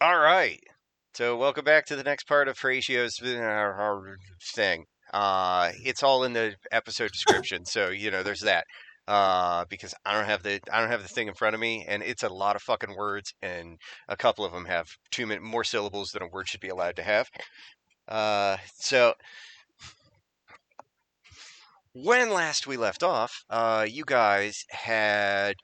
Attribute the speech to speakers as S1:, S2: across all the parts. S1: All right. So welcome back to the next part of Horatio's uh, thing. Uh, it's all in the episode description, so you know there's that. Uh, because I don't have the I don't have the thing in front of me, and it's a lot of fucking words, and a couple of them have two min- more syllables than a word should be allowed to have. Uh, so when last we left off, uh, you guys had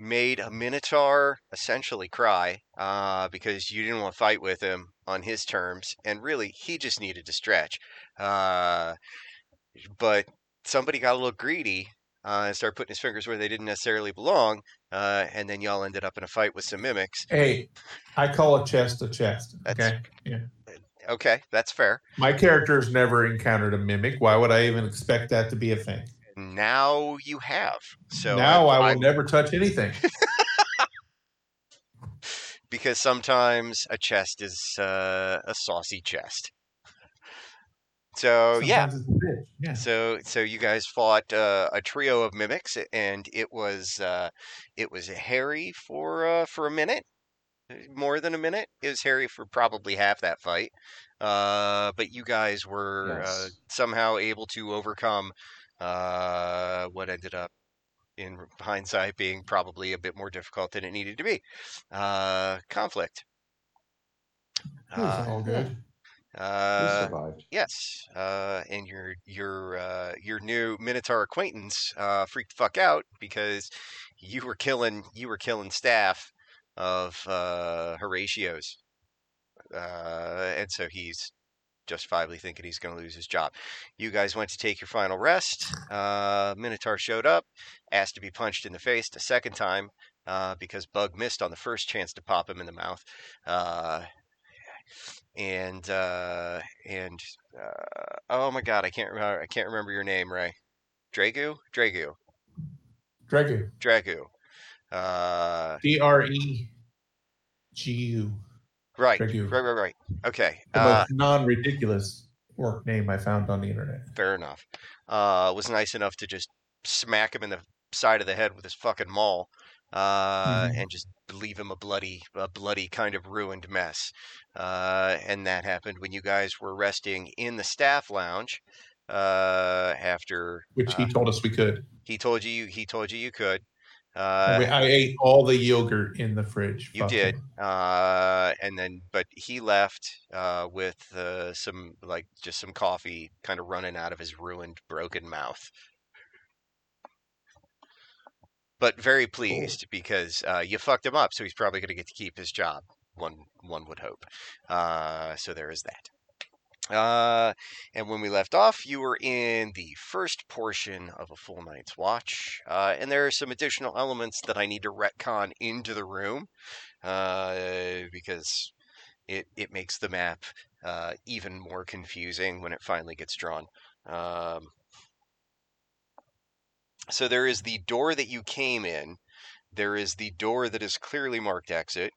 S1: made a minotaur essentially cry uh, because you didn't want to fight with him on his terms, and really he just needed to stretch. Uh, but somebody got a little greedy uh, and started putting his fingers where they didn't necessarily belong, uh, and then y'all ended up in a fight with some mimics.
S2: Hey, I call a chest a chest.
S1: That's-
S2: okay.
S1: Okay, that's fair.
S2: My character's never encountered a mimic. Why would I even expect that to be a thing?
S1: Now you have. So
S2: now I,
S1: I-
S2: will never touch anything.
S1: because sometimes a chest is uh, a saucy chest. So Oh, yeah,
S2: Sometimes it's a bitch. Yeah.
S1: So, so you guys fought uh, a trio of mimics, and it was uh, it was hairy for uh, for a minute, uh, more than a minute. It was hairy for probably half that fight, uh, but you guys were uh,
S2: Yes.
S1: somehow able to overcome uh, what ended up, in hindsight, being probably a bit more difficult than it needed to be. Uh, conflict.
S2: It was all good.
S3: We
S1: uh,
S3: survived.
S1: Yes, uh, and your your uh, your new Minotaur acquaintance uh, freaked the fuck out because you were killing you were killing staff of uh, Horatio's, uh, and so he's justifiably thinking he's going to lose his job. You guys went to take your final rest. Uh, Minotaur showed up, asked to be punched in the face a second time uh, because Bug missed on the first chance to pop him in the mouth. Uh, and uh and uh oh my god i can't remember i can't remember your name ray dragu dragu
S2: Dragu.
S1: dragu uh
S2: D R E G U.
S1: right
S2: Dragu.
S1: right right right okay
S2: The
S1: uh
S2: most non ridiculous work name I found on the internet.
S1: fair enough uh was nice enough to just smack him in the side of the head with his fucking maul uh
S2: Mhm.
S1: and just leave him a bloody a bloody kind of ruined mess uh and that happened when you guys were resting in the staff lounge uh after
S2: Which he told us we could.
S1: He told you. He told you you could.
S2: And we-
S1: Uh,
S2: I ate all the yogurt in the fridge.
S1: You
S2: Fuck
S1: did.
S2: it.
S1: uh, and then, but he left uh, with uh, some like just some coffee, kind of running out of his ruined, broken mouth. But very pleased because uh, you fucked him up, so he's probably going to get to keep his job. One one would hope. Uh, so there is that. Uh, and when we left off, you were in the first portion of a full night's watch, uh, and there are some additional elements that I need to retcon into the room uh, because it it makes the map uh, even more confusing when it finally gets drawn. Um, so there is the door that you came in. There is the door that is clearly marked exit,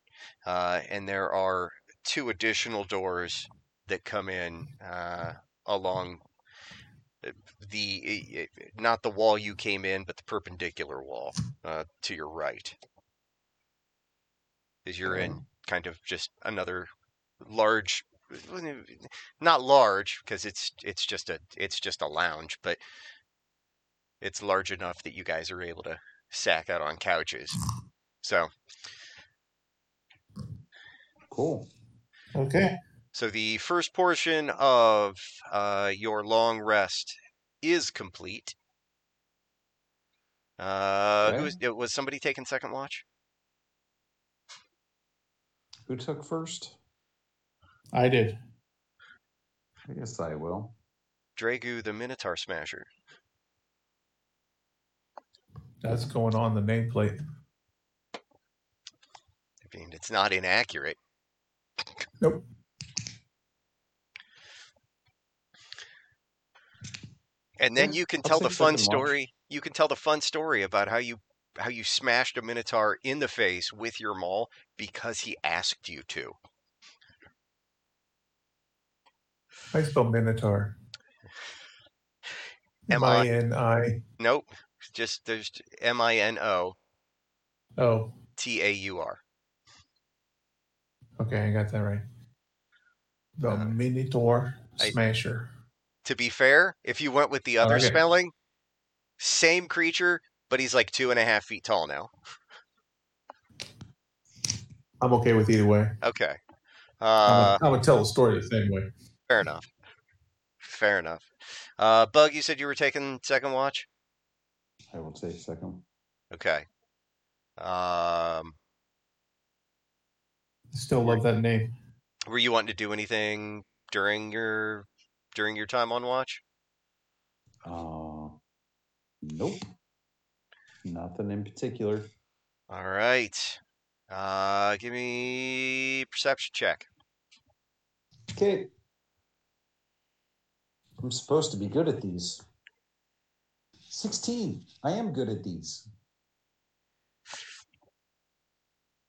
S1: uh, and there are two additional doors that come in uh, along the- the eh, not the wall you came in, but the perpendicular wall uh, to your right. Is you're in kind of just another large not large because it's it's just a it's just a lounge but it's large enough that you guys are able to sack out on couches so
S3: Cool.
S2: Okay.
S1: so the first portion of uh, your long rest is complete uh who's was somebody taking second watch
S3: Who took first?
S2: I did.
S3: I guess I will.
S1: dragu the minotaur smasher
S2: That's going on the nameplate.
S1: i mean it's not inaccurate
S2: Nope.
S1: And then
S3: Yeah,
S1: you can
S3: I'll
S1: tell the
S3: take
S1: fun
S3: second watch.
S1: story. You can tell the fun story about how you how you smashed a minotaur in the face with your maul because he asked you to.
S2: I spell Minotaur. M
S1: Am I-
S2: I N I
S1: Nope, just there's M I N O
S4: Oh,
S2: O.
S1: T A U R.
S4: Okay, I got that right. The
S1: Uh,
S4: Minotaur
S1: I-
S4: Smasher.
S1: To be fair, if you went with the other
S4: Okay.
S1: spelling, same creature, but he's like two and a half feet tall now.
S4: I'm okay with either way.
S1: Okay.
S4: I'm
S1: Uh,
S4: gonna- I would tell the story the same way.
S1: fair enough. Fair enough. Uh, Bug, you said you were taking second watch.
S3: I will take second.
S1: Okay. Um,
S4: Still love that name.
S1: were you wanting to do anything during your during your time on watch?
S3: Uh, nope. Nothing in particular.
S1: All right. Uh, give me perception check.
S3: Okay. I'm supposed to be good at these. 16. I am good at these.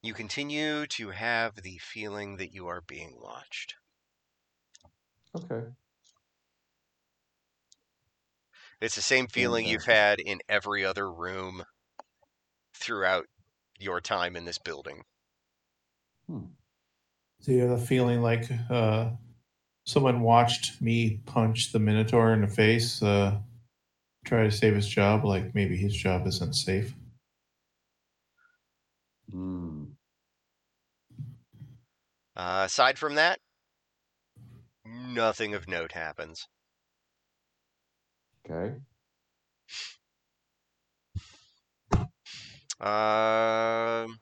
S1: You continue to have the feeling that you are being watched.
S3: Okay.
S1: It's the same feeling you've
S3: Fantastic.
S1: had in every other room throughout your time in this building.
S4: Do you have the feeling like uh, someone watched me punch the Minotaur in the face, uh, try to save his job? Like maybe his job isn't safe.
S3: Hmm.
S1: Uh, aside from that, nothing of note happens.
S3: Okay.
S1: Um,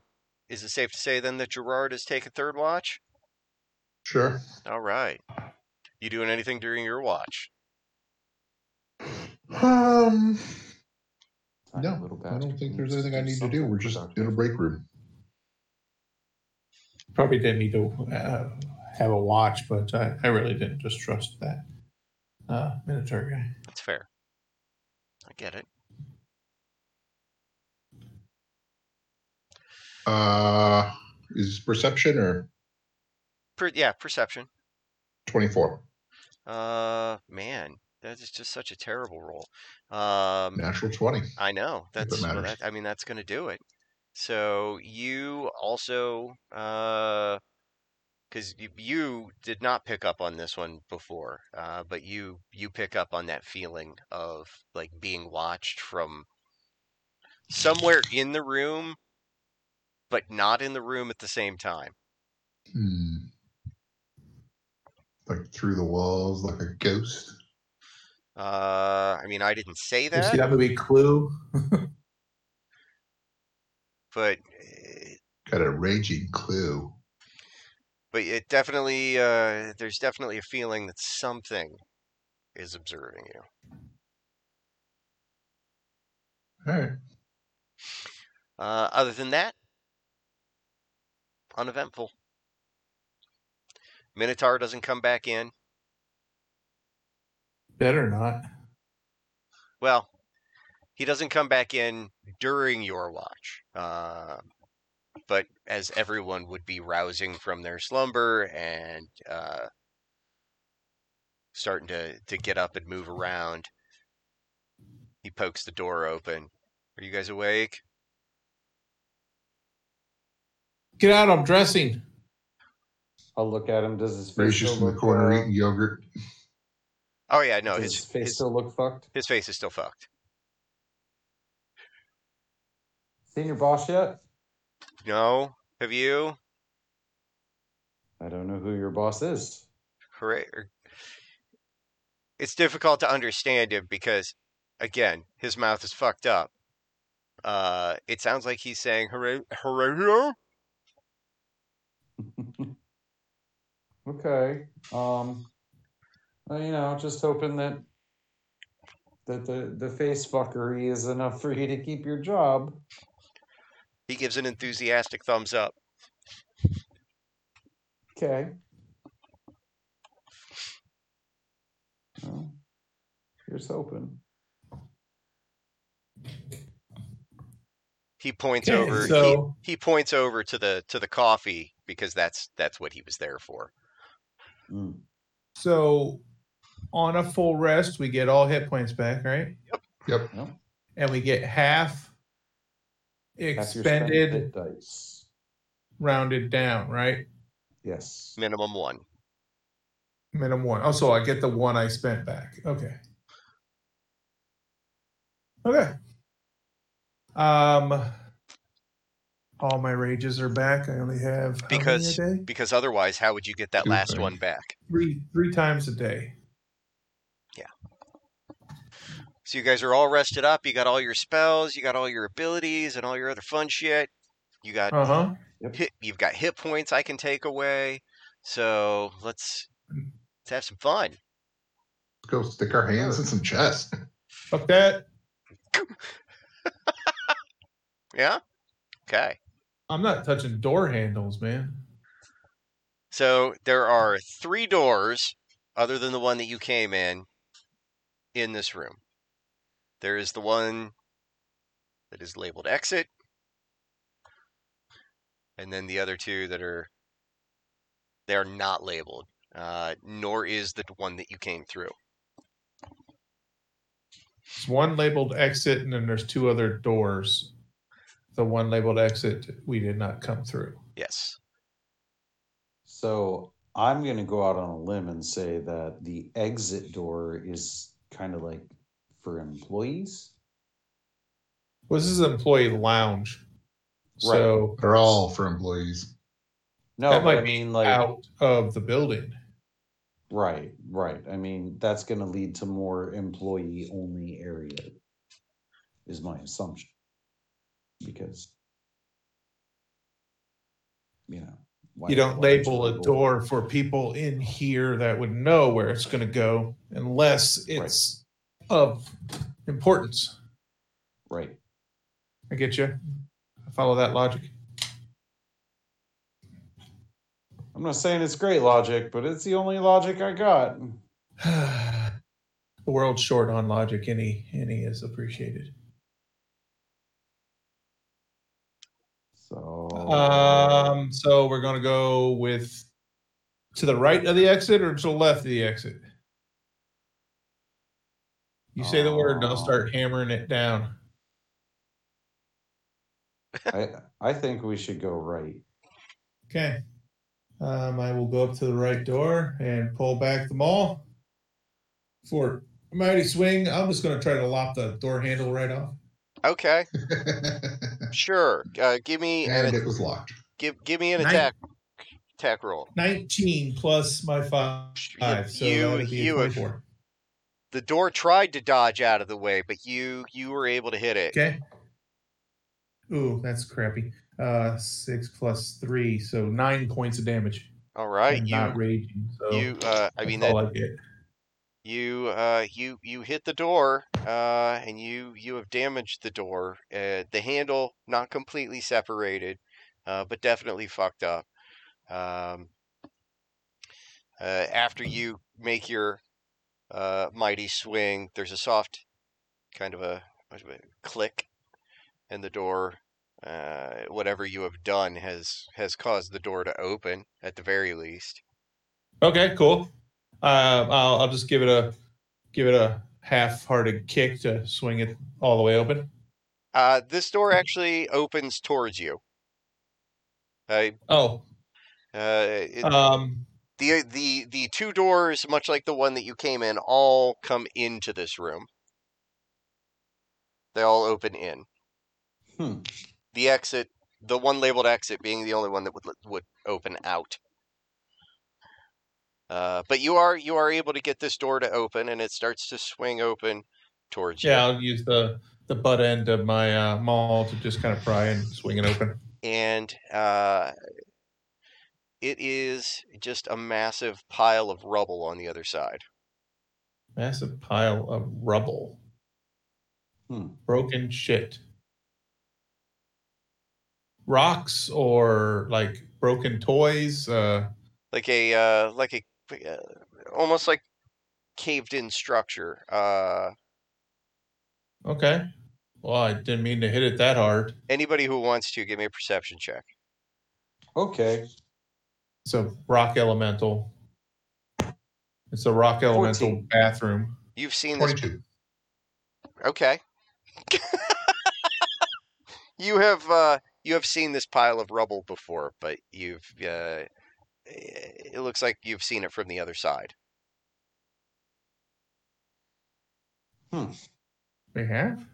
S1: is it safe to say then that Gerard has taken third watch?
S4: Sure.
S1: All right. You doing anything during your watch?
S5: Um,
S3: Tiny
S5: no, I don't
S3: bastard
S5: think
S3: needs
S5: there's anything I need to do.
S3: something
S5: We're just in a
S3: productive.
S5: break room.
S4: Probably didn't need to uh, have a watch, but I, I really didn't distrust that uh, Minotaur guy.
S1: That's fair. I get it.
S5: Uh, is perception or
S1: Per- yeah, perception.
S5: 24
S1: Uh, man, that is just such a terrible roll. Um,
S5: natural 20?
S1: I know.
S5: If it
S1: That's well,
S5: matters.
S1: that, I mean that's going to do it. So you also uh cuz you, you did not pick up on this one before, uh but you you pick up on that feeling of like being watched from somewhere in the room but not in the room at the same time.
S5: Hmm. Like through the walls, like a ghost.
S1: Uh I mean I didn't say
S4: You see
S1: that,
S4: that movie Clue?
S1: but uh,
S5: Got a raging clue.
S1: but it definitely uh there's definitely a feeling that something is observing you.
S5: All right.
S1: Uh, other than that, uneventful. Minotaur doesn't come back in.
S4: Better not.
S1: Well, he doesn't come back in during your watch. Uh, but as everyone would be rousing from their slumber and uh, starting to, to get up and move around, he pokes the door open. Are you guys awake?
S4: Get out! I'm dressing.
S3: I'll look at him. Does his face
S5: Ray's
S3: still
S5: just in the
S3: look
S5: corner
S3: uh,
S5: eating yogurt.
S1: Oh, yeah, no,
S3: Does
S1: his,
S3: his face
S1: his,
S3: still look fucked?
S1: his face is still fucked.
S3: Seen your boss yet?
S1: No? Have you?
S3: I don't know who your boss is.
S1: Hooray. or- It's difficult to understand him because, again, his mouth is fucked up. Uh, it sounds like he's saying hooray, hooray, hooray.
S3: Okay. Um, well, you know, just hoping that that the the face fuckery is enough for you to keep your job.
S1: He gives an enthusiastic thumbs up.
S3: Okay. Well, here's hoping.
S1: He points
S4: Okay,
S1: over. he-
S4: so
S1: he, points over to the to the coffee because that's that's what he was there for.
S3: Mm.
S4: so on a full rest, we get all hit points back, right?
S5: Yep.
S4: and we get half
S3: Half your spent
S4: expended
S3: hit dice.
S4: rounded down, right?
S3: Yes.
S1: minimum one.
S4: Minimum one. Oh, so I get the one I spent back. Okay. Okay. Um, all my rages are back. I only have how many
S1: Because-
S4: a day?
S1: Because otherwise, how would you get that
S6: Two
S1: last
S6: things.
S1: one back?
S4: three three times a day.
S1: So you guys are all rested up. You got all your spells. You got all your abilities and all your other fun shit. You got
S4: Uh huh.
S1: hit, you've got hit points I can take away. So let's let's have some fun.
S6: Go stick our hands in some chest.
S4: Fuck that.
S1: Yeah. Okay.
S4: I'm not touching door handles, man.
S1: So there are three doors other than the one that you came in in this room. There is the one that is labeled exit, and then the other two that are they are not labeled, uh, nor is the one that you came through.
S4: It's one labeled exit, and then there's two other doors. The one labeled exit we did not come through.
S1: Yes,
S3: So I'm going to go out on a limb and say that the exit door is kind of like for employees.
S4: Well, this is an employee lounge, so
S6: They're all for employees.
S3: No,
S4: That
S3: but
S4: might
S3: I
S4: be
S3: mean like
S4: out of the building.
S3: right, right. I mean that's going to lead to more employee only area is my assumption. Because you know, why-
S4: You don't
S3: why would you
S4: label a
S3: label-
S4: door for people in here that would know where it's going to go unless it's of importance.
S3: Right.
S4: I get you. I follow that logic.
S3: I'm not saying it's great logic, but it's the only logic I got.
S4: the world's short on logic. Any any is appreciated.
S3: So
S4: Um, so we're gonna go with to the right of the exit or to the left of the exit. You say the word, and I'll start hammering it down.
S3: I I think we should go right.
S4: Okay. Um, I will go up to the right door and pull back the maul for a mighty swing. I'm just going to try to lop the door handle right off.
S1: okay,
S6: and
S1: sure. Uh, give me an,
S6: it was locked.
S1: give give me an
S4: Nine.
S1: attack attack roll.
S4: 19 plus my five.
S1: You-
S4: so that would be a
S1: you
S4: 24.
S1: the door tried to dodge out of the way, but you you were able to hit it.
S4: Okay. Ooh, that's crappy. Uh, six plus three, so nine points of damage.
S1: All right,
S4: I'm
S1: you
S4: not raging. So
S1: you uh, I mean
S4: that's
S1: that
S4: all I get.
S1: you uh you you hit the door uh and you you have damaged the door. Uh, the handle not completely separated, uh, but definitely fucked up. Um, uh, after you make your uh, mighty swing, there's a soft kind of a, what is it, click, and the door, uh, whatever you have done, has has caused the door to open at the very least.
S4: Okay, cool. Uh, I'll, I'll just give it a give it a half-hearted kick to swing it all the way open.
S1: Uh, this door actually opens towards you. Uh,
S4: Oh,
S1: uh, it,
S4: um,
S1: the the the two doors, much like the one that you came in, all come into this room. They all open in.
S3: Hmm.
S1: The exit, the one labeled exit, being the only one that would let- would open out. Uh, but you are you are able to get this door to open, and it starts to swing open towards you.
S4: yeah, I'll use the the butt end of my uh, maul to just kind of pry and swing it open.
S1: and uh, it is just a massive pile of rubble on the other side.
S4: Massive pile of rubble,
S3: Hmm.
S4: broken shit, rocks, or like broken toys. Uh,
S1: like a uh, like a uh, almost like caved in structure. Uh,
S4: okay. Well, I didn't mean to hit it that hard.
S1: anybody who wants to give me a perception check.
S3: Okay.
S4: It's a rock elemental. It's a rock elemental
S3: 14.
S4: bathroom.
S1: You've seen this.
S6: 22.
S1: Okay. you have uh, you have seen this pile of rubble before, but you've uh, it looks like you've seen it from the other side.
S4: We have?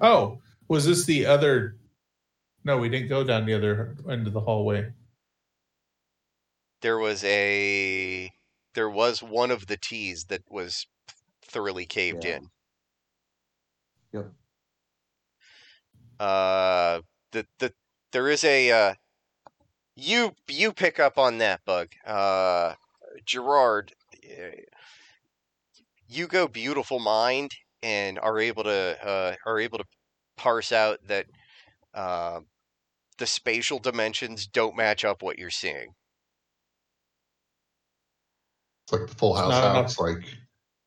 S4: Oh, was this the other? No, we didn't go down the other end of the hallway.
S1: There was a there was one of the T's that was thoroughly caved
S3: Yeah.
S1: in.
S3: Yep.
S1: Uh, the the there is a uh, you you pick up on that bug. Uh, Gerard, eh, you go beautiful mind and are able to uh, are able to parse out that uh, the spatial dimensions don't match up what you're seeing.
S6: It's like the full house
S4: not
S6: out.
S4: enough-
S6: It's like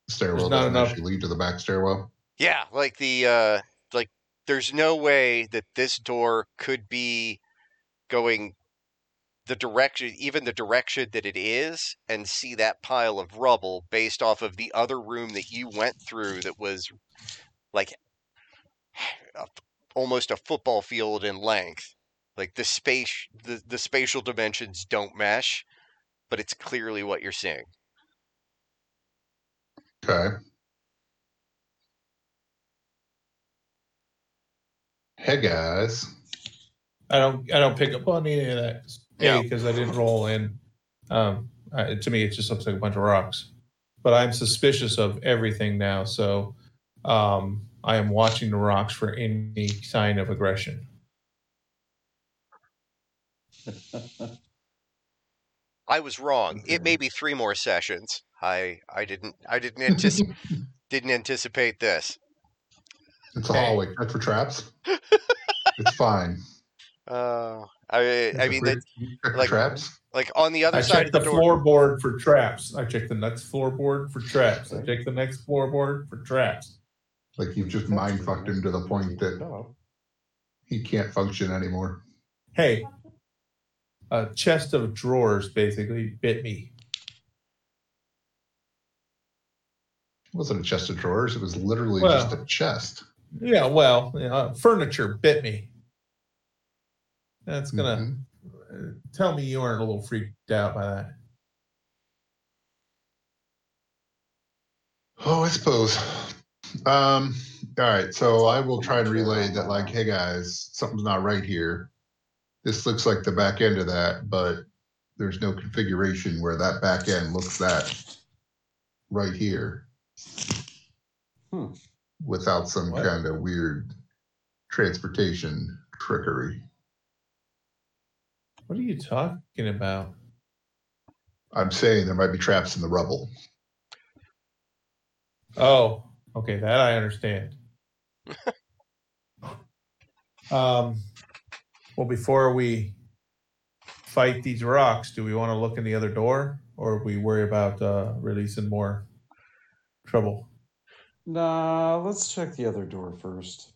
S6: stairwell
S4: there's not
S6: down there.
S4: enough-
S6: You lead to the back stairwell.
S1: Yeah, like the uh like there's no way that this door could be going the direction even the direction that it is and see that pile of rubble based off of the other room that you went through that was like a- almost a football field in length. Like the space the, the spatial dimensions don't mesh, but it's clearly what you're seeing.
S6: Okay. Hey guys.
S4: I don't. I don't pick up on any of that.
S1: Yeah.
S4: Yeah, because I didn't roll in. Um, I, to me, it just looks like a bunch of rocks. But I'm suspicious of everything now, so um, I am watching the rocks for any sign of aggression.
S1: I was wrong. It may be three more sessions. I I didn't I didn't anticipate didn't anticipate this.
S6: It's a
S4: Okay.
S6: hallway. Check for traps. it's fine.
S1: Uh, I I
S6: Check
S1: mean
S6: for-
S1: that
S6: check for
S1: like-
S6: traps.
S1: like on the other
S4: I
S1: side
S4: checked
S1: of the,
S4: the
S1: door.
S4: floorboard for traps. I checked the next floorboard for traps. I checked the next floorboard for traps.
S6: Like you've just mind fucked him to the point that he can't function anymore.
S4: Hey, a chest of drawers basically bit me.
S6: It wasn't a chest of drawers. It was literally
S4: Well-
S6: just a chest.
S4: Yeah, well, you know, furniture bit me. That's gonna.
S6: Mhm.
S4: tell me you aren't a little freaked out by that.
S6: Oh, I suppose. Um. All right. So I will try and relay that. Like, hey guys, something's not right here. This looks like the back end of that, but there's no configuration where that back end looks that right here.
S3: Hmm.
S6: Without some
S4: What?
S6: kind of weird transportation trickery.
S4: What are you talking about?
S6: I'm saying there might be traps in the rubble.
S4: Oh, okay, that I understand. um, well, before we fight these rocks, do we want to look in the other door, or we worry about uh, releasing more trouble?
S3: nah, let's check the other door first.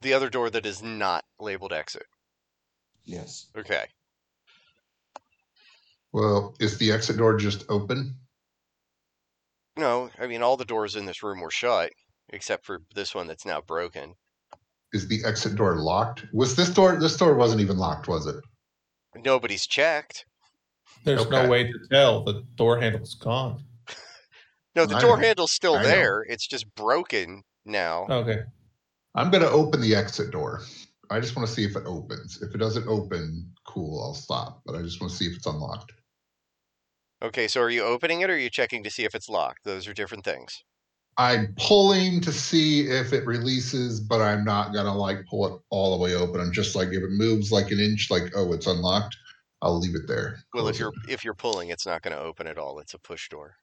S1: The other door that is not labeled exit.
S3: Yes.
S1: Okay.
S6: Well, is the exit door just open?
S1: No, I mean all the doors in this room were shut except for this one that's now broken.
S6: Is the exit door locked? Was this door? This door wasn't even locked, was it?
S1: Nobody's checked.
S4: There's
S6: Okay.
S4: no way to tell. The door handle's gone.
S1: No, the
S6: I
S1: door
S6: know.
S1: handle's still
S6: I know. Uh
S1: there. It's just broken now.
S4: Okay.
S6: I'm gonna open the exit door. I just want to see if it opens. If it doesn't open, cool, I'll stop. But I just want to see if it's unlocked.
S1: Okay, so are you opening it or are you checking to see if it's locked? Those are different things.
S6: I'm pulling to see if it releases, but I'm not gonna like pull it all the way open. I'm just like if it moves like an inch, like oh, it's unlocked. I'll leave it there.
S1: Well, if
S6: Close
S1: you're
S6: it.
S1: if you're pulling, it's not going to open at all. It's a push door.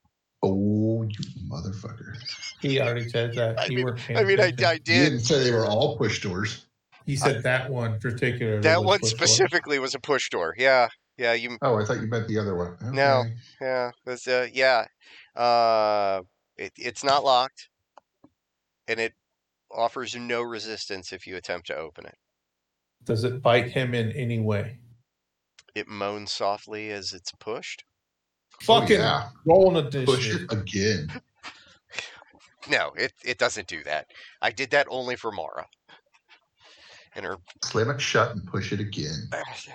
S6: oh, you motherfucker!
S4: He already said that.
S1: I
S4: You
S1: mean-
S4: weren't paying
S1: I mean, I,
S4: attention.
S1: I
S6: You didn't
S1: did.
S6: say they were all push doors.
S4: He said that one particular.
S1: That one specifically was a push door. Yeah, yeah, you,
S6: Oh, I thought you meant the other one.
S1: No.
S6: Okay.
S1: yeah, that's, uh, yeah. Uh, it, it's not locked, and it offers no resistance if you attempt to open it.
S4: Does it bite him in any way?
S1: It moans softly as it's pushed.
S6: Oh,
S4: Fucking
S6: yeah.
S4: roll an
S6: Push
S4: addition.
S6: it again.
S1: No, it it doesn't do that. I did that only for Mara. and her
S6: Slam it shut and push it again.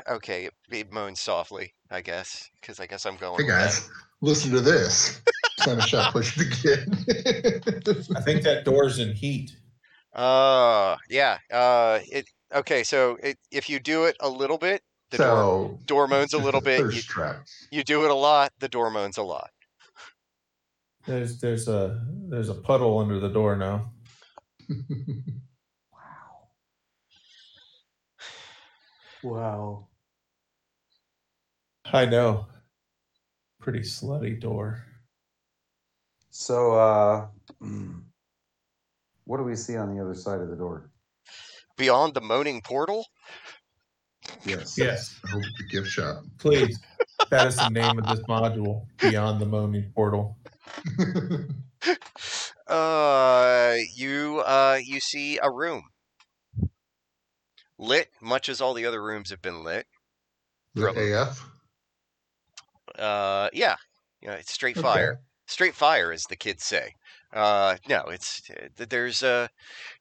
S1: okay, it, it moans softly, I guess, because I guess I'm going.
S6: Hey
S1: with that.
S6: guys, listen to this. Slam it shut, push it again.
S4: I think that door's in heat.
S1: Uh, yeah. Uh, it okay. So it, if you do it a little bit, the door,
S6: so
S1: door moans a
S6: just
S1: little bit. You,
S6: Thirst trap.
S1: you do it a lot, the door moans a lot.
S4: There's there's a there's a puddle under the door now.
S3: Wow.
S4: I know. Pretty slutty door.
S3: So, uh, what do we see on the other side of the door?
S1: Beyond the moaning portal,
S6: yes.
S4: Yes,
S6: I hope the gift shop.
S4: please. that is the name of this module. Beyond the moaning portal.
S1: uh, you uh, you see a room lit, much as all the other rooms have been lit.
S6: Lit AF.
S1: Uh, yeah, you know, it's straight
S6: Okay.
S1: fire. Straight fire, as the kids say. Uh, no, it's uh, there's uh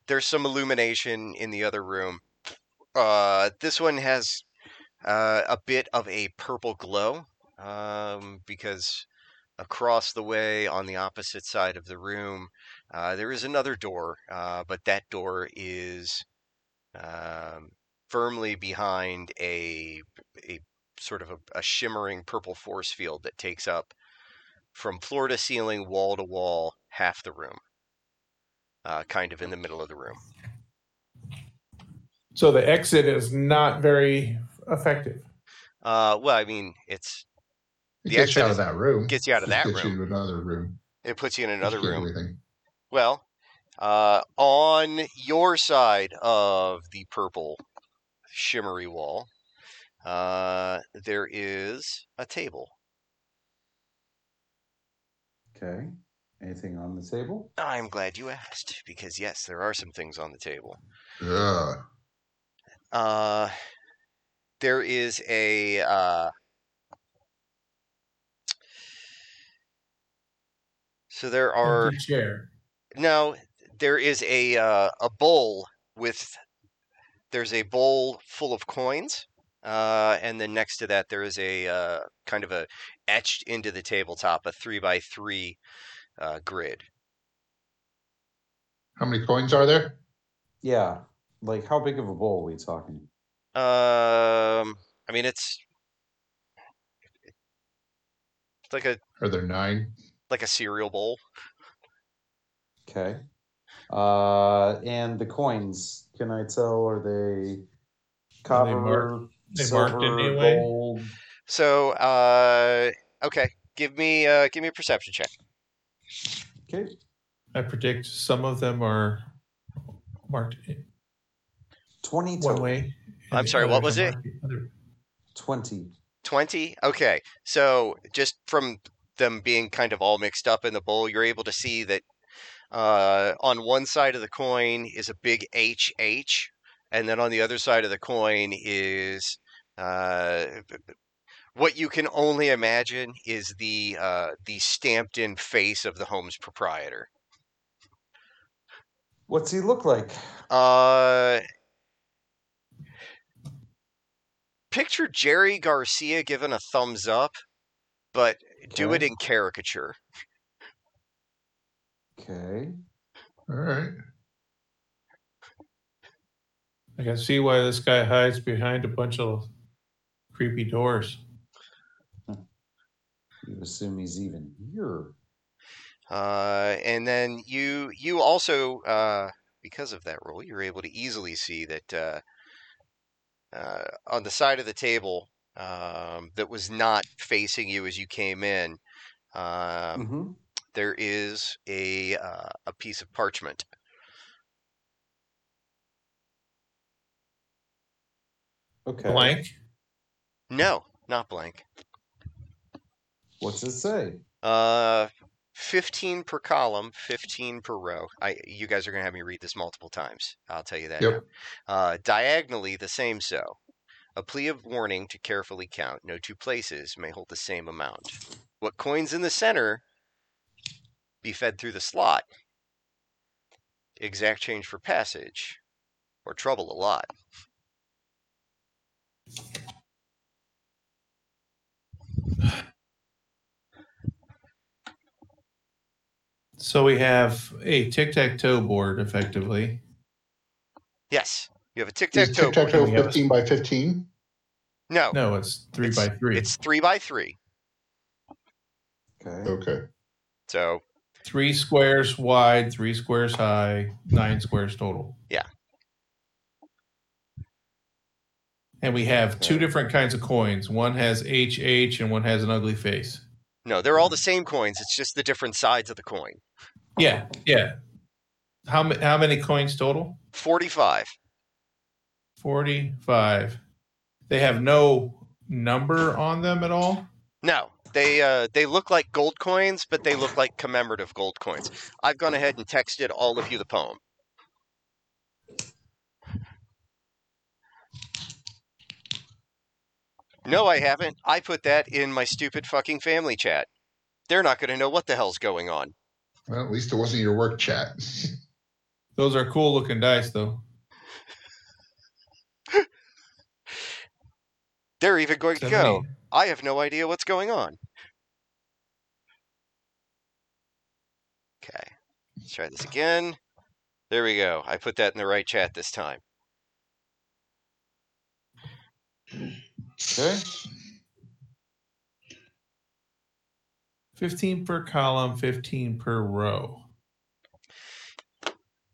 S1: there's some illumination in the other room. Uh, this one has uh, a bit of a purple glow um, because across the way on the opposite side of the room uh, there is another door, uh, but that door is um, firmly behind a a sort of a, a shimmering purple force field that takes up from floor to ceiling, wall to wall, half the room. Uh, kind of in the middle of the room.
S4: So the exit is not very effective.
S1: Uh, well, I mean, it's
S6: It
S1: The
S6: gets you
S1: exit
S6: out
S1: is-
S6: of that room.
S1: gets you out of
S6: Just
S1: that
S6: gets
S1: room.
S6: You to another room.
S1: It puts you in
S6: Just
S1: another
S6: can't do
S1: room.
S6: anything.
S1: Well, uh, on your side of the purple shimmery wall, uh, there is a table.
S3: Okay. Anything on the table?
S1: I'm glad you asked because yes, there are some things on the table.
S6: Ugh.
S1: Uh, there is a uh, so there are
S4: Empty chair.
S1: no there is a uh, a bowl with there's a bowl full of coins uh, and then next to that there is a uh, kind of a etched into the tabletop a three by three uh, grid
S6: How many coins are there?
S3: Yeah. Like, how big of a bowl are we talking?
S1: um i mean it's it's like a
S6: Are there nine?
S1: like a cereal bowl
S3: Okay. Uh, and the coins, can I tell? Are they copper,
S4: marked- they
S3: silver,
S4: marked in any way?
S3: gold?
S1: so uh okay give me uh give me a perception check
S3: Okay.
S4: I predict some of them are marked in
S3: 20
S4: one
S3: total.
S4: way. and
S1: I'm
S4: the
S1: sorry, what
S4: others
S1: was
S4: are
S1: it?
S4: marked the other-
S3: 20.
S1: 20 okay so just from them being kind of all mixed up in the bowl you're able to see that uh, on one side of the coin is a big hh and then on the other side of the coin is uh, b- b- what you can only imagine is the uh, the stamped in face of the home's proprietor
S3: What's he look like?
S1: uh, picture jerry garcia giving a thumbs up but do it
S3: Okay.
S1: in caricature
S3: Okay.
S6: All right.
S4: I can see why this guy hides behind a bunch of creepy doors.
S3: You assume he's even here.
S1: Uh, and then you you also uh, because of that roll, you're able to easily see that uh, uh, on the side of the table um, that was not facing you as you came in, um,
S3: hmm
S1: there is a uh, a piece of parchment.
S3: Okay.
S4: Blank.
S1: No, not blank.
S3: What's it say?
S1: Uh, fifteen per column, fifteen per row. I you guys are gonna have me read this multiple times. I'll tell you that.
S6: Yep.
S1: now. Uh, diagonally, the same so. A plea of warning to carefully count. No two places may hold the same amount. What coins in the center be fed through the slot. Exact change for passage or trouble a lot.
S4: So we have a tic tac toe board, effectively.
S1: Yes, you have a tic
S6: Is
S1: tac toe. board.
S6: tic-tac-toe
S4: We have a-
S6: 15 by 15?
S1: No,
S4: No, it's three
S1: Oh. It's-
S4: by three.
S1: it's three by three.
S3: Okay.
S6: Okay.
S1: So
S4: three squares wide, three squares high, nine squares total.
S1: Yeah.
S4: And we have two
S3: Okay.
S4: different kinds of coins. One has HH and one has an ugly face.
S1: no, they're all the same coins. It's just the different sides of the coin.
S4: Yeah, yeah. How ma- how many coins total?
S1: Forty-five.
S4: 45. They have no number on them at all.
S1: No, they uh, they look like gold coins, but they look like commemorative gold coins. I've gone ahead and texted all of you the poem. No, I haven't. I put that in my stupid fucking family chat. They're not going to know what the hell's going on.
S6: Well, at least it wasn't your work chat.
S4: Those are cool looking dice though.
S1: They're even going to
S4: Seven,
S1: go.
S4: eight.
S1: I have no idea what's going on. Okay. Let's try this again. There we go. I put that in the right chat this time.
S3: Okay.
S4: 15 per column, 15 per row.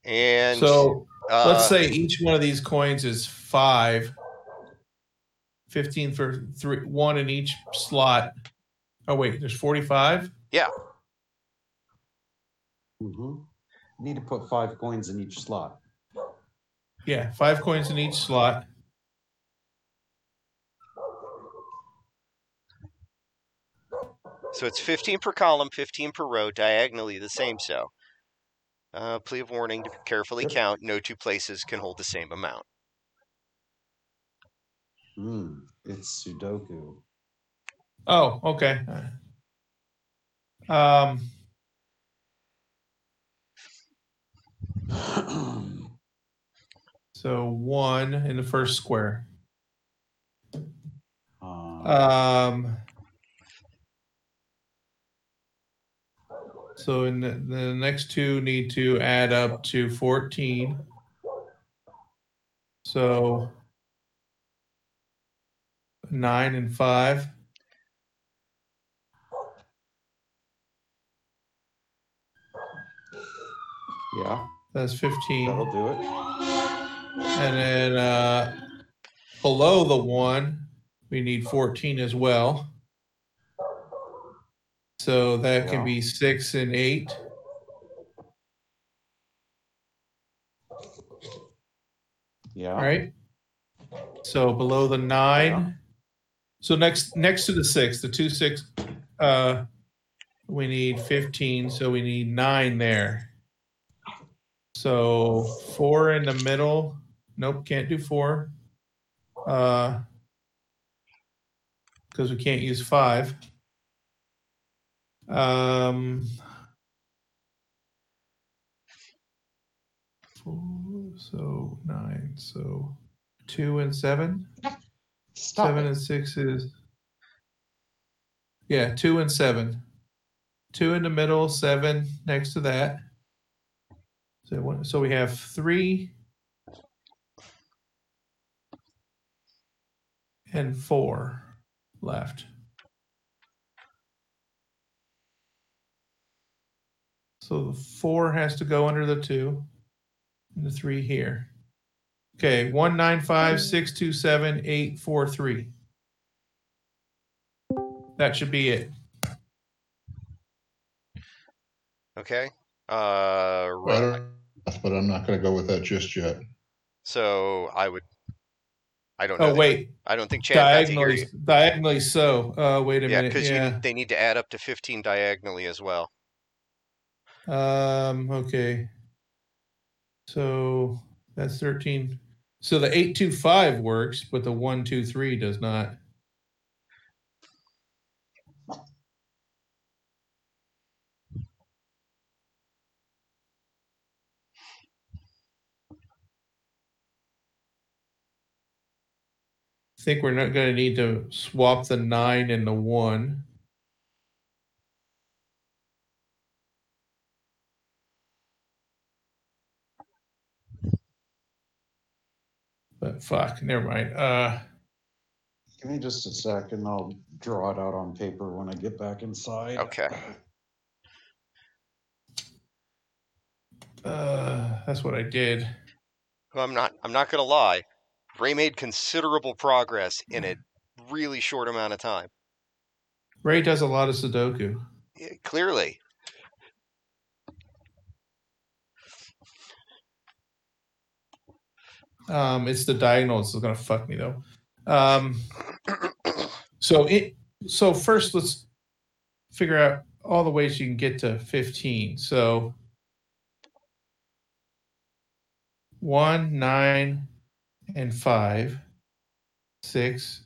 S1: And
S4: so
S1: uh,
S4: let's say each one of these coins is five 15 for three one in each slot oh wait there's 45
S3: Mm-hmm. Need to put five coins in each slot.
S4: yeah five coins in each slot
S1: so it's 15 per column, 15 per row, diagonally the same so. Uh, plea of warning to carefully count. No two places can hold the same amount.
S3: Mm, it's Sudoku.
S4: oh okay um
S3: Um,
S4: so one in the first square
S3: uh,
S4: um so in the, the next two need to add up to 14 so 9 and 5
S3: yeah,
S4: that's 15
S3: that'll do it.
S4: and then uh below the 1 we need 14 as well so that can
S3: Yeah.
S4: be 6 and 8
S3: Yeah.
S4: All right. So below the nine.
S3: Yeah.
S4: So next next to the six, the two six uh we need fifteen, so we need nine there. So four in the middle. Nope, can't do four. Uh because we can't use five. Um four, so nine, so two and seven.
S3: Stop
S4: seven
S3: it.
S4: and six is yeah two and seven two in the middle seven next to that so, one, so we have three and four left so the four has to go under the two and the three here okay one nine five six two seven eight four three that should be it
S1: Okay. Uh,
S6: I
S1: right.
S6: don't, but I'm not going to go with that just yet.
S1: So I would. I don't know.
S4: Oh
S1: that-
S4: wait,
S1: I don't think Chad got to hear you.
S4: diagonally, diagonally. So, uh, wait a
S1: Yeah,
S4: minute.
S1: because
S4: Yeah.
S1: they need to add up to 15 diagonally as well.
S4: Um. Okay. So that's thirteen. So the eight two five works, but the one two three does not. Think we're not going to need to swap the nine and the one. But fuck, never mind. Uh,
S3: Give me just a sec and I'll draw it out on paper when I get back inside.
S1: Okay.
S4: uh, that's what I did.
S1: Well, I'm not. I'm not going to lie. Ray made considerable progress in a
S4: Mm-hmm.
S1: really short amount of time.
S4: Ray does a lot of Sudoku.
S1: Yeah, clearly,
S4: Um, it's the diagonals that's gonna fuck me though. Um, so it. So first, let's figure out all the ways you can get to fifteen. So one, nine, and five, six,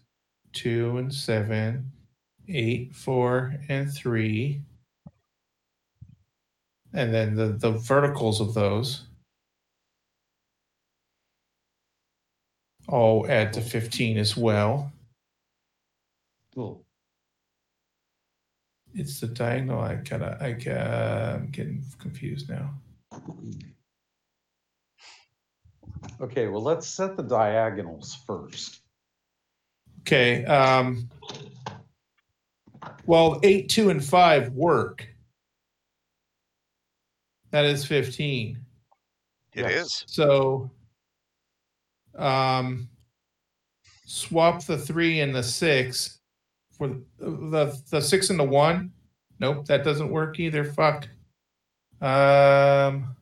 S4: two, and seven, eight, four, and three, and then the the verticals of those. all add to 15 as well.
S3: Cool.
S4: It's the diagonal. I gotta, I gotta, I'm getting confused now.
S3: Okay, well, let's set the diagonals first.
S4: Okay. Um, well, eight, two, and five work. That is 15.
S1: it is.
S3: Yes.
S4: So, um, swap the three and the six for the, the the six and the one. Nope, that doesn't work either. Fuck. Um.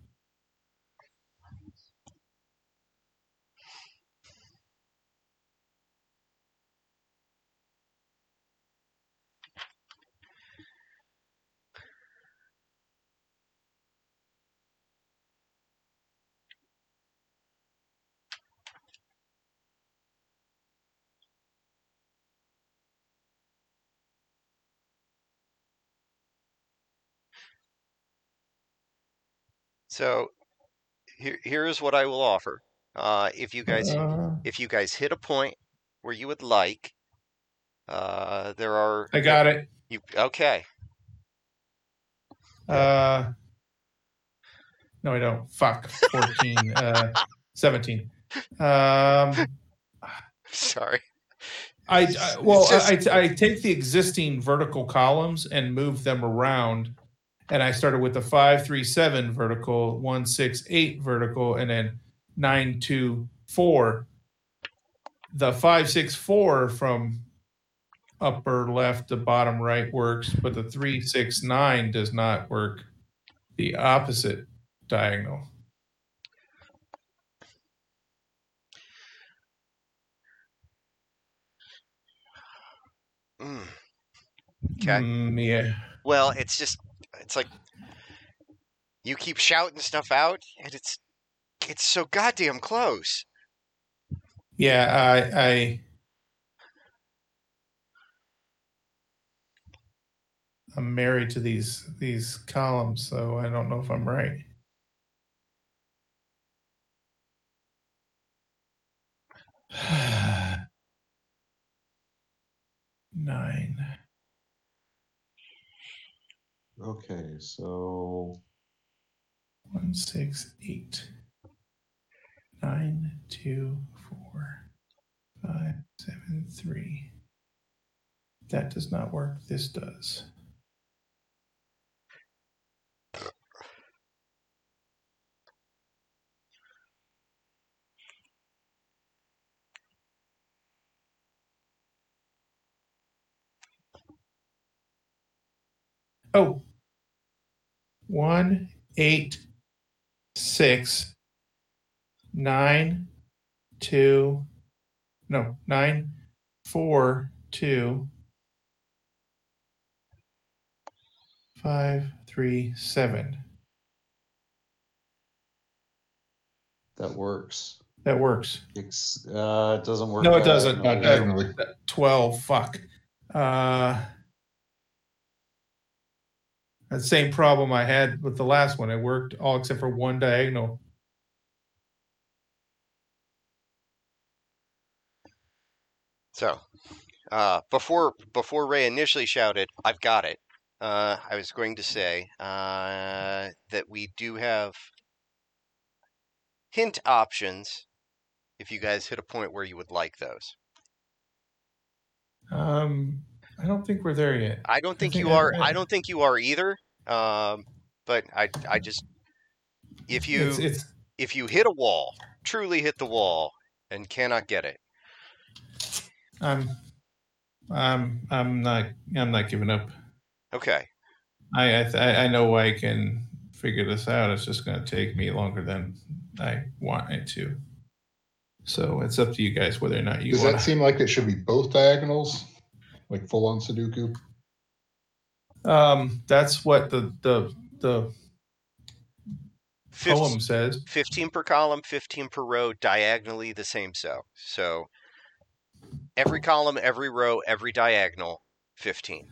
S1: So, here here is what I will offer. Uh, if you guys
S4: uh,
S1: if you guys hit a point where you would like, uh, there are.
S4: I got it.
S1: You okay?
S4: Uh, no, I don't. Fuck. 14, uh, 17. Um,
S1: Sorry.
S4: I, I well,
S1: It's just-
S4: I, I, I take the existing vertical columns and move them around, and I started with the five three seven vertical, one six eight vertical, and then nine two four. The five six four from upper left to bottom right works, but the three six nine does not work. The opposite diagonal.
S1: Mm. Okay.
S4: Mm, yeah.
S1: Well, it's just it's like you keep shouting stuff out, and it's it's so goddamn close.
S4: Yeah, I, I I'm married to these these columns, so I don't know if I'm right. Nine.
S3: Okay, so
S4: One, six, eight, nine, two, four, five, seven, three. That does not work. This does. Oh, one, eight, six, nine, two, no, nine, four, two, five, three, seven.
S3: that works.
S4: That works.
S3: It's, uh, it doesn't work.
S4: No, it
S3: that
S4: doesn't.
S3: way.
S4: Uh,
S6: I don't really-
S4: That- Twelve. Fuck. Uh, that same problem I had with the last one. It worked all except for one diagonal.
S1: So, uh, before before Ray initially shouted, "I've got it," uh, I was going to say uh, that we do have hint options if you guys hit a point where you would like those.
S4: Um, I don't think we're there yet.
S1: I don't think
S4: think
S1: you
S4: I
S1: are.
S4: would.
S1: I don't think you are either. Um, but I, I just, if you,
S4: it's, it's
S1: if you hit a wall, truly hit the wall, and cannot get it,
S4: I'm I'm I'm not I'm not giving up.
S1: okay.
S4: I I, th- I I know I can figure this out. It's just going to take me longer than I want it to. So it's up to you guys whether or not you
S6: Does
S4: want.
S6: that seem like it should be both diagonals, like full on Sudoku?
S4: um, that's what the the the Oh,
S1: Fif-
S4: poem says.
S1: Fifteen per column, fifteen per row, diagonally the same. So, so every column, every row, every diagonal, fifteen.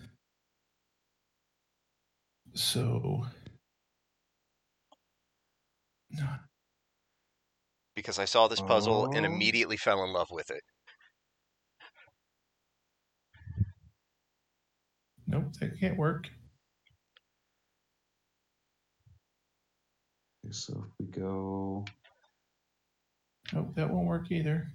S4: So
S1: Because I saw this puzzle and
S3: Oh.
S1: immediately fell in love with it.
S4: nope, that can't work.
S3: Okay, So if we go,
S4: Nope, that won't work either.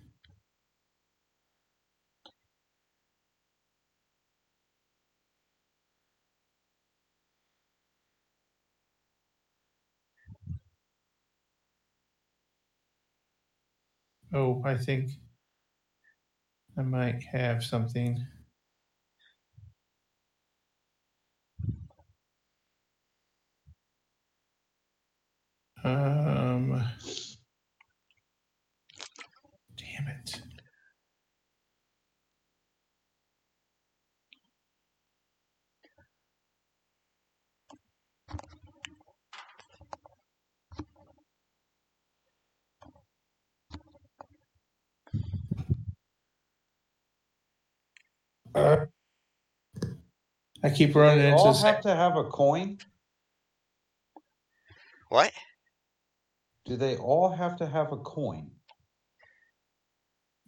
S4: Oh, I think I might have something. Um, damn it. Uh, I keep running
S3: we
S4: into
S3: all
S4: the same-
S3: have to have a coin.
S1: What?
S3: Do they all have to have a coin?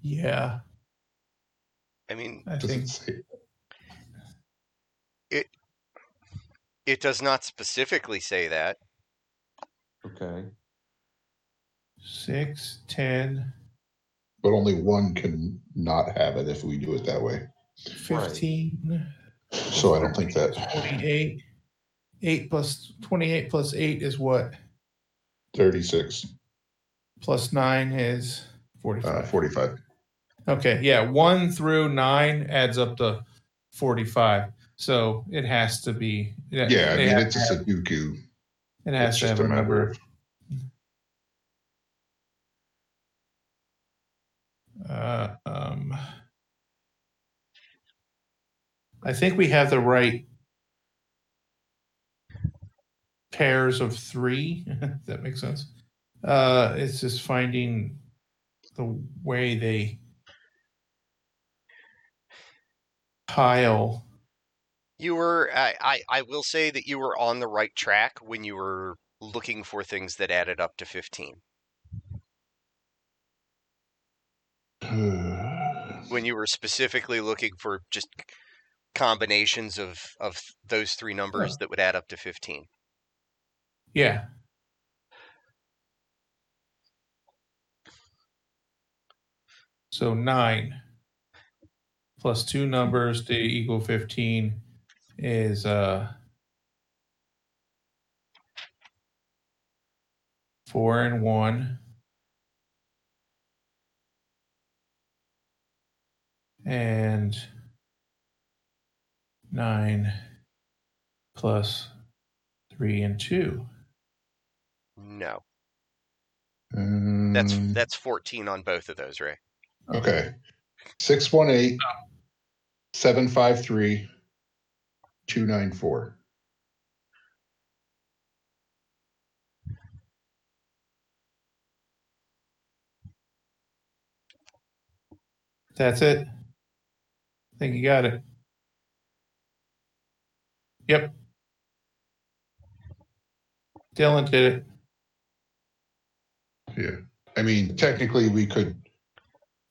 S4: Yeah,
S1: I mean,
S4: I
S6: Does
S4: think
S6: it say?
S1: it does not specifically say that.
S3: Okay.
S4: six, ten,
S6: But only one can not have it if we do it that way.
S3: Right.
S4: 15,
S6: So I don't think that
S4: 28. 8 plus 28 plus 8 is what?
S6: 36,
S4: Plus 9 is
S6: uh,
S4: 45.
S6: 45.
S4: okay, yeah. 1 through 9 adds up to 45. So it has to be. it-
S6: Yeah, I
S4: it,
S6: mean,
S4: ha-
S6: it's a Sudoku.
S4: it has
S6: it's
S4: to have a
S6: just a matter
S4: number.
S6: of,
S4: Uh, um, I think we have the right pairs of three. if that makes sense. Uh, it's just finding the way they pile.
S1: You were, I, I, I will say that you were on the right track when you were looking for things that added up to 15.
S6: Um,
S1: When you were specifically looking for just combinations of, of those three numbers that would add up to 15.
S4: Yeah. So nine plus two numbers to equal 15 is uh, four and one. And nine plus three and two.
S1: No,
S6: um,
S1: that's, that's 14 on both of those, right?
S6: okay. 618, 753, 294.
S4: That's it. I think you got it. Yep. Dylan did it.
S6: Yeah. I mean, technically, we could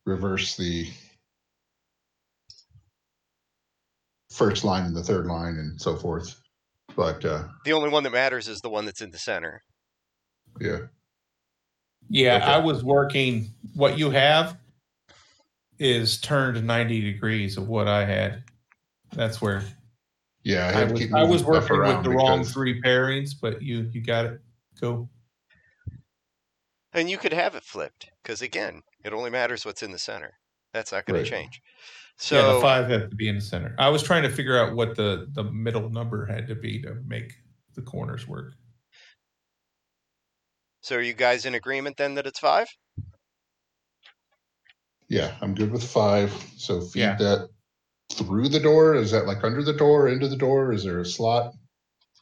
S6: reverse the first line and the third line and so forth. But uh,
S1: The only one that matters is the one that's in the center.
S6: yeah,
S4: Yeah,
S1: Okay.
S4: I was working. What you have is turned 90 degrees of what I had. That's where
S6: Yeah,
S4: I
S6: had to
S4: was,
S6: keep
S4: I was
S6: moving stuff
S4: working with
S6: around
S4: the wrong
S6: because-
S4: three pairings, but you you got it. Cool.
S1: And you could have it flipped because again, it only matters what's in the center. That's not going
S6: Right.
S1: to change. So
S4: yeah, the five had to be in the center. I was trying to figure out what the the middle number had to be to make the corners work.
S1: So are you guys in agreement then that it's five?
S6: Yeah, I'm good with five. So feed
S4: Yeah.
S6: that through the door. Is that like under the door, into the door? Is there a slot?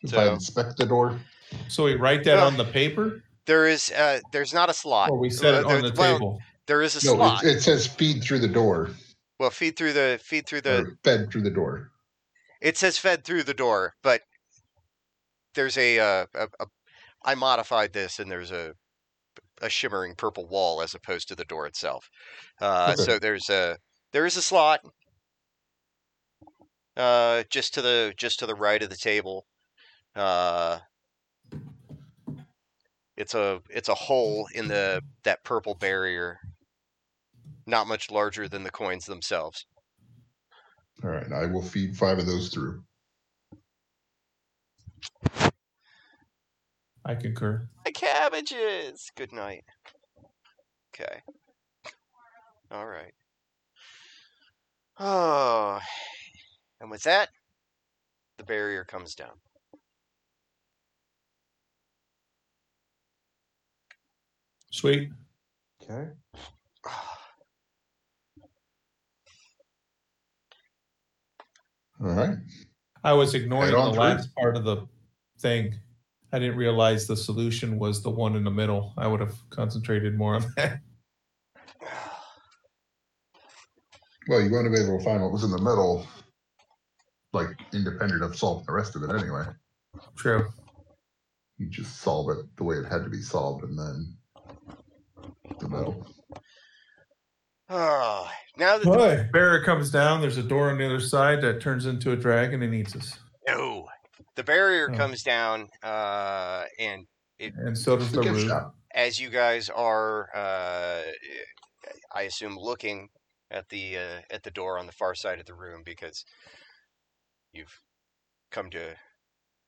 S6: If I
S1: So-
S6: inspect the door,
S4: So we write that
S1: Well,
S4: on the paper,
S1: There is uh there's not a slot.
S4: or we set it
S1: Well,
S4: on the
S1: there- well,
S4: table.
S1: There is a
S6: no,
S1: slot.
S6: it, it says feed through the door
S1: well, feed through the feed through the
S6: or fed through the door.
S1: it says fed through the door, but there's a uh a, a I modified this and there's a a shimmering purple wall as opposed to the door itself. Uh
S6: Okay.
S1: so there's a there is a slot uh just to the just to the right of the table. Uh it's a it's a hole in the that purple barrier. Not much larger than the coins themselves.
S6: All right, I will feed five of those through.
S4: I concur.
S1: The cabbages. Good night. Okay. All right. Oh, and with that, the barrier comes down.
S4: Sweet.
S3: Okay.
S6: All right.
S4: I was ignoring
S6: Head
S4: the
S6: on through.
S4: last part of the thing. I didn't realize the solution was the one in the middle. I would have concentrated more on that.
S6: Well, you won't be able to find what was in the middle, like independent of solving the rest of it anyway.
S4: True.
S6: You just solve it the way it had to be solved, and then the middle.
S1: Oh, now that the,
S4: Boy. Barrier comes down. There's a door on the other side that turns into a dragon and eats us.
S1: no, the barrier
S4: Oh.
S1: comes down, uh, and
S4: And so does the
S6: Good
S4: roof.
S6: shot.
S1: as you guys are, uh, I assume, looking at the uh, at the door on the far side of the room because you've come to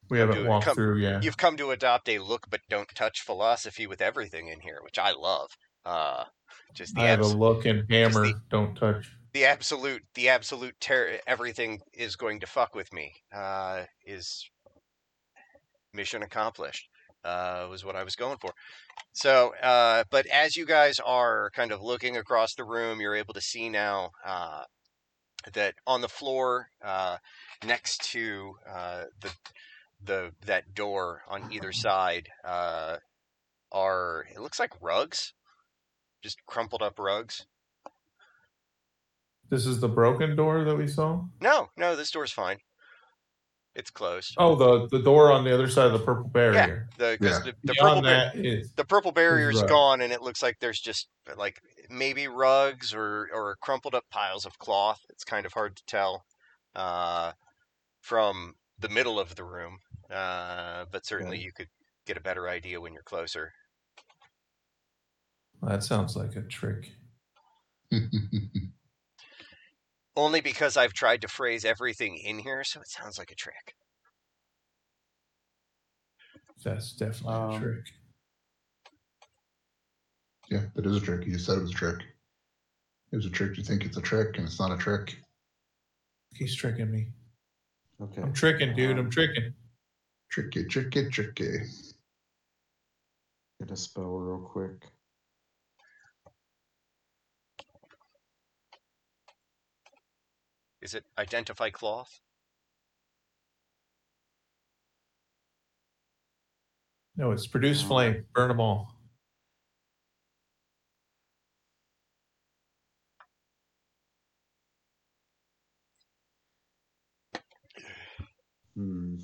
S4: We
S1: Do
S4: haven't
S1: it.
S4: walked
S1: Come-
S4: through yet.
S1: You've come to adopt a look but don't touch philosophy with everything in here, which I love. Uh, just the
S4: I have a
S1: abs-
S4: look and hammer.
S1: the-
S4: Don't touch.
S1: the absolute the absolute terror. Everything is going to fuck with me. Uh, is mission accomplished? Uh, was what I was going for. So, uh, but as you guys are kind of looking across the room, you're able to see now uh, that on the floor uh, next to uh, the the that door on either side uh, are it looks like rugs, just crumpled up rugs.
S4: This is the broken door that we saw.
S1: No, no, this door's fine. It's closed.
S4: Oh, the the door on the other side of the purple barrier.
S1: The 'cause
S6: Yeah.
S1: the, the purple
S4: Beyond
S1: bar-
S4: that is
S1: the purple barrier's
S4: rug.
S1: gone, and it looks like there's just uh, like maybe rugs or or crumpled up piles of cloth. It's kind of hard to tell uh, from the middle of the room, uh, but certainly
S3: Okay.
S1: you could get a better idea when you're closer.
S4: that sounds like a trick.
S1: Only because I've tried to phrase everything in here, so it sounds like a trick.
S4: That's definitely a
S3: Um,
S4: trick.
S6: yeah, that is a trick. You said it was a trick. It was a trick. You think it's a trick, and it's not a trick.
S4: He's tricking me.
S3: Okay.
S4: I'm tricking, dude.
S3: Um,
S4: I'm tricking.
S6: Tricky, tricky, tricky.
S3: Get a spell real quick.
S1: Is it identify cloth?
S4: No, it's produce
S3: Um,
S4: flame, burn them all.
S3: Hmm.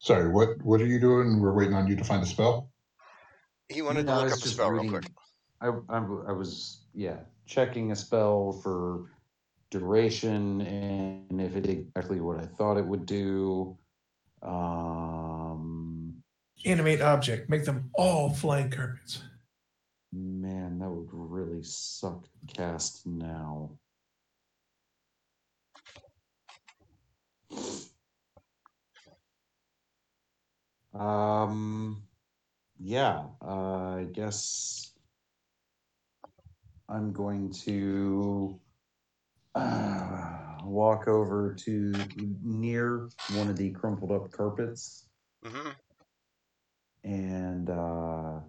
S6: Sorry, what what are you doing? We're waiting on you to find a spell.
S1: He wanted
S3: No,
S1: to look
S3: I was
S1: up a
S3: just
S1: spell real
S3: reading-
S1: quick.
S3: I, I'm, I was, yeah, checking a spell for duration and if it did exactly what I thought it would do. Um,
S4: Animate object. Make them all flying carpets.
S3: man, that would really suck to cast now. Um, yeah, uh, I guess I'm going to uh, walk over to near one of the crumpled up carpets
S1: hmm
S3: and uh,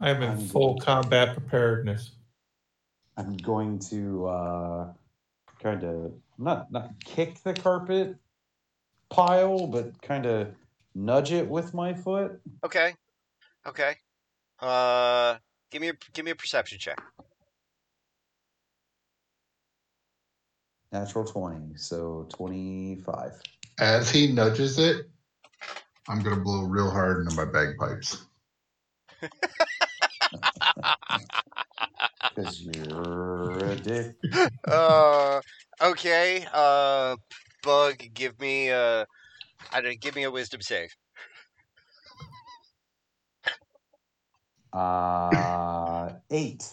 S4: I'm in
S3: I'm
S4: full
S3: good.
S4: combat preparedness.
S3: I'm going to uh, kind of not not kick the carpet pile, but kind of nudge it with my foot.
S1: Okay. Okay. Uh, give me a give me a perception check.
S3: Natural twenty, so twenty five.
S6: As he nudges it, I'm gonna blow real hard into my bagpipes.
S3: Because you're a dick.
S1: uh, okay. Uh, bug, give me a, I don't give me a wisdom save.
S3: Uh, eight.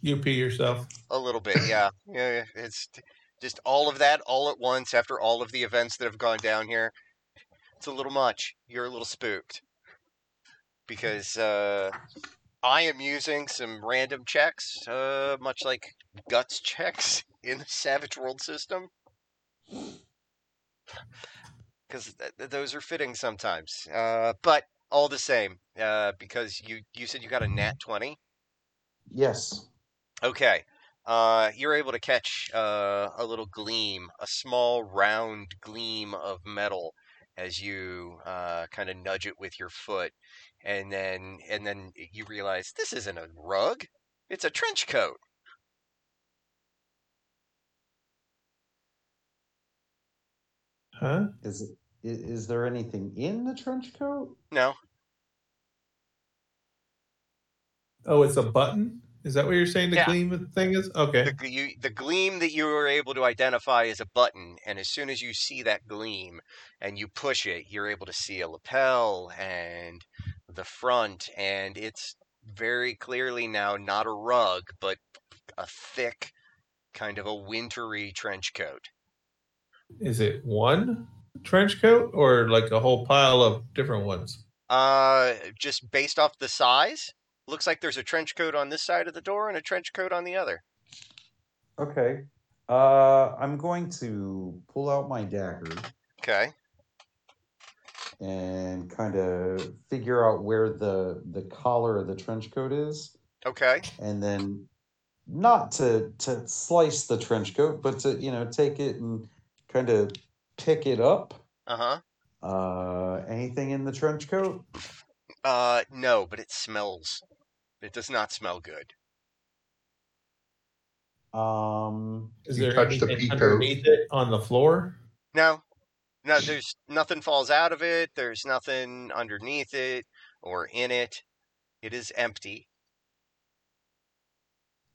S4: You pee yourself.
S1: A little bit, yeah. Yeah, yeah, it's t- just all of that all at once after all of the events that have gone down here. It's a little much. You're a little spooked. Because uh, I am using some random checks, uh, much like guts checks in the Savage World system. Because th- th- those are fitting sometimes. Uh, but all the same, uh, because you, you said you got a nat 20.
S3: Yes.
S1: Okay. Uh, you're able to catch uh, a little gleam, a small round gleam of metal as you uh, kind of nudge it with your foot, and then and then eh, you realize this isn't a rug; it's a trench coat.
S4: Huh?
S3: Is it? i- Is there anything in the trench coat?
S1: No,
S4: Oh, it's a button? Is that what you're saying the
S1: Yeah.
S4: gleam thing is? Okay.
S1: the, g- you, the gleam that you were able to identify is a button, and as soon as you see that gleam and you push it, you're able to see a lapel and the front, and it's very clearly now not a rug, but a thick, kind of a wintry trench coat.
S4: Is it one trench coat or like a whole pile of different ones?
S1: Uh, just based off the size, looks like there's a trench coat on this side of the door and a trench coat on the other.
S3: Okay. Uh, I'm going to pull out my dagger.
S1: Okay.
S3: and kind of figure out where the the collar of the trench coat is
S1: Okay.
S3: and then not to to slice the trench coat but to you know take it and kind of pick it up
S1: Uh huh.
S3: uh anything in the trench coat
S1: Uh, no, but it smells. It does not smell good.
S3: um
S4: Is
S6: You
S4: there
S6: touched the
S4: anything
S6: pea coat.
S4: underneath it on the floor?
S1: No, no. There's nothing falls out of it. There's nothing underneath it or in it. It is empty.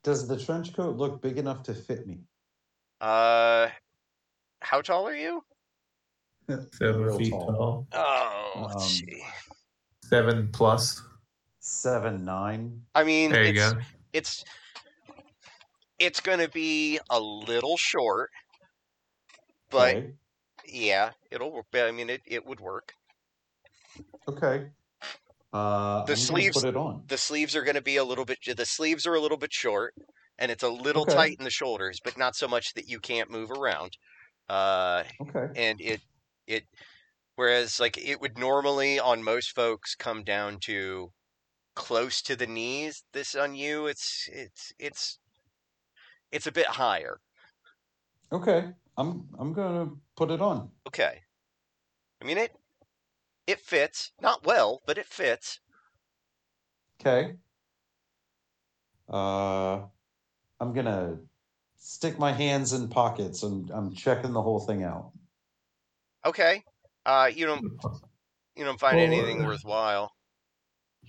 S3: does the trench coat look big enough to fit me
S1: Uh, how tall are you?
S4: Seven
S3: Real
S4: feet
S3: tall.
S4: tall.
S1: Oh, let's
S3: Um,
S1: see.
S4: Seven plus.
S3: seven nine
S1: I mean,
S4: There you
S1: it's,
S4: go.
S1: it's it's gonna be a little short, but
S3: okay,
S1: yeah, it'll work. I mean, it, it would work.
S3: okay.
S1: The
S3: uh I'm gonna
S1: sleeves-
S3: put it on
S1: The sleeves are gonna be a little bit. The sleeves are a little bit short, and it's a little
S3: Okay.
S1: tight in the shoulders, but not so much that you can't move around. Uh,
S3: okay
S1: and it it whereas like it would normally on most folks come down to close to the knees this on you it's it's it's it's a bit higher
S3: okay i'm i'm gonna put it on
S1: okay i mean it it fits not well but it fits
S3: Okay. Uh, I'm gonna stick my hands in pockets and I'm checking the whole thing out.
S1: okay uh you don't you don't find
S4: Well,
S1: anything
S4: uh,
S1: worthwhile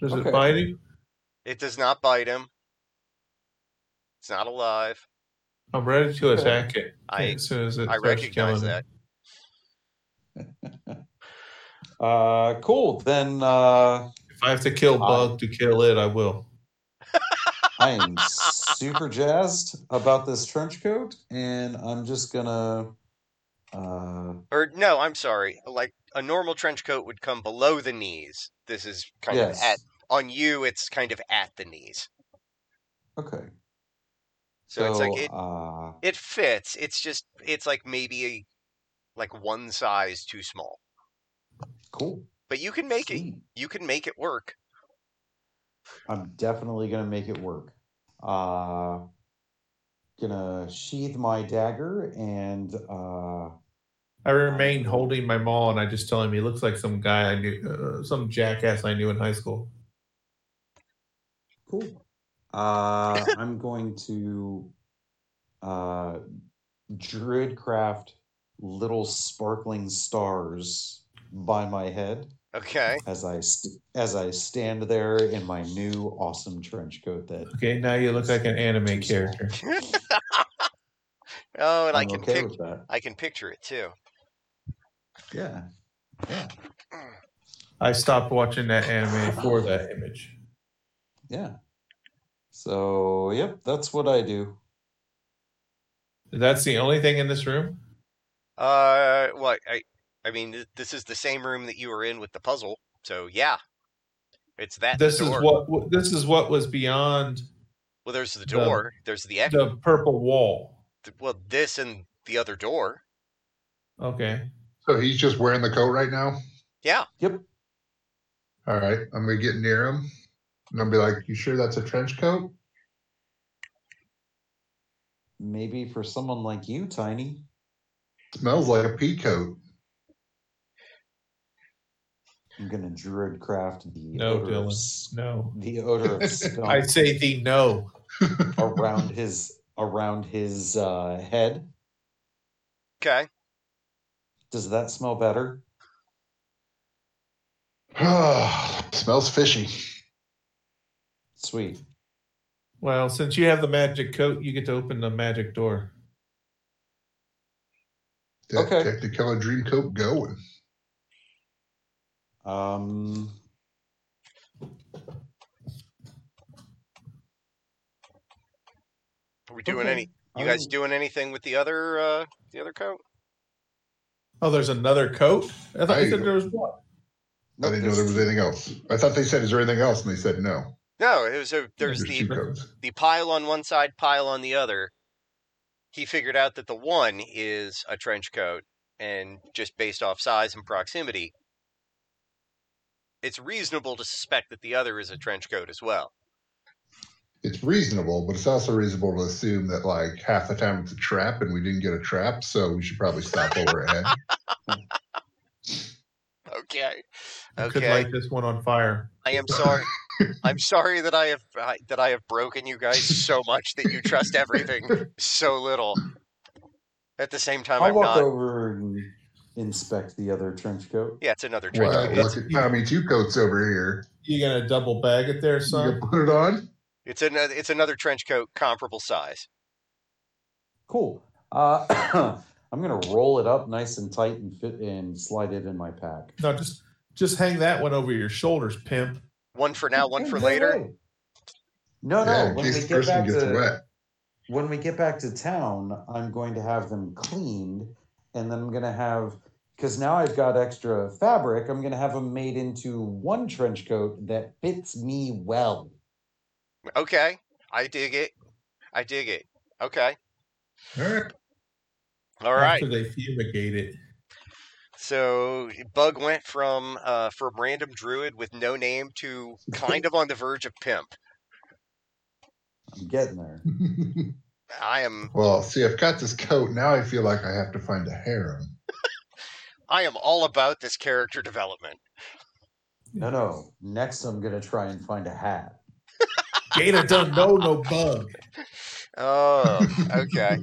S4: Does
S3: Okay.
S4: it bite him?
S1: It does not bite him. It's not alive.
S4: I'm ready to attack it
S1: I
S4: as soon as it
S1: I
S4: starts
S1: recognize
S4: killing me.
S1: that.
S3: Uh, cool. Then uh,
S4: If I have to kill Bug to kill it, I will.
S3: I am super jazzed about this trench coat, and I'm just gonna. Uh,
S1: Or no, I'm sorry. Like a normal trench coat would come below the knees. This is kind
S3: yes.
S1: of at on you. It's kind of at the knees.
S3: okay.
S1: So, it's like it,
S3: uh,
S1: it fits. It's just it's like maybe a, like one size too small.
S3: cool.
S1: But you can make it.
S3: Sweet.
S1: You can make it work.
S3: I'm definitely gonna make it work. Uh, gonna sheath my dagger and uh,
S4: I remain holding my maul and I just tell him he looks like some guy I knew, uh, some jackass I knew in high school.
S3: cool. Uh, I'm going to uh, druidcraft little sparkling stars by my head
S1: Okay.
S3: as I st- as I stand there in my new awesome trench coat that
S4: Okay, now you look like an anime character.
S1: Oh, and I
S3: I'm
S1: can
S3: okay
S1: pic-
S3: with that.
S1: I can picture it too.
S3: Yeah.
S4: I stopped watching that anime for that image.
S3: Yeah. So, yep, that's what I do.
S4: That's the only thing in this room.
S1: Uh, what? I I mean, th- this is the same room that you were in with the puzzle. So yeah, it's that. and the
S4: This is
S1: door.
S4: what this is what was beyond
S1: Well, there's the
S4: the-
S1: door. there's the exit.
S4: the purple wall.
S1: Well, this and the other door.
S4: Okay.
S6: So he's just wearing the coat right now.
S1: Yeah.
S3: Yep.
S6: All right, I'm gonna get near him, and I'll be like, "You sure that's a trench coat?"
S3: Maybe for someone like you, Tiny.
S6: Smells like a pea coat.
S3: I'm gonna druid craft the
S4: No,
S3: odor of
S4: Dylan.
S3: s-
S4: No.
S3: the odor of
S4: I
S3: skunk
S4: say the no.
S3: around his around his uh, head.
S1: Okay.
S3: Does that smell better?
S6: Smells fishy.
S3: Sweet.
S4: Well, since you have the magic coat, you get to open the magic door.
S6: That
S3: Okay.
S6: Technicolor dream coat going.
S3: Um,
S1: Are we doing
S3: okay.
S1: any? You
S3: I
S1: guys
S3: will-
S1: doing anything with the other uh the other coat?
S4: Oh, there's another coat. I thought you said
S6: I-
S4: there was one.
S6: I didn't know there was anything else. I thought they said, "Is there anything else?" And they said, "No."
S1: No, it was a, there's
S6: There's
S1: the
S6: two coats.
S1: the pile on one side, pile on the other. He figured out that the one is a trench coat, and just based off size and proximity, it's reasonable to suspect that the other is a trench coat as well.
S6: It's reasonable, but it's also reasonable to assume that like half the time it's a trap, and we didn't get a trap, so we should probably stop while we're ahead.
S1: Okay,
S4: I Could
S1: okay.
S4: light this one on fire.
S1: I am sorry. I'm sorry that I have I- that I have broken you guys so much that you trust everything so little. At the same time,
S3: I'll
S1: I'm
S3: walk
S1: not.
S3: over and inspect the other trench coat.
S1: Yeah, it's another trench
S6: Wow,
S1: coat.
S6: look at Tommy two coats over here.
S4: You gonna double bag it there,
S6: You
S4: son?
S6: gonna put it on?
S1: It's another. It's another trench coat comparable size.
S3: Cool. Uh, I'm gonna roll it up nice and tight and fit and slide it in my pack.
S4: No, just just hang that one over your shoulders, pimp.
S1: One for now, one
S3: Hey,
S1: for
S3: no
S1: later.
S3: way. No, no.
S6: yeah, in
S3: when we
S6: case the
S3: get
S6: person
S3: back
S6: gets
S3: to
S6: wet.
S3: when we get back to town, I'm going to have them cleaned, and then I'm gonna have because now I've got extra fabric. I'm gonna have them made into one trench coat that fits me well.
S1: Okay, I dig it. I dig it. Okay,
S6: All right.
S1: all right.
S4: After they fumigate it.
S1: So Bug went from uh, from random druid with no name to kind of on the verge of pimp.
S3: I'm getting there.
S1: I am
S6: well, see, I've got this coat now. I feel like I have to find a harem.
S1: I am all about this character development.
S3: No, no. Next, I'm gonna try and find a hat.
S4: Gator don't know no bug.
S1: Oh, okay,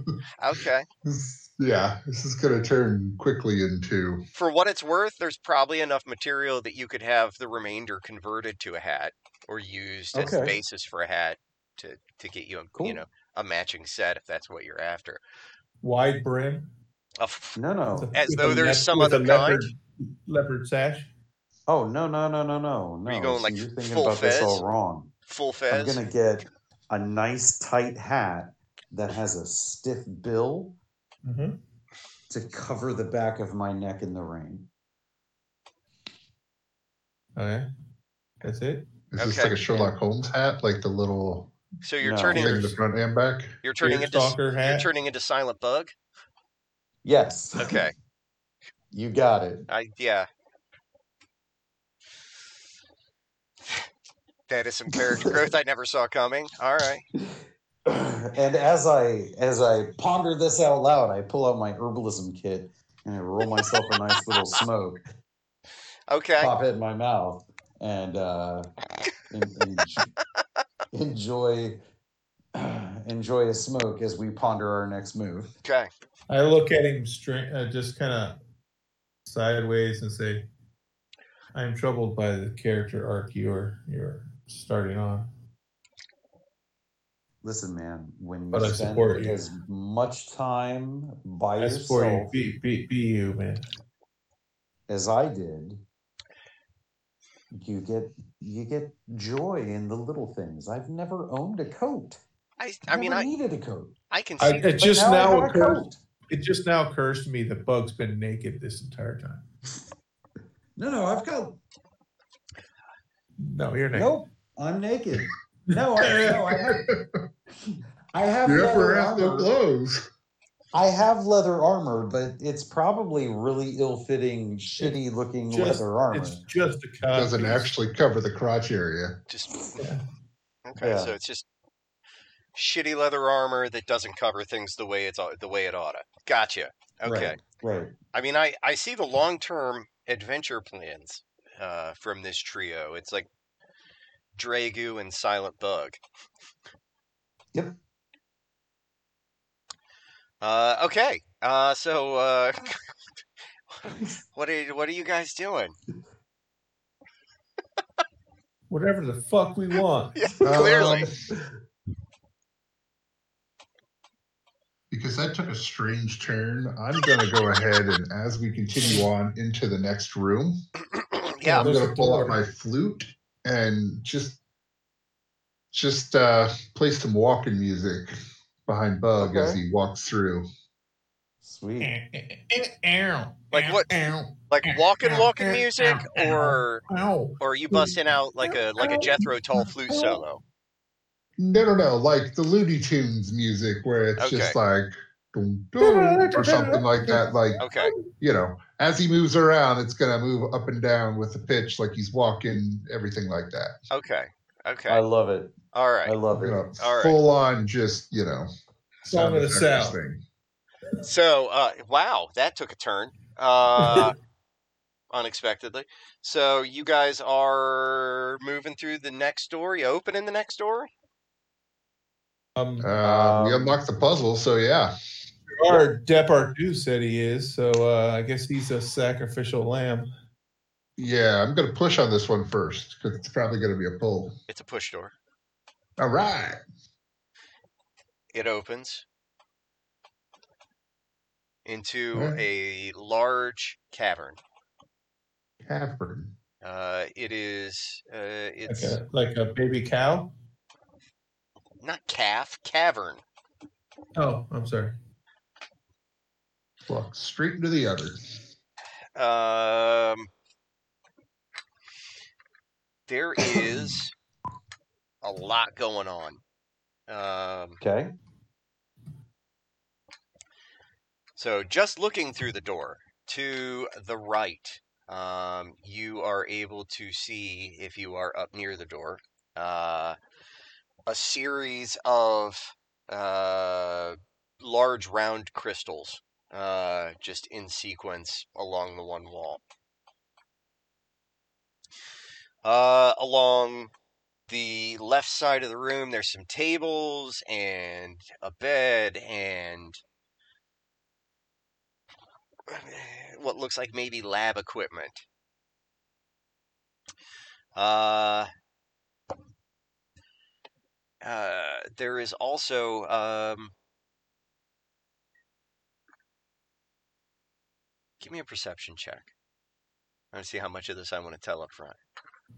S1: okay.
S6: This Yeah, this is going to turn quickly into
S1: For what it's worth, there's probably enough material that you could have the remainder converted to a hat or used as the
S3: Okay.
S1: basis for a hat to to get you a, you
S3: Cool.
S1: know a matching set if that's what you're after.
S4: Wide brim.
S1: A f-
S3: No, no.
S1: As
S4: with
S1: though
S4: a
S1: there's some
S4: with a
S1: other
S4: leopard, Leopard sash.
S3: Oh no no no no no no.
S1: Are you going,
S3: See,
S1: like,
S3: you're thinking
S1: full
S3: about this
S1: fez?
S3: all wrong.
S1: full
S3: I'm
S1: fez.
S3: gonna get a nice tight hat that has a stiff bill
S4: Mm-hmm.
S3: to cover the back of my neck in the rain.
S4: Okay, that's it.
S6: is this
S1: Okay.
S6: like a Sherlock Holmes hat, like the little
S1: So you're
S3: No.
S1: turning
S6: thing in the front and back?
S1: you're turning into s-
S4: Stalker
S1: you're
S4: hat.
S1: turning into Silent Bug.
S3: Yes.
S1: Okay,
S3: you got it.
S1: I yeah. That is some character growth I never saw coming. All right.
S3: and as I as I ponder this out loud, I pull out my herbalism kit and I roll myself a nice little smoke,
S1: Okay.
S3: pop it in my mouth, and uh, en- en- enjoy enjoy a smoke as we ponder our next move.
S1: Okay.
S4: I look at him straight, uh, just kind of sideways, and say, "I am troubled by the character arc you're you're starting on."
S3: Listen, man, when you
S4: But I
S3: spend
S4: support you.
S3: as much time by
S4: That's for you.
S3: yourself
S4: Be, be, be you, man.
S3: as I did, you get you get joy in the little things. I've never owned a coat.
S1: I I mean
S3: never
S1: I
S3: needed a coat.
S1: I can see
S4: I, it just
S3: But
S4: now,
S3: I have a
S4: occurs.
S3: coat.
S4: It just now occurs to me that Bug's been naked this entire time.
S3: No, no, I've got
S4: No, you're naked.
S3: nope. I'm naked. No, I, no, I have. I have
S6: Your upper
S3: leather
S6: half no
S3: armor.
S6: blows.
S3: I have leather armor, but it's probably really ill-fitting, shitty-looking
S4: just-
S3: leather armor.
S4: It's just a cut.
S6: Doesn't actually cover the crotch area.
S1: just
S4: Yeah.
S1: okay.
S3: Yeah.
S1: So it's just shitty leather armor that doesn't cover things the way it's the way it oughta. Gotcha. Okay.
S3: Right, right.
S1: I mean, I, I see the long term adventure plans uh, from this trio. It's like Dragu and Silent Bug.
S3: Yep.
S1: Uh, okay. Uh, so, uh, what are what are you guys doing?
S4: Whatever the fuck we want.
S1: Yeah, clearly.
S6: Um, because that took a strange turn, I'm going to go ahead and as we continue on into the next room,
S1: yeah.
S6: I'm
S4: There's
S6: gonna
S4: a
S6: pull
S4: door.
S6: out my flute and just just uh play some walking music behind Bug as
S3: Okay.
S6: he walks through.
S3: Sweet.
S1: Like what? Like walking, walking music, or or are you busting out like a like a Jethro Tull flute solo?
S6: No no no, like the Looney Tunes music where it's just like dum, dum, or something like that. Like
S1: Okay.
S6: you know, as he moves around, it's gonna move up and down with the pitch, like he's walking, everything like that.
S1: Okay.
S3: I
S1: Okay.
S3: love it.
S1: All
S3: I
S1: right.
S3: love
S6: You
S3: it.
S6: know,
S1: All right.
S6: full on, just you know,
S4: Song of the
S6: effects
S4: South.
S6: thing.
S1: So, uh, wow, that took a turn uh, unexpectedly. So, you guys are moving through the next door. You opening the next door?
S4: Um,
S6: Uh, we
S3: Um,
S6: unlocked the puzzle, so yeah. Uh.
S4: our Depardieu said he is, so uh, I guess he's a sacrificial lamb.
S6: Yeah, I'm gonna push on this one first because it's probably gonna be a pull.
S1: It's a push door.
S6: All right.
S1: It opens into
S6: Alright.
S1: a large cavern.
S6: Catherine.
S1: Uh, it is. Uh,
S4: Like
S1: it's
S4: a, like a baby cow.
S1: not calf cavern.
S4: Oh, I'm sorry.
S6: Walk straight into the other.
S1: Um, there is a lot going on. Um,
S3: Okay.
S1: so just looking through the door to the right, um, you are able to see if you are up near the door uh, a series of uh, large round crystals uh, just in sequence along the one wall. Uh, along the left side of the room, there's some tables and a bed and what looks like maybe lab equipment. Uh, uh, there is also um, give me a perception check. I want to see how much of this I want to tell up front.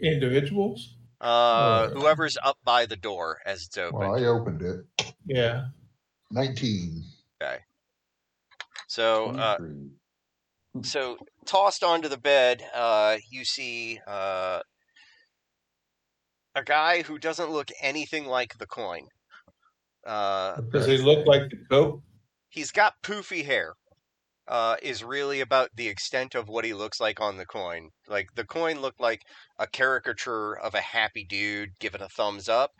S4: Individuals?
S1: Uh,
S4: Alright.
S1: whoever's up by the door as it's open.
S6: Well, I opened it.
S4: Yeah.
S6: 19.
S1: so
S6: Mm.
S1: uh,
S3: 23.
S1: so tossed onto the bed, uh, you see uh, a guy who doesn't look anything like the coin. Uh,
S4: Does he look like the goat?
S1: he's got poofy hair. Uh, is really about the extent of what he looks like on the coin. Like the coin looked like a caricature of a happy dude giving a thumbs up,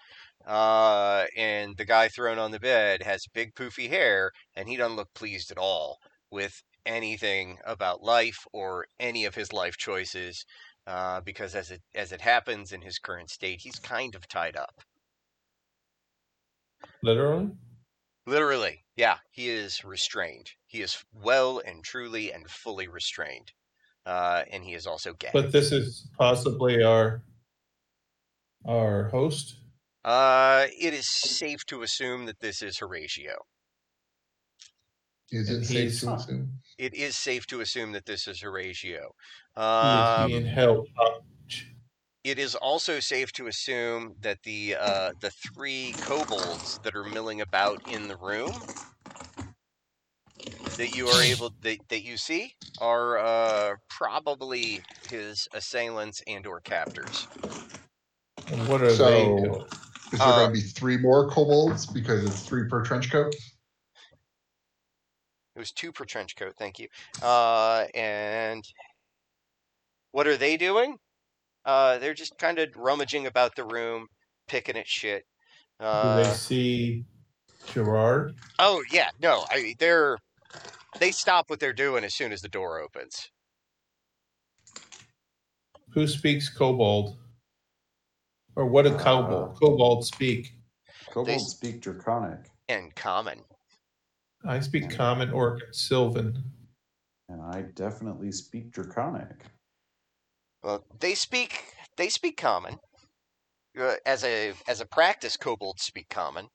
S1: uh, and the guy thrown on the bed has big poofy hair, and he doesn't look pleased at all with anything about life or any of his life choices. Uh, because as it as it happens in his current state, he's kind of tied up.
S4: Literally?
S1: Literally, yeah, he is restrained. He is well and truly and fully restrained. Uh, and he is also gay.
S4: But this is possibly our our host.
S1: uh, it is safe to assume that this is Horatio.
S6: Is
S4: And
S6: it safe
S4: he's-
S6: to assume?
S1: It is safe to assume that this is Horatio.
S4: Um,
S1: Um,
S4: being held hostage.
S1: it is also safe to assume that the uh, the three kobolds that are milling about in the room that you are able that, that you see are uh, probably his assailants and or captors.
S4: And what are they
S6: So-
S4: doing?
S6: Is there
S1: Uh,
S6: going to be three more kobolds because it's three per trench coat?
S1: It was two per trench coat, thank you. Uh, and what are they doing? Uh, they're just kind of rummaging about the room, picking at shit.
S4: Do they
S1: Uh,
S4: see Gerard?
S1: oh yeah, no, I they're they stop what they're doing as soon as the door opens.
S4: Who speaks kobold? Or what do kobold,
S3: Uh,
S4: kobold speak?
S3: Kobolds
S1: They-
S3: speak draconic,
S1: And common,
S4: I speak common orc Sylvan.
S3: and I definitely speak draconic.
S1: well, they speak they speak common. Uh, as a as a practice, kobolds speak common.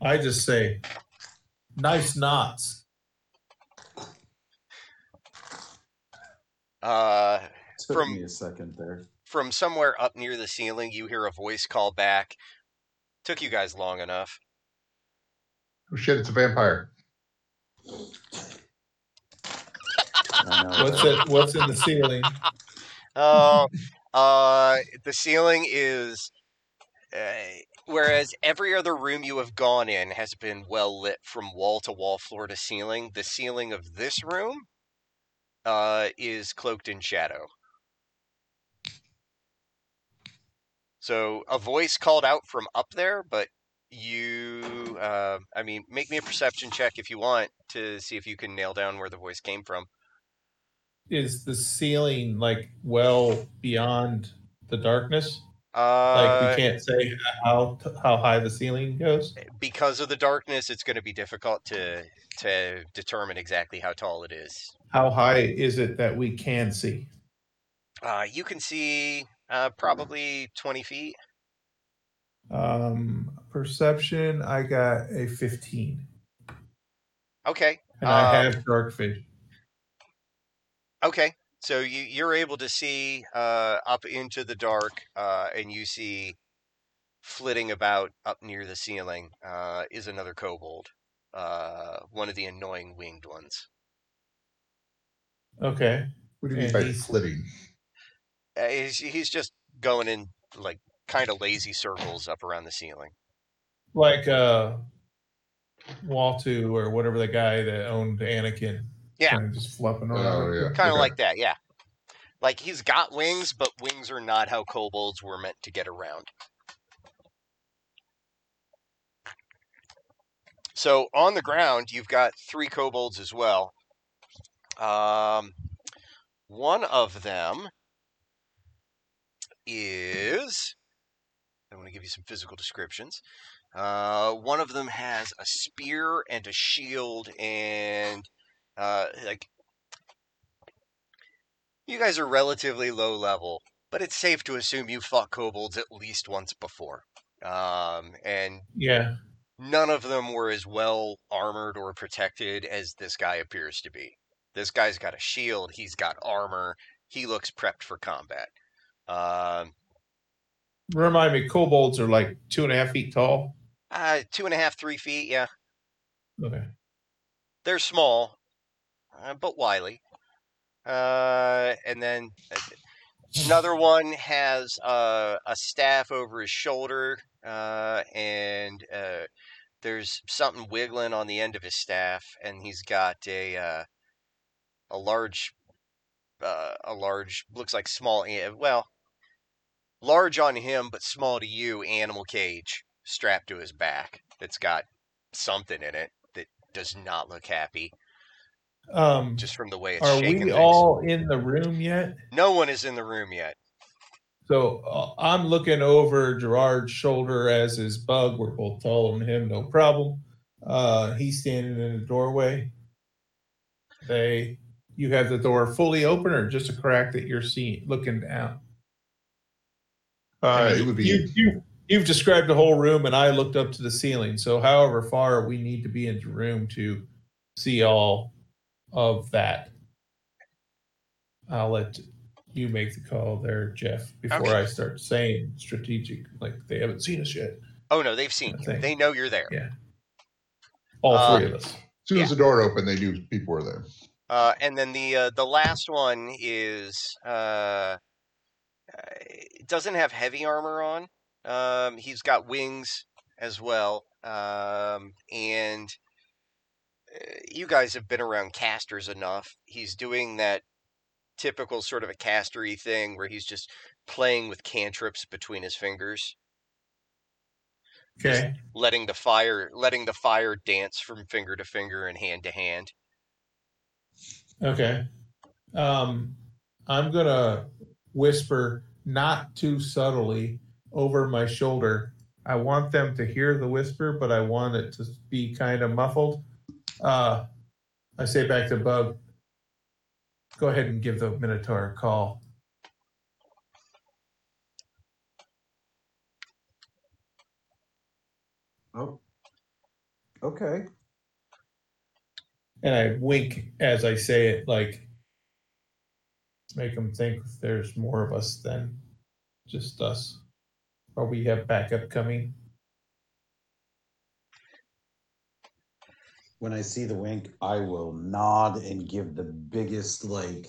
S4: I just say, nice knots.
S1: Uh,
S3: Took
S1: From-
S3: me a second there.
S1: from somewhere up near the ceiling, you hear a voice call back. Took you guys long enough.
S6: Oh shit, it's a vampire.
S3: I know
S4: What's
S3: that.
S4: it? What's in the ceiling?
S1: Oh, uh, the ceiling is. Uh, whereas every other room you have gone in has been well lit from wall to wall, floor to ceiling, the ceiling of this room uh, is cloaked in shadow. So a voice called out from up there, but you, uh, I mean, make me a perception check if you want to see if you can nail down where the voice came from.
S4: Is the ceiling like well beyond the darkness?
S1: Uh,
S4: Like we can't say how how high the ceiling goes.
S1: because of the darkness, it's going to be difficult to to determine exactly how tall it is.
S4: How high is it that we can see?
S1: Uh, you can see uh, probably twenty feet.
S4: Um, perception. I got a fifteen,
S1: Okay,
S4: and I
S1: Uh,
S4: have dark vision.
S1: okay. So you you're able to see uh, up into the dark, uh, and you see flitting about up near the ceiling uh, is another kobold, uh, one of the annoying winged ones.
S4: Okay.
S6: What do you mean
S4: And
S6: by
S4: he's-
S6: flitting?
S1: Uh, he's he's just going in like kind of lazy circles up around the ceiling.
S4: like uh Waltu or whatever the guy that owned Anakin.
S1: Yeah.
S4: Kinda just flopping around.
S6: Oh, yeah.
S1: kind of
S6: Okay.
S1: like that, yeah. Like he's got wings, but wings are not how kobolds were meant to get around. So on the ground, you've got three kobolds as well. Um, one of them is. I want to give you some physical descriptions. Uh, one of them has a spear and a shield and Uh, like, you guys are relatively low level, but it's safe to assume you fought kobolds at least once before. Um, and
S4: Yeah.
S1: none of them were as well armored or protected as this guy appears to be. This guy's got a shield, he's got armor, he looks prepped for combat. Um,
S4: Remind me, kobolds are like two and a half feet tall.
S1: uh, two and a half, three feet, yeah.
S4: Okay.
S1: They're small, uh, but wily. Uh, and then uh, another one has uh, a staff over his shoulder, uh, and uh, there's something wiggling on the end of his staff, and he's got a uh, a large, uh, a large looks like small, an- well, large on him but small to you animal cage strapped to his back that's got something in it that does not look happy
S4: Um,
S1: just from the way it's
S4: are
S1: shaking
S4: we
S1: things.
S4: all in the room yet?
S1: No one is in the room yet.
S4: So uh, I'm looking over Gerard's shoulder as his bug. We're both taller than him, no problem. Uh, he's standing in the doorway. They, you have the door fully open or just a crack that you're seeing looking out.
S6: All
S4: I
S6: right,
S4: mean,
S6: Uh, it would
S4: you,
S6: be
S4: you, you've described the whole room, and I looked up to the ceiling. So however far we need to be in the room to see all of that. I'll let you make the call there, Jeff, before
S1: Okay.
S4: I start saying strategic, like they haven't seen us yet.
S1: Oh no, they've seen you.
S4: Thank-
S1: They know you're there.
S4: All
S1: Uh,
S4: three of us.
S6: as soon as the door opened, they knew people were there.
S1: Uh, and then the uh, the last one is uh, uh, it doesn't have heavy armor on. Um, he's got wings as well, um, and uh, you guys have been around casters enough. He's doing that typical sort of a castery thing where he's just playing with cantrips between his fingers.
S4: Okay.
S1: letting the fire letting the fire dance from finger to finger and hand to hand.
S4: Okay. Um, I'm gonna whisper not too subtly over my shoulder. I want them to hear the whisper, but I want it to be kind of muffled. Uh, I say back to Bub, go ahead and give the Minotaur a call.
S3: Oh. Okay.
S4: And I wink as I say it, like, make them think there's more of us than just us. Or we have backup coming.
S3: When I see the wink, I will nod and give the biggest like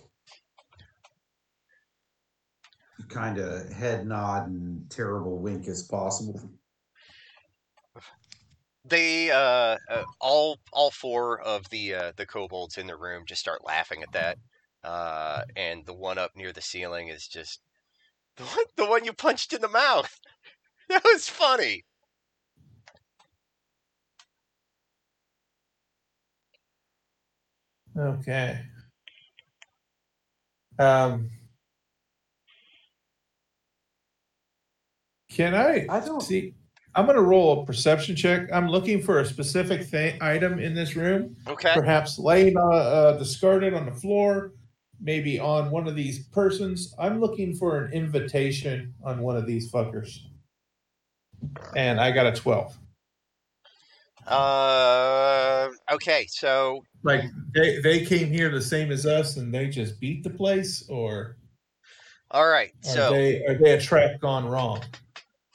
S3: kind of head nod and terrible wink as possible.
S1: They uh, uh all all four of the uh, the kobolds in the room just start laughing at that. Uh and the one up near the ceiling is just the one, the one you punched in the mouth. That was funny.
S4: Okay. Um, can I?
S3: I don't-
S4: see. I'm going to roll a perception check. I'm looking for a specific thing item in this room,
S1: Okay.
S4: perhaps laying uh, uh, discarded on the floor, maybe on one of these persons. I'm looking for an invitation on one of these fuckers, and I got a twelve.
S1: Uh okay, so
S4: Like they they came here the same as us, and they just beat the place, or.
S1: all right.
S4: Are
S1: So
S4: they are they a track gone wrong?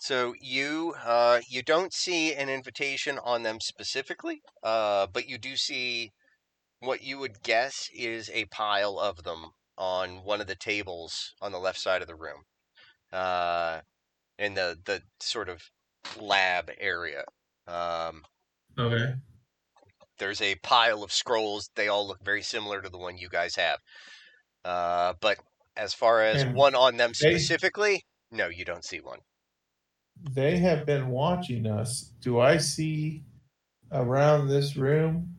S1: So you uh, you don't see an invitation on them specifically, uh, but you do see what you would guess is a pile of them on one of the tables on the left side of the room, uh, in the the sort of lab area. Um,
S4: Okay.
S1: there's a pile of scrolls. They all look very similar to the one you guys have, uh, but as far as
S4: And
S1: one on them
S4: they-
S1: specifically, no, you don't see one.
S4: They have been watching us. Do I see around this room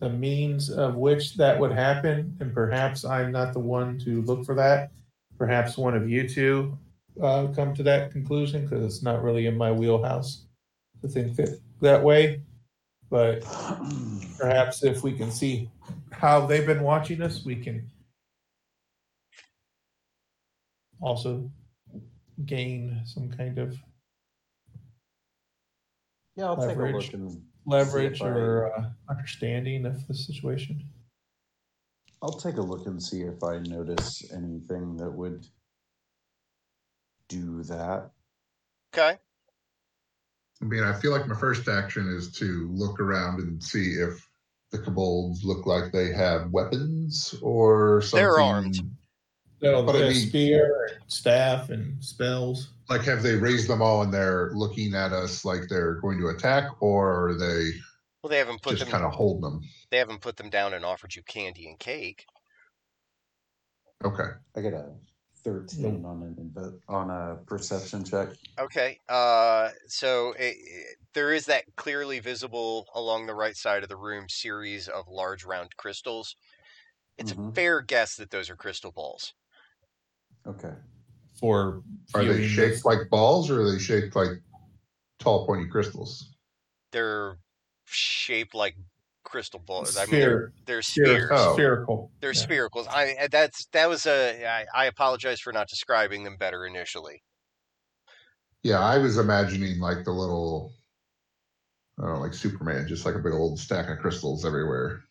S4: the means of which that would happen? And perhaps I'm not the one to look for that. Perhaps one of you two uh, come to that conclusion because it's not really in my wheelhouse to think that, that way. But perhaps if we can see how they've been watching us, we can also gain some kind of
S3: Yeah, I'll
S4: Leverage.
S3: take a look and
S4: leverage
S3: See if I-
S4: or uh, understanding of the situation.
S3: I'll take a look and see if I notice anything that would do that.
S1: Okay.
S6: I mean, I feel like my first action is to look around and see if the kobolds look like they have weapons or something.
S1: They're armed.
S4: So
S6: But I
S4: the
S6: mean-
S4: spear, and staff, and spells.
S6: Like, have they raised them all and they're looking at us like they're going to attack, or are they
S1: Well, they haven't put
S6: just
S1: them.
S6: kind of holding them?
S1: They haven't put them down and offered you candy and cake.
S6: Okay.
S3: I got a 13
S4: Hmm.
S3: on an inve- on a perception check.
S1: Okay. Uh, so it, it- there is that clearly visible along the right side of the room series of large round crystals. It's a
S4: Mm-hmm.
S3: Mhm.
S1: fair guess that those are crystal balls.
S3: Okay.
S4: for
S6: Are they
S4: viewing
S6: shaped like balls or are they shaped like tall, pointy crystals?
S1: They're shaped like crystal balls. I mean, they're,
S4: Sphere.
S1: they're
S4: sphere-
S1: spheres.
S6: Oh.
S4: spherical.
S1: They're
S4: Yeah.
S1: sphericals. I uh, that's that was a. I, I apologize for not describing them better initially.
S6: Yeah, I was imagining like the little, I don't know, like Superman, just like a big old stack of crystals everywhere,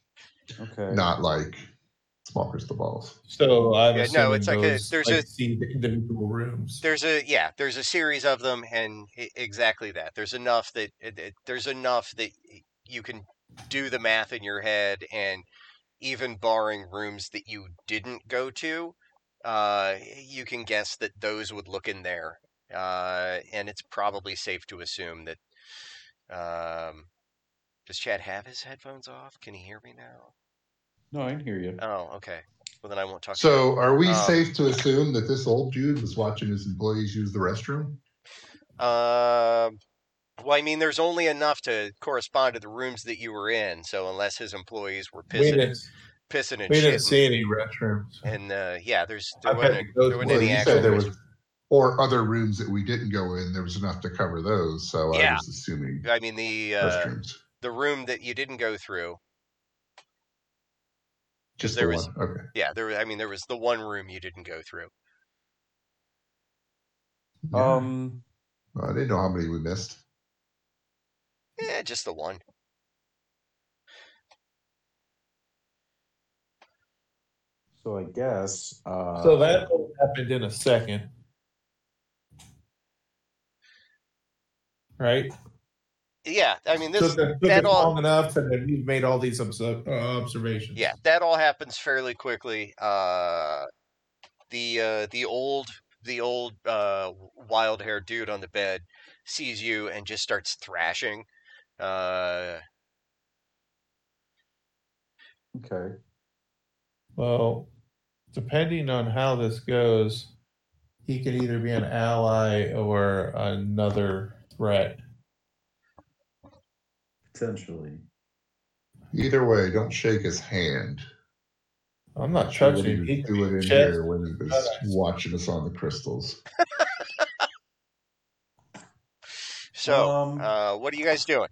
S3: Okay.
S6: not like small crystal balls.
S4: So I'm
S1: Yeah,
S4: no, it's like
S1: a- there's a-
S4: see the individual rooms.
S1: There's a yeah. There's a series of them, and i exactly that. There's enough that it- it- there's enough that y- you can do the math in your head, and even barring rooms that you didn't go to, uh, you can guess that those would look in there. Uh, and it's probably safe to assume that. Um, does Chad have his headphones off? Can he hear me now?
S3: No, I can hear you.
S1: Oh, okay. Well, then I won't talk. to you.
S6: So, are we
S1: Um,
S6: safe to assume that this old dude was watching his employees use the restroom?
S1: Um, well, I mean, there's only enough to correspond to the rooms that you were in. So unless his employees were
S4: we
S1: pissing,
S4: didn't,
S1: pissing and
S4: we
S1: shitting,
S4: didn't see any restrooms.
S1: and uh, yeah, there's there
S4: I've had
S1: wasn't,
S4: to go
S1: there wasn't
S4: to-
S6: Well,
S1: any
S6: you
S1: actual.
S6: said there
S1: res-
S6: was, or other rooms that we didn't go in. There was enough to cover those, so I
S1: Yeah.
S6: was assuming
S1: I mean, the uh,
S6: restrooms.
S1: the room that you didn't go through.
S6: Just
S1: there
S6: the
S1: was-
S6: one. Okay.
S1: Yeah, there. I mean, there was the one room you didn't go through.
S6: Um,
S3: Um,
S6: I didn't know how many we missed.
S1: Yeah, just the one.
S3: so I guess. Uh,
S4: so that all happened in a second, right?
S1: Yeah, I mean this.
S4: took it, took
S1: that
S4: it
S1: all-
S4: long enough, and then we've made all these obs- uh, observations.
S1: yeah, that all happens fairly quickly. Uh, the uh, the old the old uh, wild haired dude on the bed sees you and just starts thrashing. Uh,
S3: okay.
S4: Well, depending on how this goes, he could either be an ally or another threat.
S3: Potentially.
S6: Either way, don't shake his hand.
S4: I'm not
S6: Sure what he
S4: touching.
S6: was
S4: He could
S6: doing in
S4: be checked.
S6: here when he was
S4: Alright.
S6: watching us on the crystals.
S1: so,
S3: um,
S1: uh, what are you guys doing?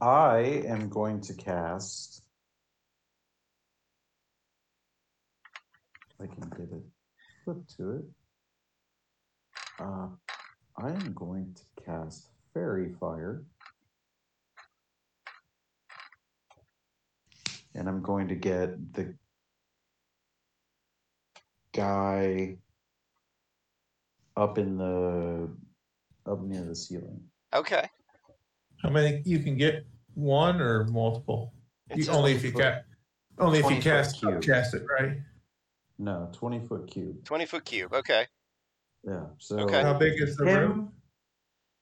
S3: I am going to cast. If I can get it flipped to it. Uh, I am going to cast Fairy Fire. And I'm going to get the guy up in the up near the ceiling.
S1: Okay,
S4: How many you can get? One or multiple? You-
S1: It's
S4: only if you ca- only if you
S3: 20 foot
S4: cast
S3: cube.
S4: cast it right.
S3: No, twenty foot cube.
S1: twenty foot cube. Okay,
S3: Yeah. So
S1: Okay.
S4: How big is the
S3: Him?
S4: room?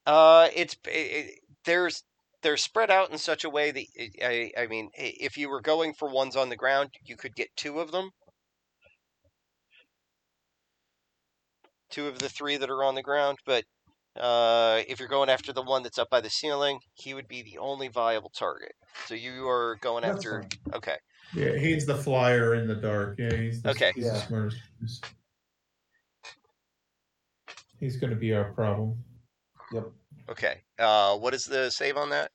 S1: uh, it's it, it, there's they're spread out in such a way that eh, I, I mean, i- if you were going for ones on the ground, you could get two of them. Two of the three that are on the ground, but uh, if you're going after the one that's up by the ceiling, he would be the only viable target. So you are going
S3: That's
S1: after.
S3: fine.
S1: Okay,
S4: Yeah, he's the flyer in the dark. Yeah, he's the,
S1: Okay.
S4: He's the
S3: Yeah.
S4: smartest. He's- He's going to be our problem.
S1: okay. Uh, what is the save on that?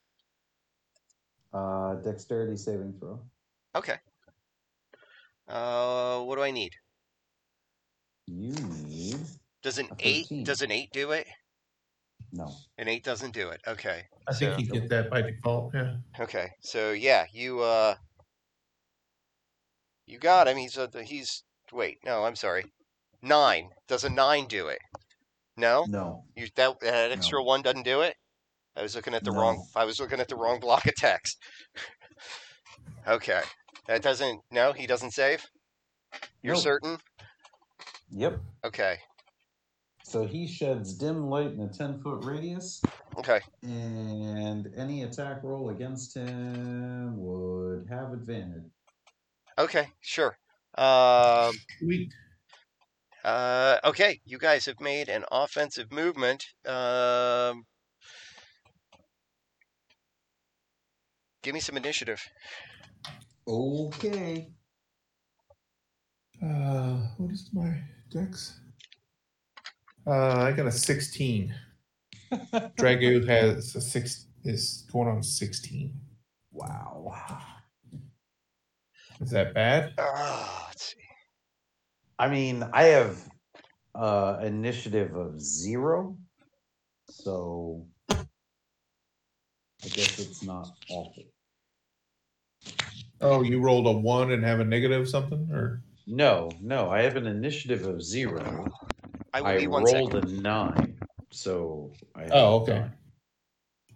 S3: Uh, dexterity saving throw.
S1: Okay. Uh, what do I need?
S3: You need
S1: Does an
S3: A
S1: eight
S3: 13.
S1: does an eight do it?
S3: no.
S1: An eight doesn't do it. Okay.
S4: I think you get that by default. Yeah.
S1: Okay. So yeah, you uh you got him. He's a he's wait, no, I'm sorry. Nine. Does a nine do it? No?
S3: No.
S1: You that that extra
S3: No.
S1: one doesn't do it? I was looking at the wrong I was looking at the wrong block of text. okay. That doesn't no, he doesn't save? You're
S3: Nope.
S1: certain?
S3: Yep.
S1: Okay.
S3: So he sheds dim light in a 10 foot radius,
S1: Okay.
S3: and any attack roll against him would have advantage.
S1: Okay, sure. Um
S4: We
S1: Uh, okay, you guys have made an offensive movement. Um, give me some initiative.
S3: Okay.
S4: Uh, what is my dex? Uh, I got a sixteen. Dragoo has a six. Is going on sixteen.
S3: Wow.
S4: Is that bad?
S1: Ah, let's see.
S3: I mean, I have uh initiative of zero, so I guess it's not awful.
S4: Oh, you rolled a one and have a negative something, or
S3: No, no, I have an initiative of zero.
S1: I will
S3: I
S1: be one
S3: rolled
S1: second.
S3: a nine, so I have
S4: Oh,
S3: a
S4: okay.
S3: nine.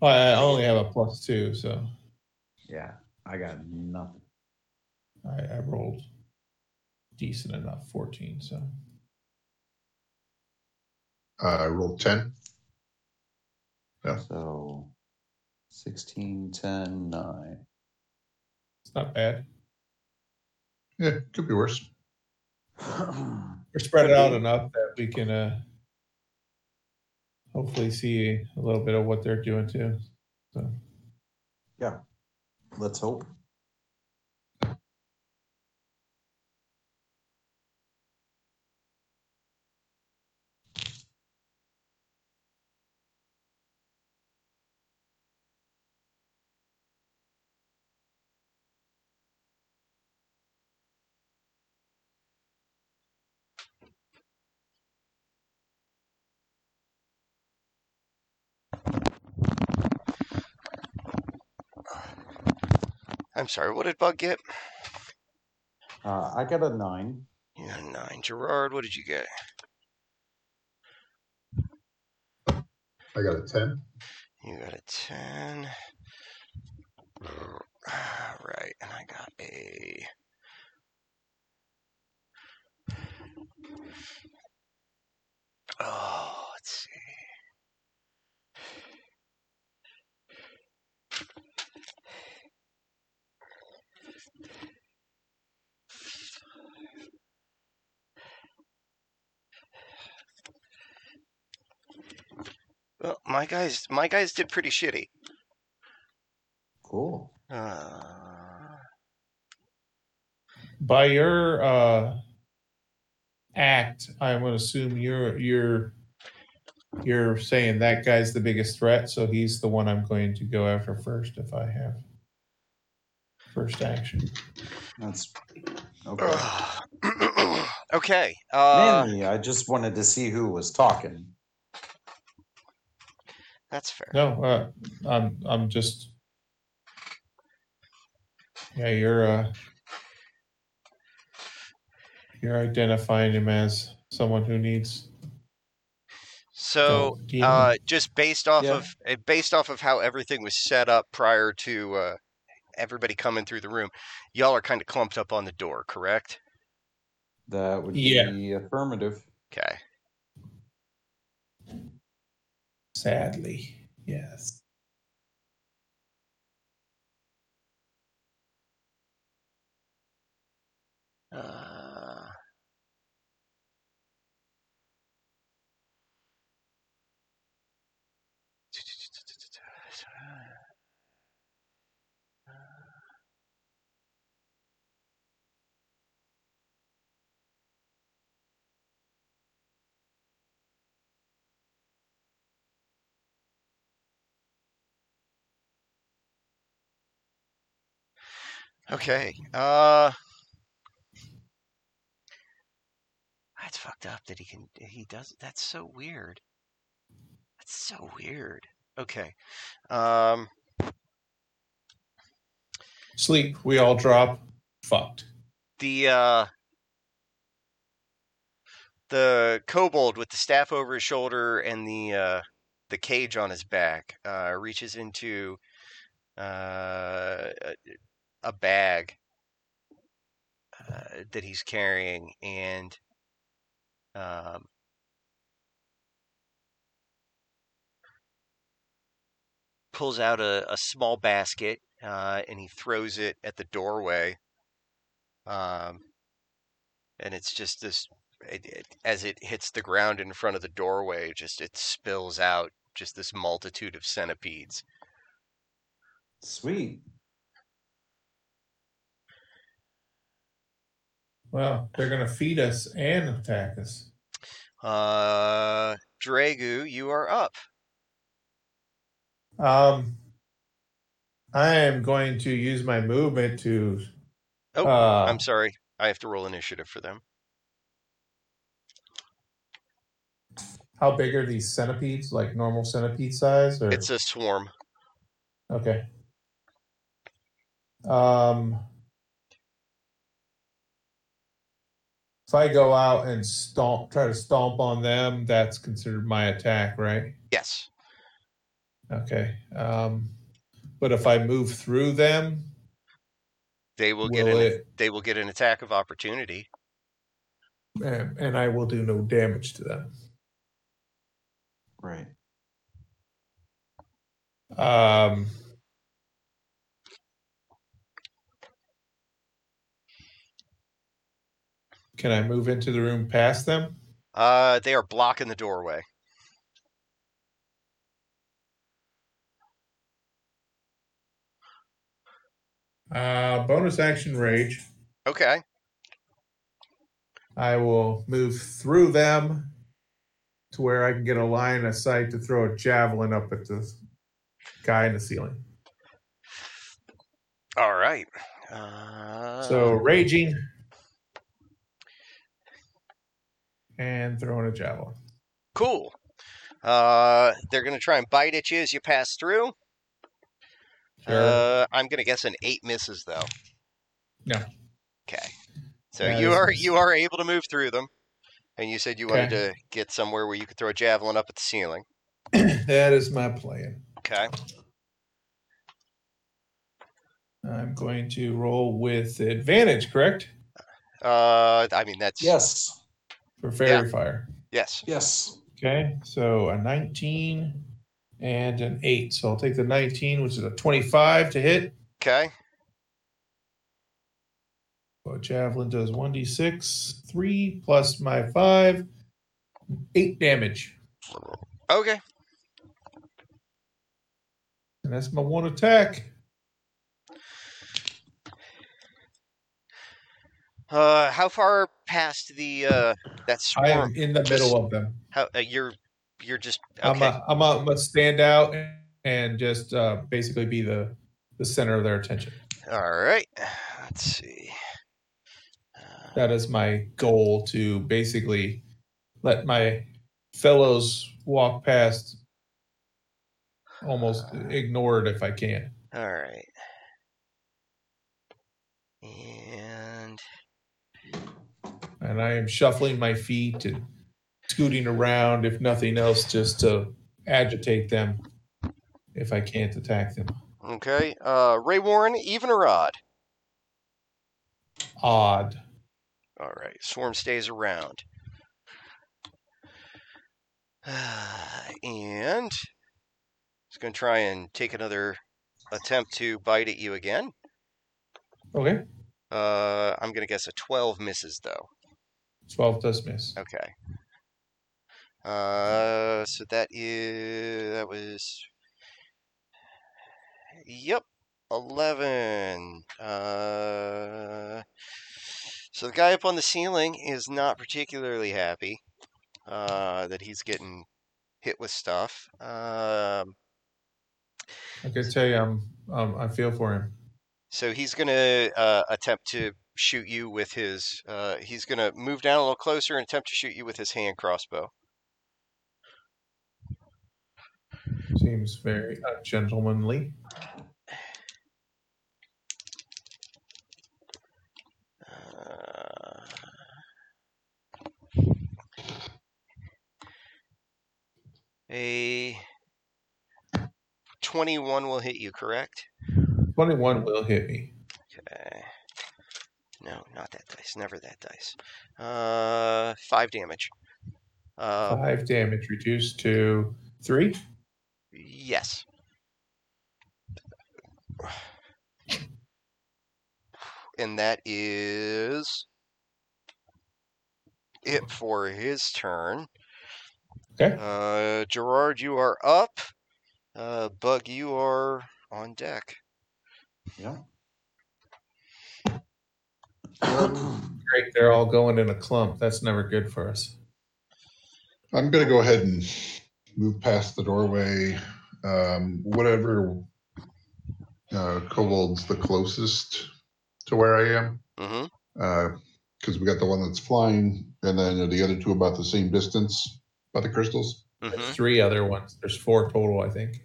S4: oh, I I only have a plus two, so
S3: Yeah, I got nothing.
S4: I, I rolled decent enough, fourteen. So
S6: Uh, I rolled 10.
S3: So 16, 10, 9.
S4: it's not bad.
S6: Yeah, could be worse.
S4: We're spread out enough that we can uh, hopefully see a little bit of what they're doing too. So
S3: Let's hope.
S1: I'm sorry. What did Bug get?
S3: Uh, I got a nine.
S1: Yeah, nine. Gerard, what did you get?
S6: I got a 10.
S1: You got a ten. Ah, Right, and I got a. Oh, let's see. Well, my guys, my guys did pretty shitty.
S3: Cool.
S1: Uh,
S4: by your uh, act, I'm going to assume you're you're you're saying that guy's the biggest threat, so he's the one I'm going to go after first if I have first action.
S3: That's okay.
S1: ugh. okay. Uh,
S3: Mainly, I just wanted to see who was talking.
S1: that's fair.
S4: No, uh, I'm I'm just yeah. You're uh, you're identifying him as someone who needs.
S1: So,
S4: help.
S1: uh, just based off
S3: Yeah.
S1: of uh, based off of how everything was set up prior to uh, everybody coming through the room, y'all are kind of clumped up on the door, correct?
S3: That would
S4: Yeah.
S3: be affirmative.
S1: Okay.
S4: sadly, yes.
S1: Uh, Okay. Uh That's fucked up that he can he does that's so weird. That's so weird. Okay. Um
S4: Sleep. We all drop. Fucked.
S1: the uh the kobold with the staff over his shoulder and the uh the cage on his back uh reaches into uh a- a bag uh, that he's carrying and um pulls out a, a small basket uh, and he throws it at the doorway um, and it's just this it, it, as it hits the ground in front of the doorway just it spills out just this multitude of centipedes
S3: Sweet.
S4: Well, they're gonna feed us and attack us.
S1: uh dragu you are up
S4: Um, I am going to use my movement to.
S1: Oh,
S4: uh,
S1: i'm sorry i have to roll initiative for them
S4: How big are these centipedes? Like normal centipede size, or
S1: it's a swarm
S4: okay. Um, if I go out and stomp, try to stomp on them, that's considered my attack, right?
S1: yes
S4: Okay. Um, but if I move through them,
S1: they will get
S4: Will
S1: an
S4: it-
S1: they will get an attack of opportunity
S4: and, eh, and I will do no damage to them.
S3: Right.
S4: Um, can I move into the room past them?
S1: uh they are blocking the doorway
S4: Uh, bonus action rage.
S1: okay
S4: I will move through them to where I can get a line of sight to throw a javelin up at this guy in the ceiling.
S1: all right uh
S4: So raging and throwing a javelin.
S1: cool uh they're gonna try and bite at you as you pass through Uh, I'm gonna guess an eight misses though.
S4: No.
S1: Okay. So
S4: Yeah,
S1: you
S4: this
S1: are
S4: is-
S1: you are able to move through them, and you said you wanted to get somewhere where you could throw a javelin up at the ceiling.
S4: that is my plan.
S1: Okay.
S4: I'm going to roll with advantage, correct?
S1: Uh, I mean that's
S3: Yes.
S4: For fairy fire.
S1: yes.
S3: Yes.
S4: Okay, so a 19 and an 8. So I'll take the 19, which is a 25 to hit.
S1: Okay.
S4: So javelin does 1d6, 3 plus my 5, 8 damage.
S1: Okay.
S4: And that's my one attack.
S1: Uh, how far past the uh that
S4: I
S1: swarm?
S4: am in the middle of them.
S1: How uh, you're you're just
S4: I'm
S1: okay.
S4: a, I'm a, I'm a stand out and just uh, basically be the, the center of their attention.
S1: All right. Let's see. Uh,
S4: that is my goal to basically let my fellows walk past almost ignored if i can
S1: All right. And
S4: and i am shuffling my feet and scooting around if nothing else just to agitate them if i can't attack them
S1: Okay. Uh, Ray Warren, even or odd?
S4: odd
S1: All right. Swarm stays around. And it's going to try and take another attempt to bite at you again.
S4: okay
S1: Uh, I'm going to guess a 12 misses, though.
S4: 12 does miss
S1: Okay. Uh, so that is that was. Yep, eleven. Uh, so the guy up on the ceiling is not particularly happy uh, that he's getting hit with stuff. Um,
S4: i can tell you i'm um, i feel for him
S1: So he's going to uh, attempt to shoot you with his. Uh, he's going to move down a little closer and attempt to shoot you with his hand crossbow.
S4: Seems very gentlemanly.
S1: Uh, a 21 will hit you, correct?
S4: 21 will hit me.
S1: Okay. No, not that dice. Never that dice. Uh, five damage. Uh,
S4: Five damage reduced to three.
S1: Yes. And that is it for his turn.
S4: Okay.
S1: Uh, Gerard, you are up. Uh, Bug, you are on deck.
S3: Yeah.
S4: Great. They're all going in a clump. That's never good for us.
S6: I'm going to go ahead and move past the doorway. Um, whatever uh, kobold's the closest to where I am,
S1: Mm-hmm.
S6: because we got the one that's flying, and then the other two about the same distance by the crystals.
S4: There's
S1: Mm-hmm.
S4: three other ones. There's four total, I think.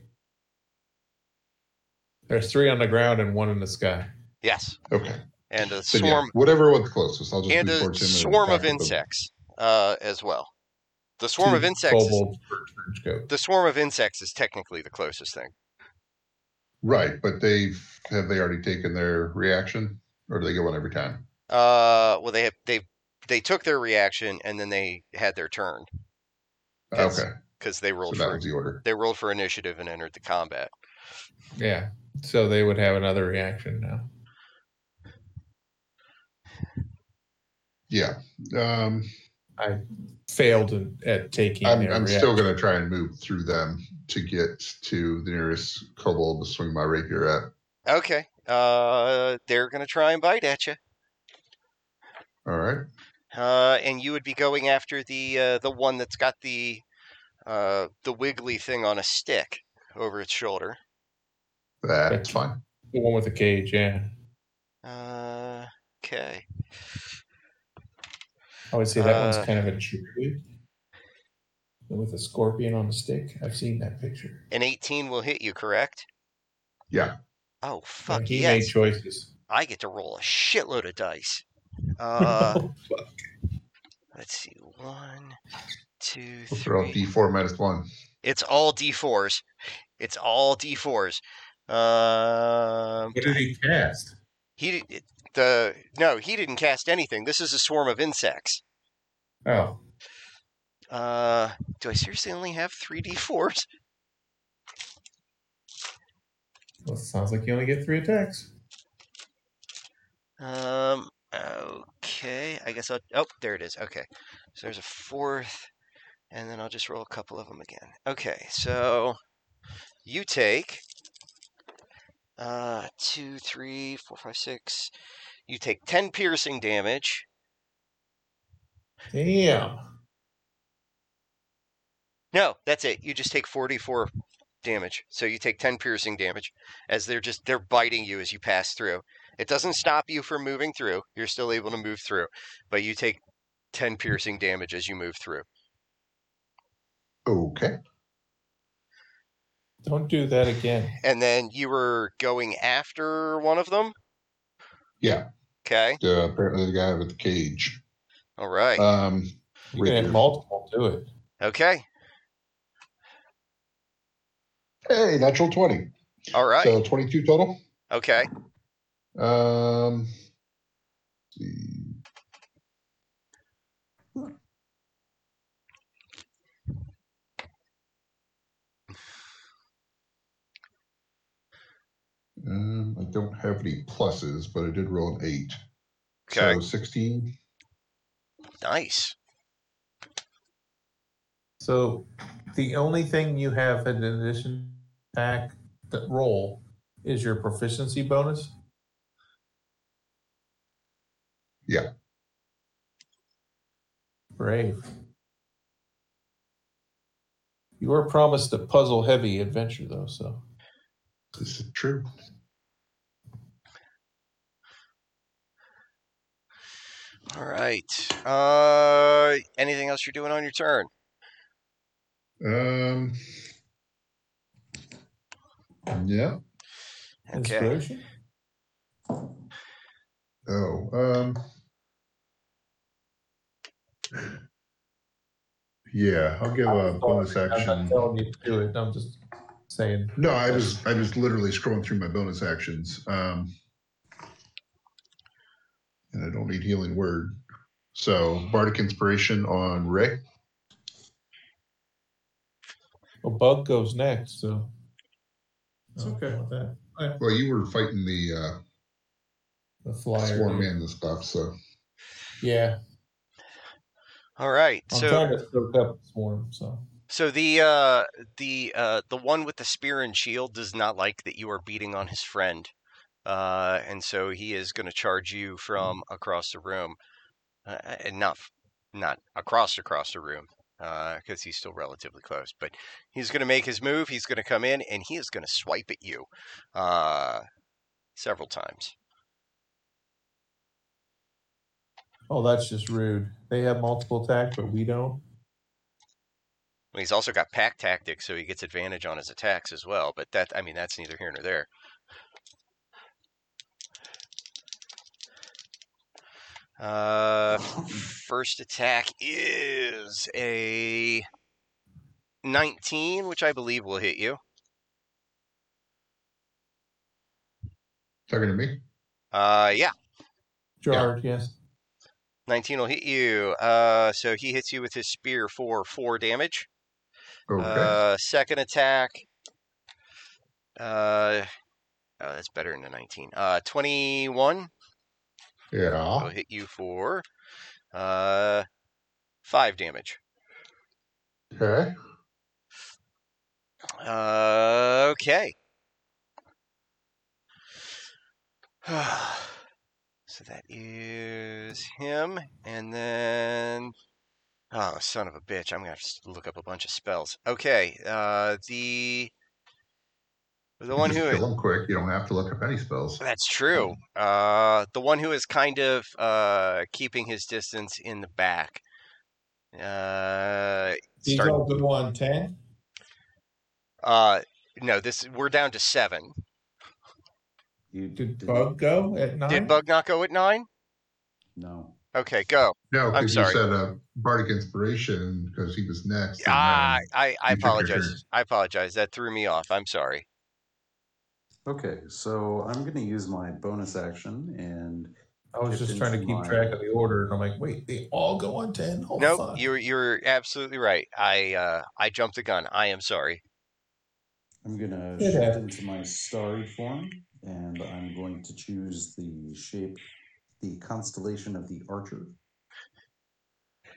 S4: There's three on the ground and one in the sky.
S1: Yes.
S6: Okay.
S1: And a
S6: Then, yeah,
S1: swarm
S6: whatever was closest. I'll just
S1: and
S6: move
S1: a
S6: towards him
S1: swarm
S6: attack
S1: of
S6: with them.
S1: insects uh, as well. The swarm of
S4: Two
S1: insects. Is,
S4: kobolds per trench coat.
S1: the swarm of insects is technically the closest thing.
S6: Right, but they've have they already taken their reaction, or do they get one every time?
S1: Uh, well, they have they they took their reaction and then they had their turn That's
S6: okay,
S1: because they
S6: so
S1: rolled
S6: that
S1: for
S6: was e the order.
S1: they rolled for initiative and entered the combat.
S4: Yeah. So they would have another reaction now.
S6: Yeah, um,
S4: I failed in, at taking.
S6: I'm,
S4: their
S6: I'm still
S4: reaction.
S6: going to try and move through them to get to the nearest kobold to swing my rapier at.
S1: Okay. Uh, they're gonna try and bite at you.
S6: All right,
S1: Uh, and you would be going after the uh, the one that's got the uh the wiggly thing on a stick over its shoulder.
S6: that's fine.
S4: the one with the cage. Yeah.
S1: Uh, okay.
S4: I would say that
S1: Uh,
S4: one's kind of a druid with a scorpion on a stick. I've seen that picture.
S1: An eighteen will hit you, correct?
S6: Yeah.
S1: Oh fuck
S4: he
S1: yes!
S4: made choices.
S1: I get to roll a shitload of dice. Uh. Let's see. One, two,
S6: We'll throw out
S1: three.
S6: D4 minus one.
S1: It's all D4s. It's all D4s. Um,
S4: what did he cast?
S1: he di- the no, he didn't cast anything. This is a swarm of insects.
S4: Oh,
S1: Uh, do I seriously only have three D4s?
S4: well, it sounds like you only get three attacks.
S1: Um, okay. I guess I'll. Oh, there it is. Okay. So there's a fourth, and then I'll just roll a couple of them again. Okay. So you take uh two, three, four, five, six. You take ten piercing damage.
S4: Damn.
S1: No, that's it. You just take forty-four damage. So you take ten piercing damage as they're just they're biting you as you pass through. It doesn't stop you from moving through. You're still able to move through, but you take ten piercing damage as you move through.
S6: Okay.
S4: Don't do that again.
S1: And then you were going after one of them.
S6: Yeah.
S1: Okay.
S6: Uh, apparently the guy with the cage.
S1: All right.
S6: Um,
S4: You can
S6: rapier.
S4: have multiple do it.
S1: okay.
S6: hey, natural twenty.
S1: All right.
S6: So twenty-two total.
S1: okay.
S6: Um, let's see. Um, I don't have any pluses, but I did roll an eight.
S1: Okay.
S6: So 16.
S1: nice.
S4: So the only thing you have in addition to attack that roll is your proficiency bonus.
S6: Yeah.
S4: Brave. You were promised a puzzle heavy adventure though, so
S6: This is true.
S1: All right. Uh, anything else you're doing on your turn?
S6: Um. Yeah.
S1: Okay.
S4: Inspiration?
S6: Oh. Um. Yeah, I'll give a bonus
S4: I'm not
S6: action.
S4: telling you to do it. I'm just saying.
S6: No, I was I was literally scrolling through my bonus actions. Um, and I don't need healing word. So bardic inspiration on Rick.
S4: Well, Bug goes next, so.
S2: It's okay.
S4: With that.
S6: Well, you were fighting the
S4: The
S6: uh,
S4: flyer.
S6: swarm man and stuff, so
S4: Yeah.
S1: All right.
S4: I'm
S1: so
S4: trying to soak up the swarm, so.
S1: So the uh, the uh, the one with the spear and shield does not like that you are beating on his friend, uh, and so he is going to charge you from across the room, uh, and not f- not across across the room because he's still relatively close. But he's going to make his move. He's going to come in and he is going to swipe at you uh, several times.
S4: Oh, that's just rude. They have multiple attacks, but we don't.
S1: And he's also got pack tactics, so he gets advantage on his attacks as well. But that I mean that's neither here nor there. Uh, first attack is a 19, which I believe will hit you.
S6: talking to me.
S1: Uh, yeah,
S4: Jarred, yes.
S1: 19 will hit you. Uh, so he hits you with his spear for four damage.
S6: Okay.
S1: Uh, second attack. Uh, oh, that's better than a 19. Uh, 21 will
S6: yeah.
S1: hit you for uh, five damage.
S6: Okay.
S1: Uh, okay. so that is him, and then oh, son of a bitch! I'm gonna have to s- look up a bunch of spells. Okay, uh, the the one
S6: Just
S1: who
S6: kill 'em quick. You don't have to look up any spells.
S1: that's true. Uh, the one who is kind of uh, keeping his distance in the back. Uh,
S4: He's
S1: start-
S4: all good on 10.
S1: uh, no, this we're down to seven.
S3: You
S4: Did
S3: did-
S4: Bug go at 9?
S1: Did Bug not go at nine?
S3: No.
S1: Okay, go.
S6: No,
S1: I'm
S6: because you
S1: sorry.
S6: said uh, bardic inspiration because he was next. and,
S1: Ah,
S6: um,
S1: I, I
S6: you took your turn.
S1: apologize. I apologize. That threw me off. I'm sorry.
S3: Okay, so I'm going to use my bonus action and
S4: I was just trying to keep track of the order, and I'm like, wait, they all go on 10? Oh,
S1: no,
S4: fuck.
S1: you're you're absolutely right. I uh, I jumped the gun. I am sorry.
S3: I'm going to
S4: It
S3: shift
S4: happens.
S3: into my starry form and I'm going to choose the shape, the constellation of the archer.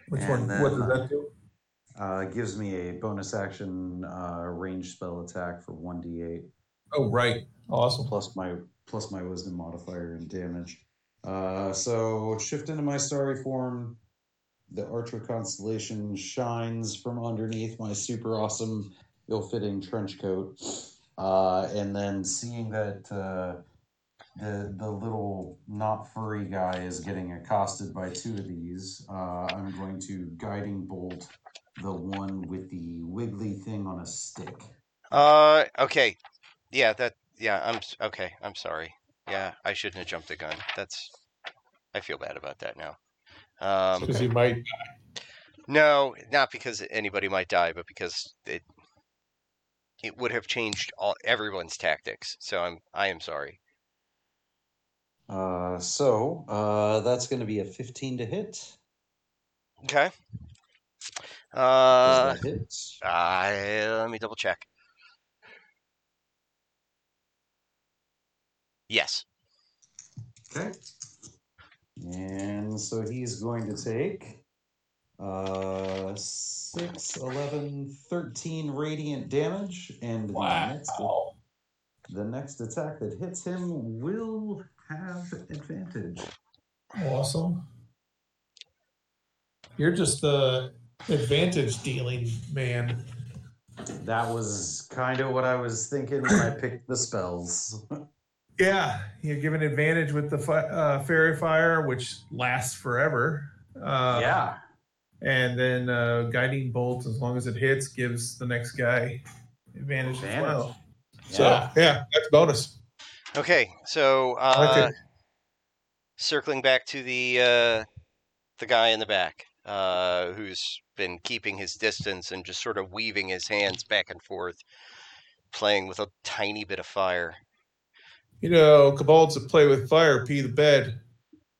S4: Which
S3: And
S4: one?
S3: then,
S4: what does
S3: uh,
S4: that do?
S3: Uh, gives me a bonus action uh, range spell attack for 1d8
S4: Oh, right. Awesome.
S3: plus my plus my wisdom modifier and damage. Uh, so shift into my starry form. The Archer constellation shines from underneath my super awesome, ill-fitting trench coat, uh, and then seeing that uh, the the little not furry guy is getting accosted by two of these, uh, I'm going to guiding bolt the one with the wiggly thing on a stick.
S1: Uh, okay. Yeah, that. Yeah, I'm s- okay. I'm sorry. Yeah, I shouldn't have jumped the gun. That's. I feel bad about that now. Um,
S4: Because he might.
S1: No, not because anybody might die, but because it it would have changed all everyone's tactics. So I'm I am sorry.
S3: Uh, so uh, that's going to be a 15 to hit.
S1: Okay.
S3: Does
S1: Uh,
S3: that hit?
S1: I, let me double check. Yes.
S3: Okay. And so he's going to take uh 6 11 13 radiant damage and the next
S4: Wow.
S3: the next attack that hits him will have advantage.
S4: Awesome. You're just the advantage dealing man.
S3: That was kind of what I was thinking when I picked the spells.
S4: Yeah, you're given advantage with the fi- uh, fairy fire, which lasts forever. Uh,
S3: yeah.
S4: and then uh, guiding bolt, as long as it hits, gives the next guy advantage, as
S3: Advantage.
S4: well.
S3: yeah.
S4: So yeah, that's bonus.
S1: Okay, so
S4: I like
S1: uh,
S4: it.
S1: circling back to the uh, the guy in the back uh, who's been keeping his distance and just sort of weaving his hands back and forth, playing with a tiny bit of fire.
S4: You know, kobolds that play with fire pee the bed.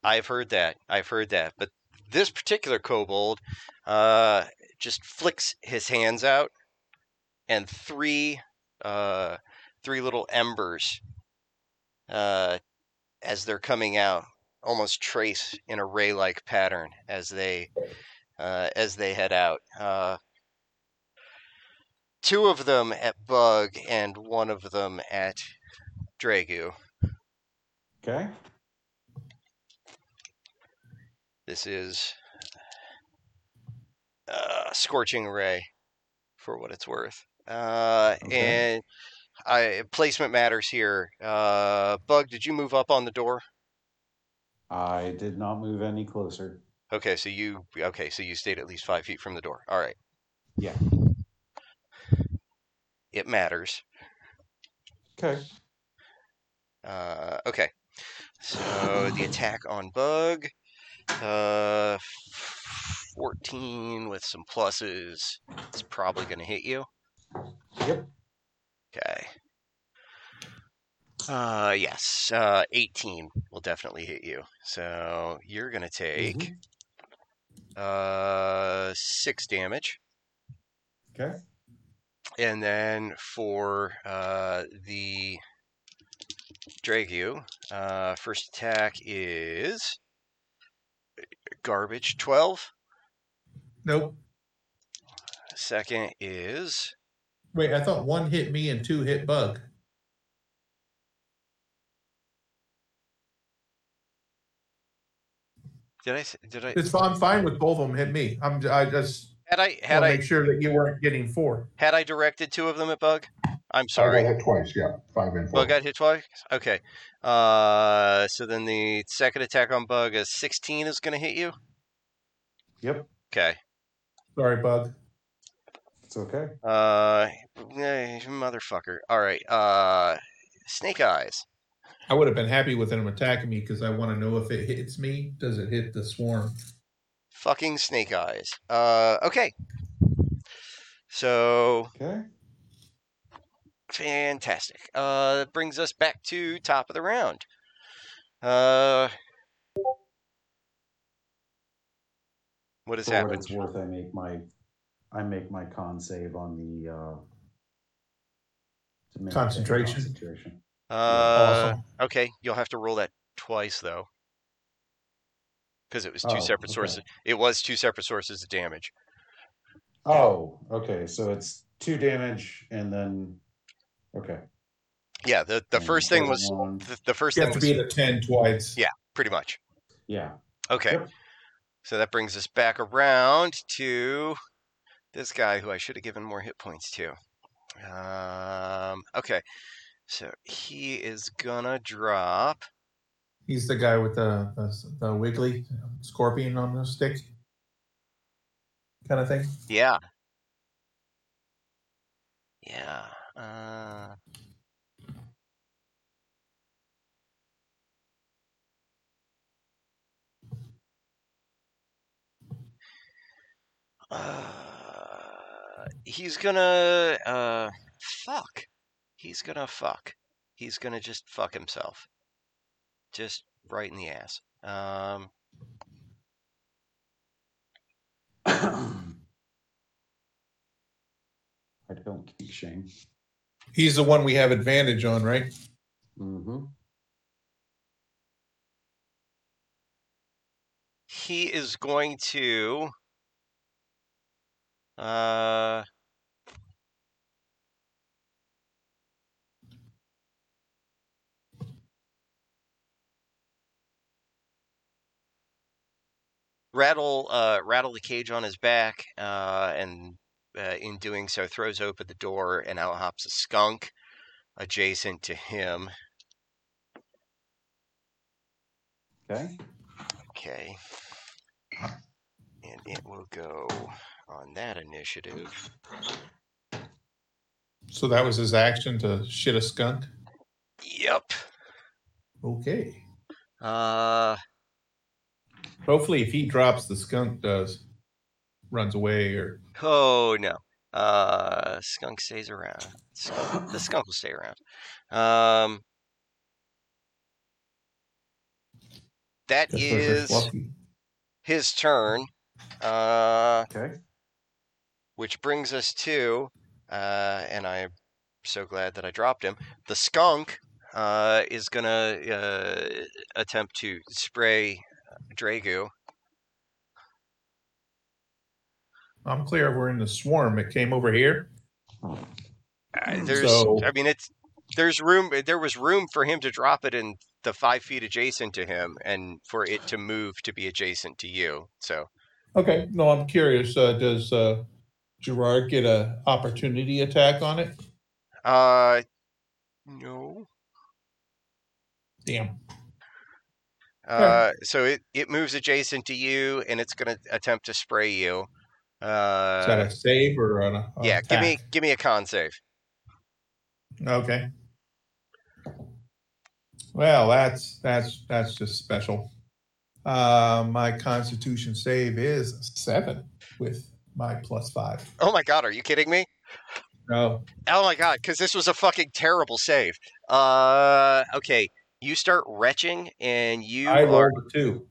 S1: I've heard that. I've heard that. But this particular kobold uh, just flicks his hands out, and three uh, three little embers, uh, as they're coming out, almost trace in a ray-like pattern as they uh, as they head out. Uh, two of them at Bug, and one of them at Dragu.
S3: Okay.
S1: This is uh, Scorching Ray, for what it's worth. Uh,
S3: Okay.
S1: And I placement matters here. Uh, Bug, did you move up on the door?
S3: I did not move any closer.
S1: Okay, so you okay, so you stayed at least five feet from the door. All right.
S3: Yeah.
S1: It matters.
S3: Okay.
S1: Uh, okay. So the attack on Bug, uh, fourteen with some pluses. It's probably going to hit you.
S3: Yep.
S1: Okay. Uh yes, uh 18 will definitely hit you. So you're going to take
S3: Mm-hmm.
S1: uh 6 damage.
S3: Okay.
S1: And then for uh the Dragu, uh first attack is garbage 12.
S4: Nope.
S1: Second is
S4: Wait, I thought one hit me and two hit bug.
S1: did I s- did I
S4: It's I'm fine with both of them hit me. I'm I just
S1: had I had
S4: want to
S1: I
S4: make sure that you weren't getting four.
S1: had I directed two of them at bug? I'm
S6: Sorry.
S1: sorry.
S6: I got hit twice. Yeah, five and four.
S1: Bug got hit twice. Okay. Uh, so then the second attack on Bug is 16 is going to hit you.
S3: Yep.
S1: Okay.
S4: Sorry, bug.
S3: It's okay.
S1: Uh, eh, motherfucker. All right. Uh, Snake Eyes.
S4: I would have been happy with him attacking me because I want to know if it hits me, does it hit the swarm?
S1: Fucking Snake Eyes. Uh, okay. So
S3: Okay.
S1: fantastic. Uh, that brings us back to top of the round. Uh, what has
S3: For what
S1: happened?
S3: it's worth, I make my I make my con save on the uh, to make the
S4: Concentration.
S3: concentration.
S1: Uh,
S4: awesome.
S1: Okay, you'll have to roll that twice though. Because it was two
S3: Oh,
S1: separate
S3: okay.
S1: sources. It was two separate sources of damage.
S3: Oh, okay. So it's two damage and then okay.
S1: Yeah, the, the
S3: And
S1: first thing
S3: poison
S1: was
S3: one.
S1: the, the first
S4: You
S1: thing
S4: have to
S1: was
S4: beat a ten twice.
S1: Yeah. pretty much.
S3: Yeah.
S1: Okay.
S3: Yep.
S1: So that brings us back around to this guy who I should have given more hit points to. Um, okay. So he is gonna drop.
S4: He's the guy with the, the the wiggly um, scorpion on the stick, kind of thing.
S1: Yeah. Yeah. Uh, Uh, he's gonna uh fuck. He's gonna fuck. He's gonna just fuck himself. Just right in the ass. Um
S3: I don't kick shame.
S4: He's the one we have advantage on, right?
S3: Mm-hmm.
S1: he is going to uh rattle uh rattle the cage on his back uh and uh, in doing so throws open the door and out hops a skunk adjacent to him
S3: Okay.
S1: Okay. And it will go on that initiative.
S4: So that was his action to shit a skunk.
S1: Yep.
S4: Okay.
S1: Uh,
S4: Hopefully, if he drops, the skunk does. Runs away or
S1: oh no. Uh, skunk stays around. Skunk, the skunk will stay around. Um, that
S4: That's why they're
S1: is
S4: fluffy.
S1: his turn. Uh,
S3: Okay.
S1: which brings us to, uh, and I'm so glad that I dropped him. The skunk uh, is gonna uh, attempt to spray Dragu.
S4: I'm clear. We're in the swarm. It came over here.
S1: Uh, There's,
S4: Hmm. So-
S1: I mean, it's there's room. There was room for him to drop it in the five feet adjacent to him, and for it to move to be adjacent to you. So
S4: Okay. No, I'm curious. Uh, does uh, Gerard get a opportunity attack on it?
S1: Uh, no.
S4: Damn.
S1: Uh, so it it moves adjacent to you, and it's going to attempt to spray you.
S4: Is that
S1: Uh,
S4: a save or an, a
S1: yeah. Give me
S4: attack?
S1: give me a con save.
S4: Okay. Well, that's that's that's just special. Uh, my Constitution save is seven with my plus five.
S1: Oh my god, are you kidding me?
S4: No,
S1: Oh my god, because this was a fucking terrible save. Uh, okay. You start retching, and you
S4: I
S1: are
S4: rolled a two.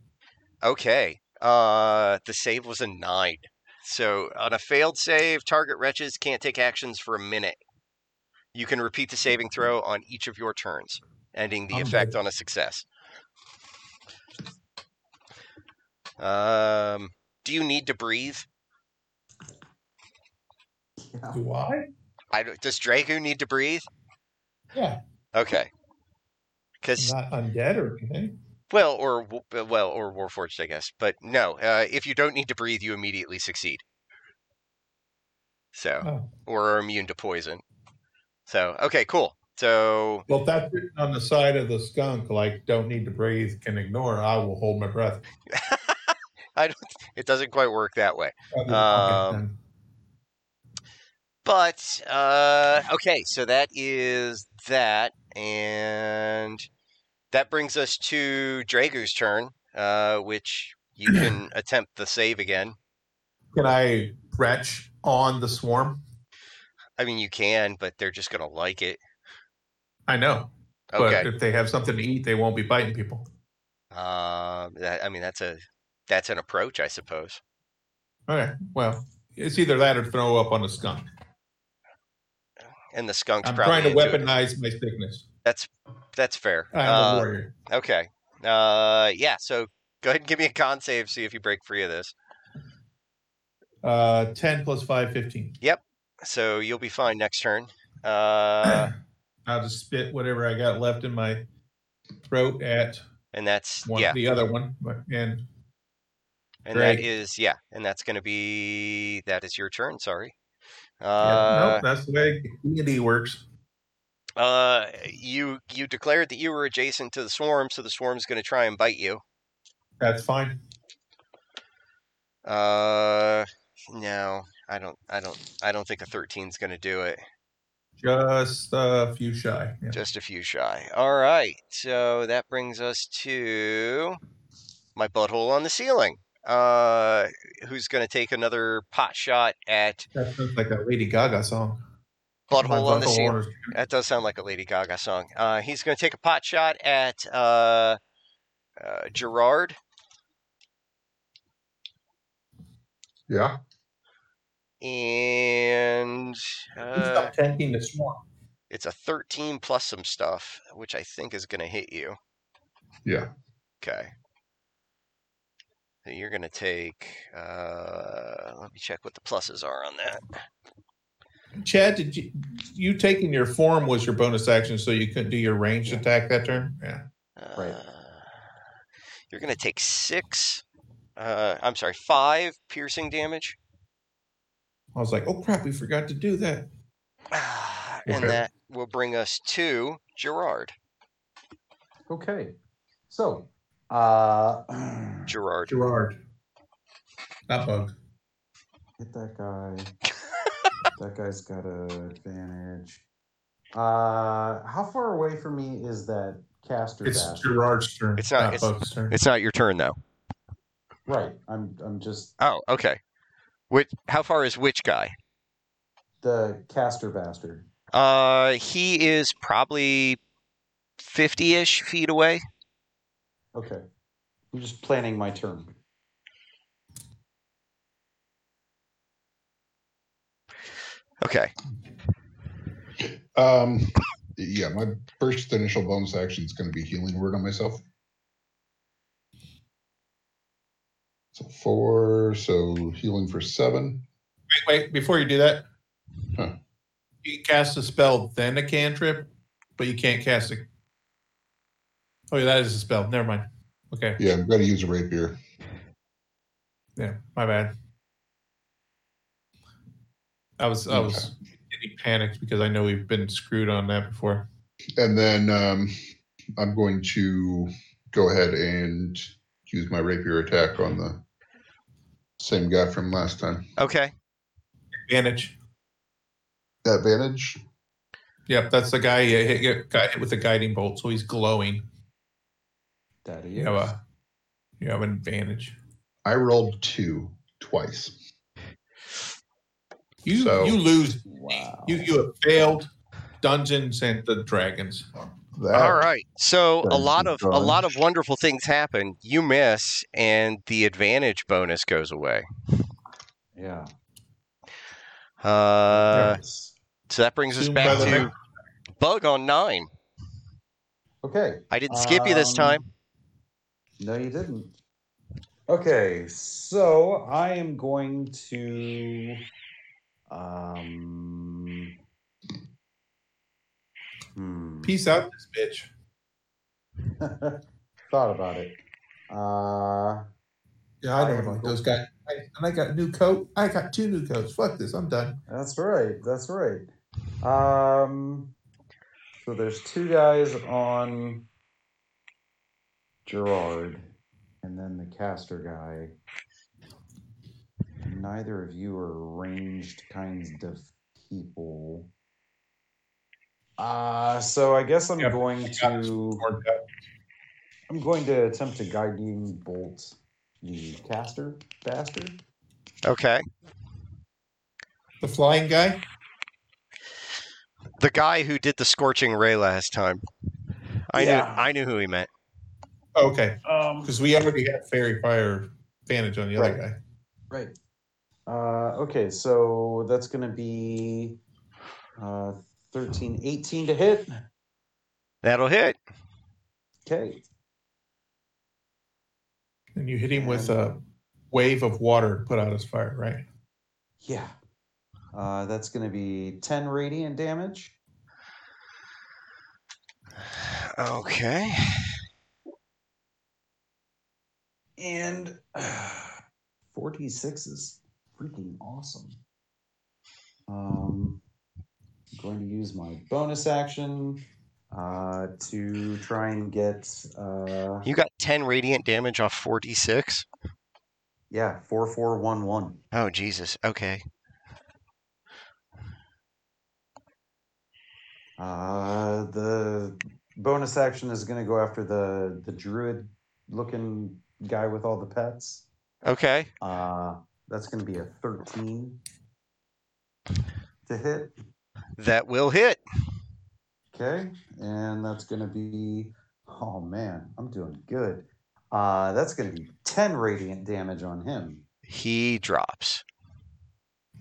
S1: Okay. Uh, the save was a nine. So on a failed save, target wretches can't take actions for a minute. You can repeat the saving throw on each of your turns, ending the
S4: I'm
S1: effect on a success. Um, do you need to breathe?
S4: Do I?
S1: I don't- does Dragu need to breathe?
S4: Yeah,
S1: Okay. Because
S4: I'm not undead or anything.
S1: Well, or w- uh, well, or Warforged, I guess. But no, uh, if you don't need to breathe, you immediately succeed. So,
S4: Oh.
S1: or are immune to poison. So, okay, cool. So,
S4: Well, if that's written on the side of the skunk, like "Don't need to breathe, can ignore." I will hold my breath.
S1: I don't, it doesn't quite work that way.
S4: Okay,
S1: Um,
S4: then.
S1: But uh, okay, so that is that, and that brings us to Dragu's turn, uh, which you can attempt the save again.
S4: Can I retch on the swarm?
S1: I mean, you can, but they're just gonna like it.
S4: I know,
S1: Okay.
S4: but if they have something to eat, they won't be biting people.
S1: Um, that, I mean, that's a that's an approach, I suppose.
S4: Okay, well, it's either that or throw up on the skunk.
S1: And the skunk's
S4: I'm
S1: probably
S4: trying to
S1: into it.
S4: weaponize my sickness.
S1: That's that's fair.
S4: I'm a
S1: Uh,
S4: warrior.
S1: okay. Uh, yeah. So go ahead and give me a con save. See if you break free of this.
S4: Uh, 10 plus 5, 15.
S1: So you'll be fine next turn. Uh,
S4: I'll just spit whatever I got left in my throat at
S1: and that's
S4: one,
S1: yeah,
S4: the other one. but- And
S1: and that
S4: great.
S1: is yeah, and that's going to be that is your turn. Sorry.
S4: yeah,
S1: Uh,
S4: nope, that's the way D&D works.
S1: uh, you you declared that you were adjacent to the swarm, so the swarm's going to try and bite you.
S4: That's fine.
S1: Uh, no, I don't. I don't. I don't think a 13's going to do it.
S4: Just a few shy. Yeah.
S1: Just a few shy. All right. So that brings us to my butthole on the ceiling. Uh, who's going to take another pot shot at
S4: That sounds like a Lady Gaga song. My
S1: butthole on the
S4: buckle
S1: ceiling?
S4: orders-
S1: That does sound like a Lady Gaga song. Uh, he's going to take a pot shot at uh, uh, Gerard.
S6: Yeah.
S1: And uh,
S4: Stop tanking the swarm.
S1: it's a 13 plus some stuff, which I think is going to hit you.
S6: Yeah.
S1: Okay. So you're going to take. Uh, let me check what the pluses are on that.
S4: Chad, did you, you taking your form was your bonus action, so you couldn't do your ranged attack that turn? Yeah.
S1: Uh,
S3: Right.
S1: You're going to take six. Uh, I'm sorry, five piercing damage.
S4: I was like, oh crap, we forgot to do that.
S1: And
S6: Okay.
S1: that will bring us to Gerard.
S3: Okay. So Uh,
S1: Gerard.
S4: Gerard. Not bug.
S3: hit that guy. that guy's got an advantage. Uh, how far away from me is that caster?
S4: It's
S3: bastard?
S4: Gerard's turn.
S1: It's not- it's-
S4: bug's turn.
S1: It's not your turn though.
S3: Right. I'm. I'm just
S1: Oh, okay. Which? How far is which guy?
S3: the caster bastard.
S1: Uh, he is probably fifty-ish feet away.
S3: Okay. I'm just planning my turn.
S1: Okay.
S6: Um, yeah, my first initial bonus action is going to be healing word on myself. So four, so healing for seven.
S4: Wait, wait, before you do that,
S6: Huh.
S4: you can cast a spell, then a cantrip, but you can't cast a. Oh, yeah, that is a spell. Never mind. Okay.
S6: Yeah, I'm going to use a rapier.
S4: Yeah, my bad. I was I was getting panicked because I know we've been screwed on that before.
S6: And then um, I'm going to go ahead and use my rapier attack on the same guy from last time.
S1: Okay.
S4: Advantage.
S6: Advantage?
S4: Yep, that's the guy you hit, you got hit with the guiding bolt, so he's glowing.
S3: That is.
S4: You have a you have an advantage.
S6: I rolled two twice.
S4: You
S6: So-
S4: you lose.
S3: Wow.
S4: You you have failed Dungeons and the Dragons.
S6: That,
S1: All right. So a
S6: Dungeons
S1: lot
S6: and
S1: of a lot of
S6: Dragons.
S1: wonderful things happen. You miss, and the advantage bonus goes away.
S3: Yeah.
S1: Uh,
S3: Yes.
S1: so that brings us
S4: Soon
S1: back
S4: by the
S1: to
S4: next-
S1: bug on nine.
S3: Okay.
S1: I didn't skip you this
S3: Um,
S1: time.
S3: No, you didn't. Okay, so I am going to. Um, hmm.
S4: Peace out, this bitch.
S3: Thought about it. Uh,
S4: Yeah, I don't like those guys. I, and I got a new coat. I got two new coats. Fuck this. I'm done.
S3: that's right. That's right. Um, so there's two guys on Gerard, and then the caster guy. Neither of you are ranged kinds of people. Uh, so I guess I'm
S4: Yeah,
S3: going
S4: got
S3: to
S4: Or-
S3: I'm going to attempt to guiding bolt the caster bastard.
S1: Okay.
S4: The flying guy.
S1: The guy who did the scorching ray last time. I
S3: Yeah.
S1: knew I knew who he meant.
S4: Okay,
S3: Um,
S4: because we already had fairy fire advantage on the other guy.
S3: Right. Right. Uh, okay, so that's going to be uh, 13, 18 to hit.
S1: That'll hit.
S3: Okay.
S4: And you hit him with a wave of water to put out his fire, right?
S3: Yeah. Uh, that's going to be 10 radiant damage.
S1: Okay.
S3: And 46 is freaking awesome. Um, I'm going to use my bonus action uh, to try and get, uh,
S1: You got ten radiant damage off forty six.
S3: yeah, 4411.
S1: Oh Jesus. Okay.
S3: Uh, the bonus action is going to go after the the druid looking guy with all the pets.
S1: Okay.
S3: Uh, that's going to be a thirteen to hit.
S1: That will hit.
S3: Okay, and that's going to be oh man, I'm doing good. Uh, that's going to be ten radiant damage on him.
S1: He drops.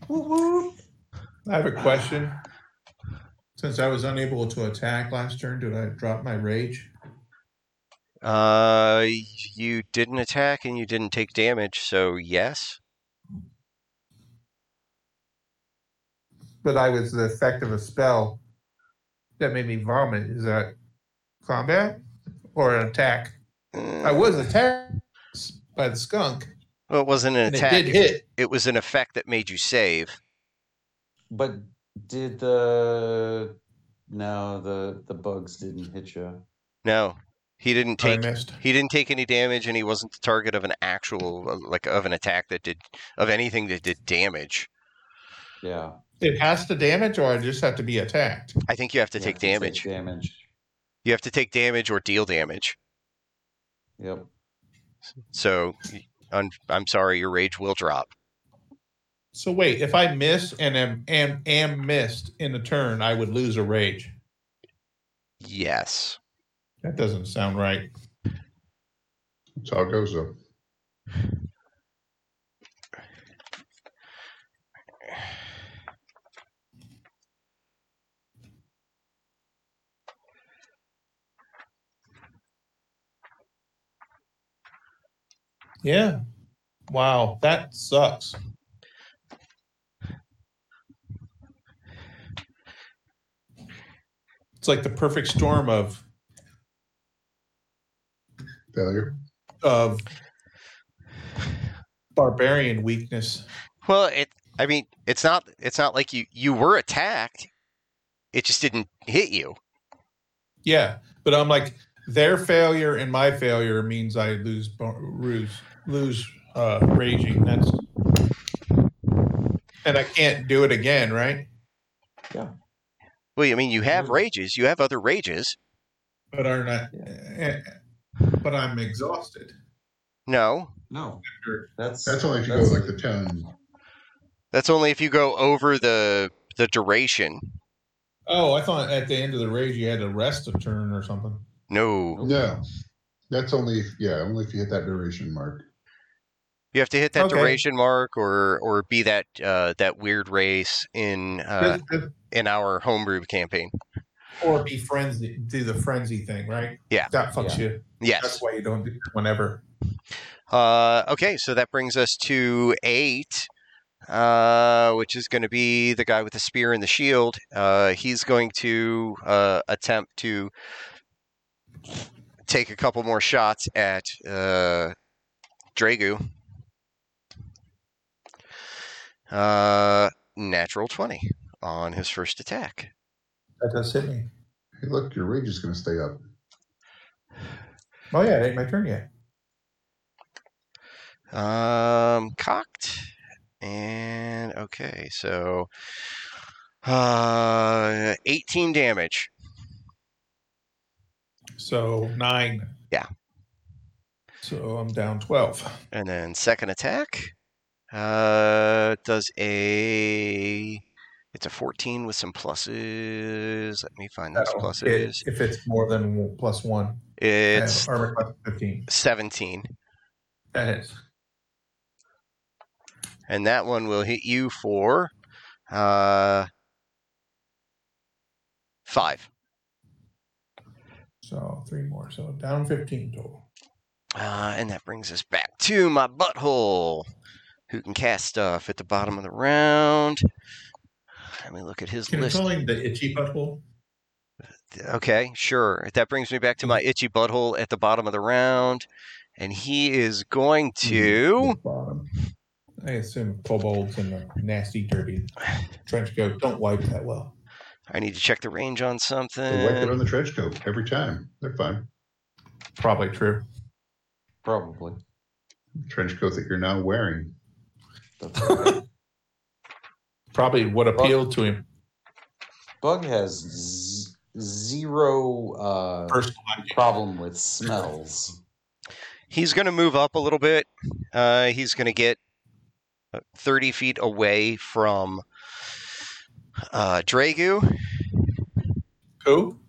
S4: I have a question. Since I was unable to attack last turn, did I drop my rage?
S1: Uh you didn't attack and you didn't take damage, so yes.
S4: But I was the effect of a spell that made me vomit. Is that combat or an attack? I was attacked by the skunk,
S1: Mm, Well, it wasn't an
S4: and
S1: attack.
S4: it did hit.
S1: it was an effect that made you save.
S3: But did the no the the bugs didn't hit you.
S1: No. He didn't
S4: I
S1: take
S4: missed.
S1: he didn't take any damage, and he wasn't the target of an actual like of an attack that did of anything that did damage.
S3: Yeah.
S4: It has to damage, or I just have to be attacked.
S1: I think you have to
S3: Yeah,
S1: take damage.
S3: damage.
S1: You have to take damage or deal damage.
S3: Yep.
S1: So, I'm, I'm sorry, your rage will drop.
S4: So wait, if I miss and am am, am missed in a turn, I would lose a rage.
S1: Yes.
S4: That doesn't sound right.
S6: That's how it goes though.
S4: Yeah. Wow, that sucks. It's like the perfect storm of
S6: Failure.
S4: of barbarian weakness.
S1: Well, it. I mean, it's not. It's not like you you were attacked. It just didn't hit you.
S4: Yeah, but I'm like their failure and my failure means I lose bo- ruse, lose uh, raging. That's and I can't do it again, right?
S1: Well, I mean, you have
S3: Mhm.
S1: rages. You have other rages.
S4: But are not. eh, But I'm exhausted.
S1: No,
S3: No. That's
S6: That's only if you
S3: that's-
S6: go like the ten.
S1: that's only if you go over the the duration.
S4: Oh, I thought at the end of the rage you had to rest a turn or something.
S1: No,
S6: No, that's only if, yeah, only if you hit that duration mark.
S1: you have to hit that
S4: Okay.
S1: duration mark or or be that uh, that weird race in uh, in our homebrew campaign.
S4: or be frenzy, do the frenzy thing, right?
S1: Yeah.
S4: that fucks you. That's
S1: Yes.
S4: why you don't do it whenever.
S1: Uh, okay, so that brings us to eight, uh, which is going to be the guy with the spear and the shield. Uh, he's going to uh, attempt to take a couple more shots at uh, Dragu. Uh, natural 20 on his first attack.
S4: That does hit me.
S6: Hey, look, your rage is going to stay up.
S4: Oh yeah, it ain't my turn yet.
S1: Um, cocked. And okay, so uh 18 damage.
S4: So nine.
S1: Yeah.
S4: So I'm down twelve.
S1: And then second attack uh does a it's a 14 with some pluses. Let me find those
S4: Oh,
S1: pluses.
S4: it- if it's more than one- plus one, I have
S1: It's
S4: armor class of fifteen.
S1: 17.
S4: That hits.
S1: And that one will hit you for uh 5.
S4: So three more. So down fifteen total.
S1: Uh, and that brings us back to my butthole, who can cast stuff at the bottom of the round. Let me look at his list.
S4: Controlling the itchy butthole.
S1: Okay, sure. That brings me back to my itchy butthole at the bottom of the round. And he is going
S4: Mm-hmm.
S1: to.
S4: Bottom. I assume kobolds and the nasty, dirty trench coat don't wipe that well.
S1: I need to check the range on
S6: They wipe it
S1: something.
S6: on the trench coat every time. They're fine.
S4: Probably true.
S3: probably.
S6: Trench coat that you're now wearing.
S3: That's right.
S4: Probably what appealed to him
S3: Bug has z- zero uh,
S4: first. time.
S3: problem with smells.
S1: He's going to move up a little bit. Uh, he's going to get uh, 30 feet away from uh, Dragu.
S4: Who?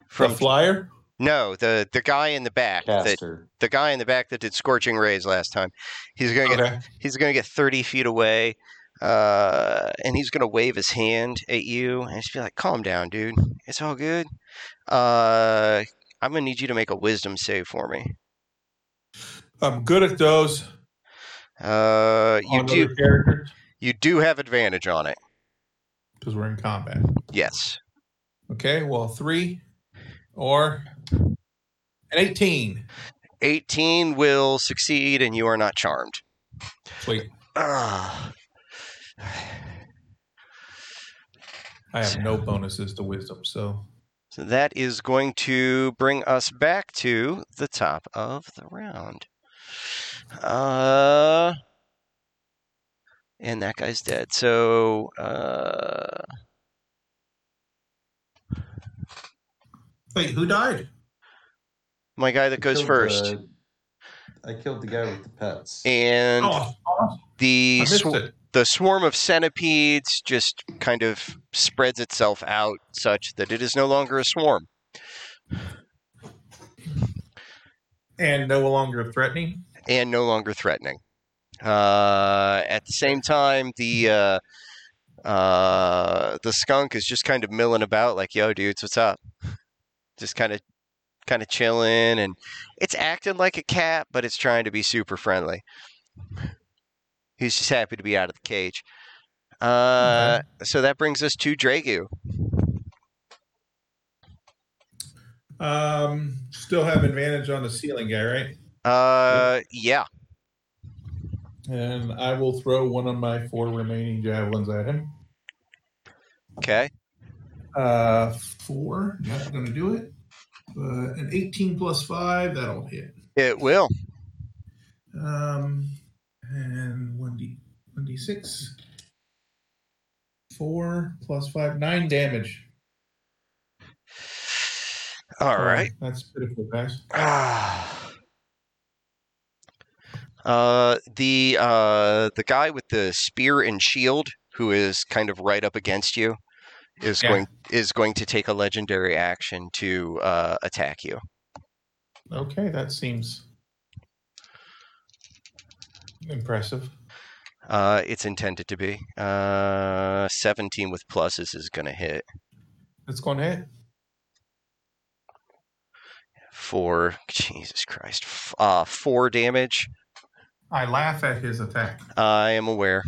S4: The
S1: From
S4: flyer?
S1: no, the the guy in the back that
S3: Caster.
S1: the guy in the back that did scorching rays last time. He's gonna get
S4: Okay.
S1: he's gonna get thirty feet away, uh, and he's gonna wave his hand at you and just be like, "Calm down, dude. It's all good." Uh, I'm gonna need you to make a wisdom save for me.
S4: I'm good at those.
S1: Uh, you
S4: on
S1: do
S4: other characters
S1: you do have advantage on it.
S4: because we're in combat.
S1: Yes.
S4: Okay, well, three or an 18.
S1: 18 will succeed and you are not charmed.
S4: Sweet.
S1: Ah.
S4: I have no bonuses to wisdom, so
S1: So that is going to bring us back to the top of the round. Uh, and that guy's dead. So uh,
S7: Wait, who died?
S1: my guy that goes
S3: Killed
S1: first,
S3: the- I killed the guy with the pets.
S1: and
S7: Oh,
S4: I
S1: the
S4: missed
S1: sw-
S4: it.
S1: the swarm of centipedes just kind of spreads itself out such that it is no longer a swarm.
S4: And no longer threatening.
S1: and no longer threatening. Uh, at the same time, the uh, uh, the skunk is just kind of milling about, like, "Yo, dudes, what's up?" Just kind of kind of chilling, and it's acting like a cat, but it's trying to be super friendly. He's just happy to be out of the cage. Uh, So that brings us to Dragu.
S4: Um, still have advantage on the ceiling guy, right?
S1: Uh, yeah,
S4: And I will throw one of my four remaining javelins at him.
S1: okay.
S4: Uh, four. Not going to do it. Uh, an 18 plus five, that'll hit.
S1: It will.
S4: Um, and 1d, 1d6. Four plus five, nine damage.
S1: All
S4: Uh,
S1: right.
S4: That's pitiful, guys.
S1: Ah. Uh, the uh, the guy with the spear and shield, who is kind of right up against you, is
S4: Yeah.
S1: going is going to take a legendary action to uh, attack you.
S4: Okay, that seems impressive.
S1: Uh, it's intended to be uh, seventeen with pluses is going to hit
S4: It's going to hit.
S1: for Jesus Christ, f- uh, four damage.
S4: I laugh at his attack.
S1: I am aware.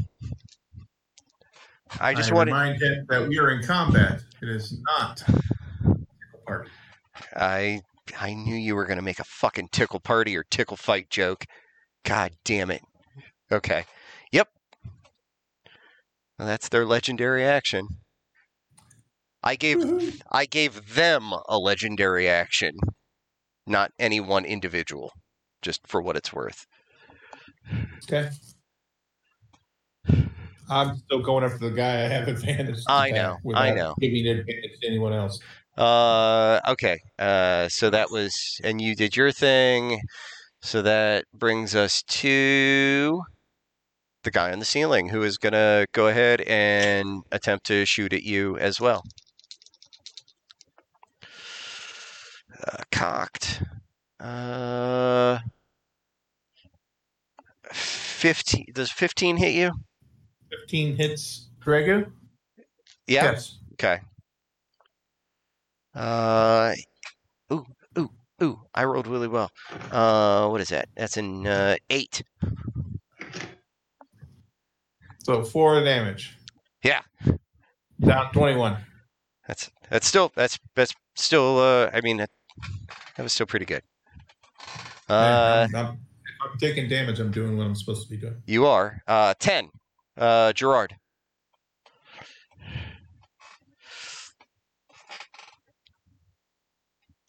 S1: I just wanted.
S4: remind him that we are in combat. It is not. Party.
S1: I I knew you were gonna make a fucking tickle party or tickle fight joke. God damn it. Okay. Yep. Well, that's their legendary action. I gave
S4: Mm-hmm.
S1: I gave them a legendary action, not any one individual, just for what it's worth.
S4: Okay. I'm still going after the guy I have advantage. to
S1: I
S4: attack
S1: know, I
S4: without
S1: know.
S4: Giving advantage to anyone else.
S1: Uh, okay. Uh, so that was, and you did your thing. So that brings us to the guy on the ceiling who is gonna go ahead and attempt to shoot at you as well. Uh, cocked. Uh, fifteen. Does fifteen hit you?
S4: 15 hits. Drago?
S1: Yeah.
S4: Yes.
S1: Okay. Uh, ooh, ooh, ooh! I rolled really well. Uh, what is that? That's an uh, eight.
S4: So four damage.
S1: Yeah.
S4: Down 21.
S1: That's that's still that's that's still. Uh, I mean, that, that was still pretty good. Uh,
S4: I'm, I'm- if I'm taking damage. I'm doing what I'm supposed to be doing.
S1: you are uh ten. Uh, Gerard.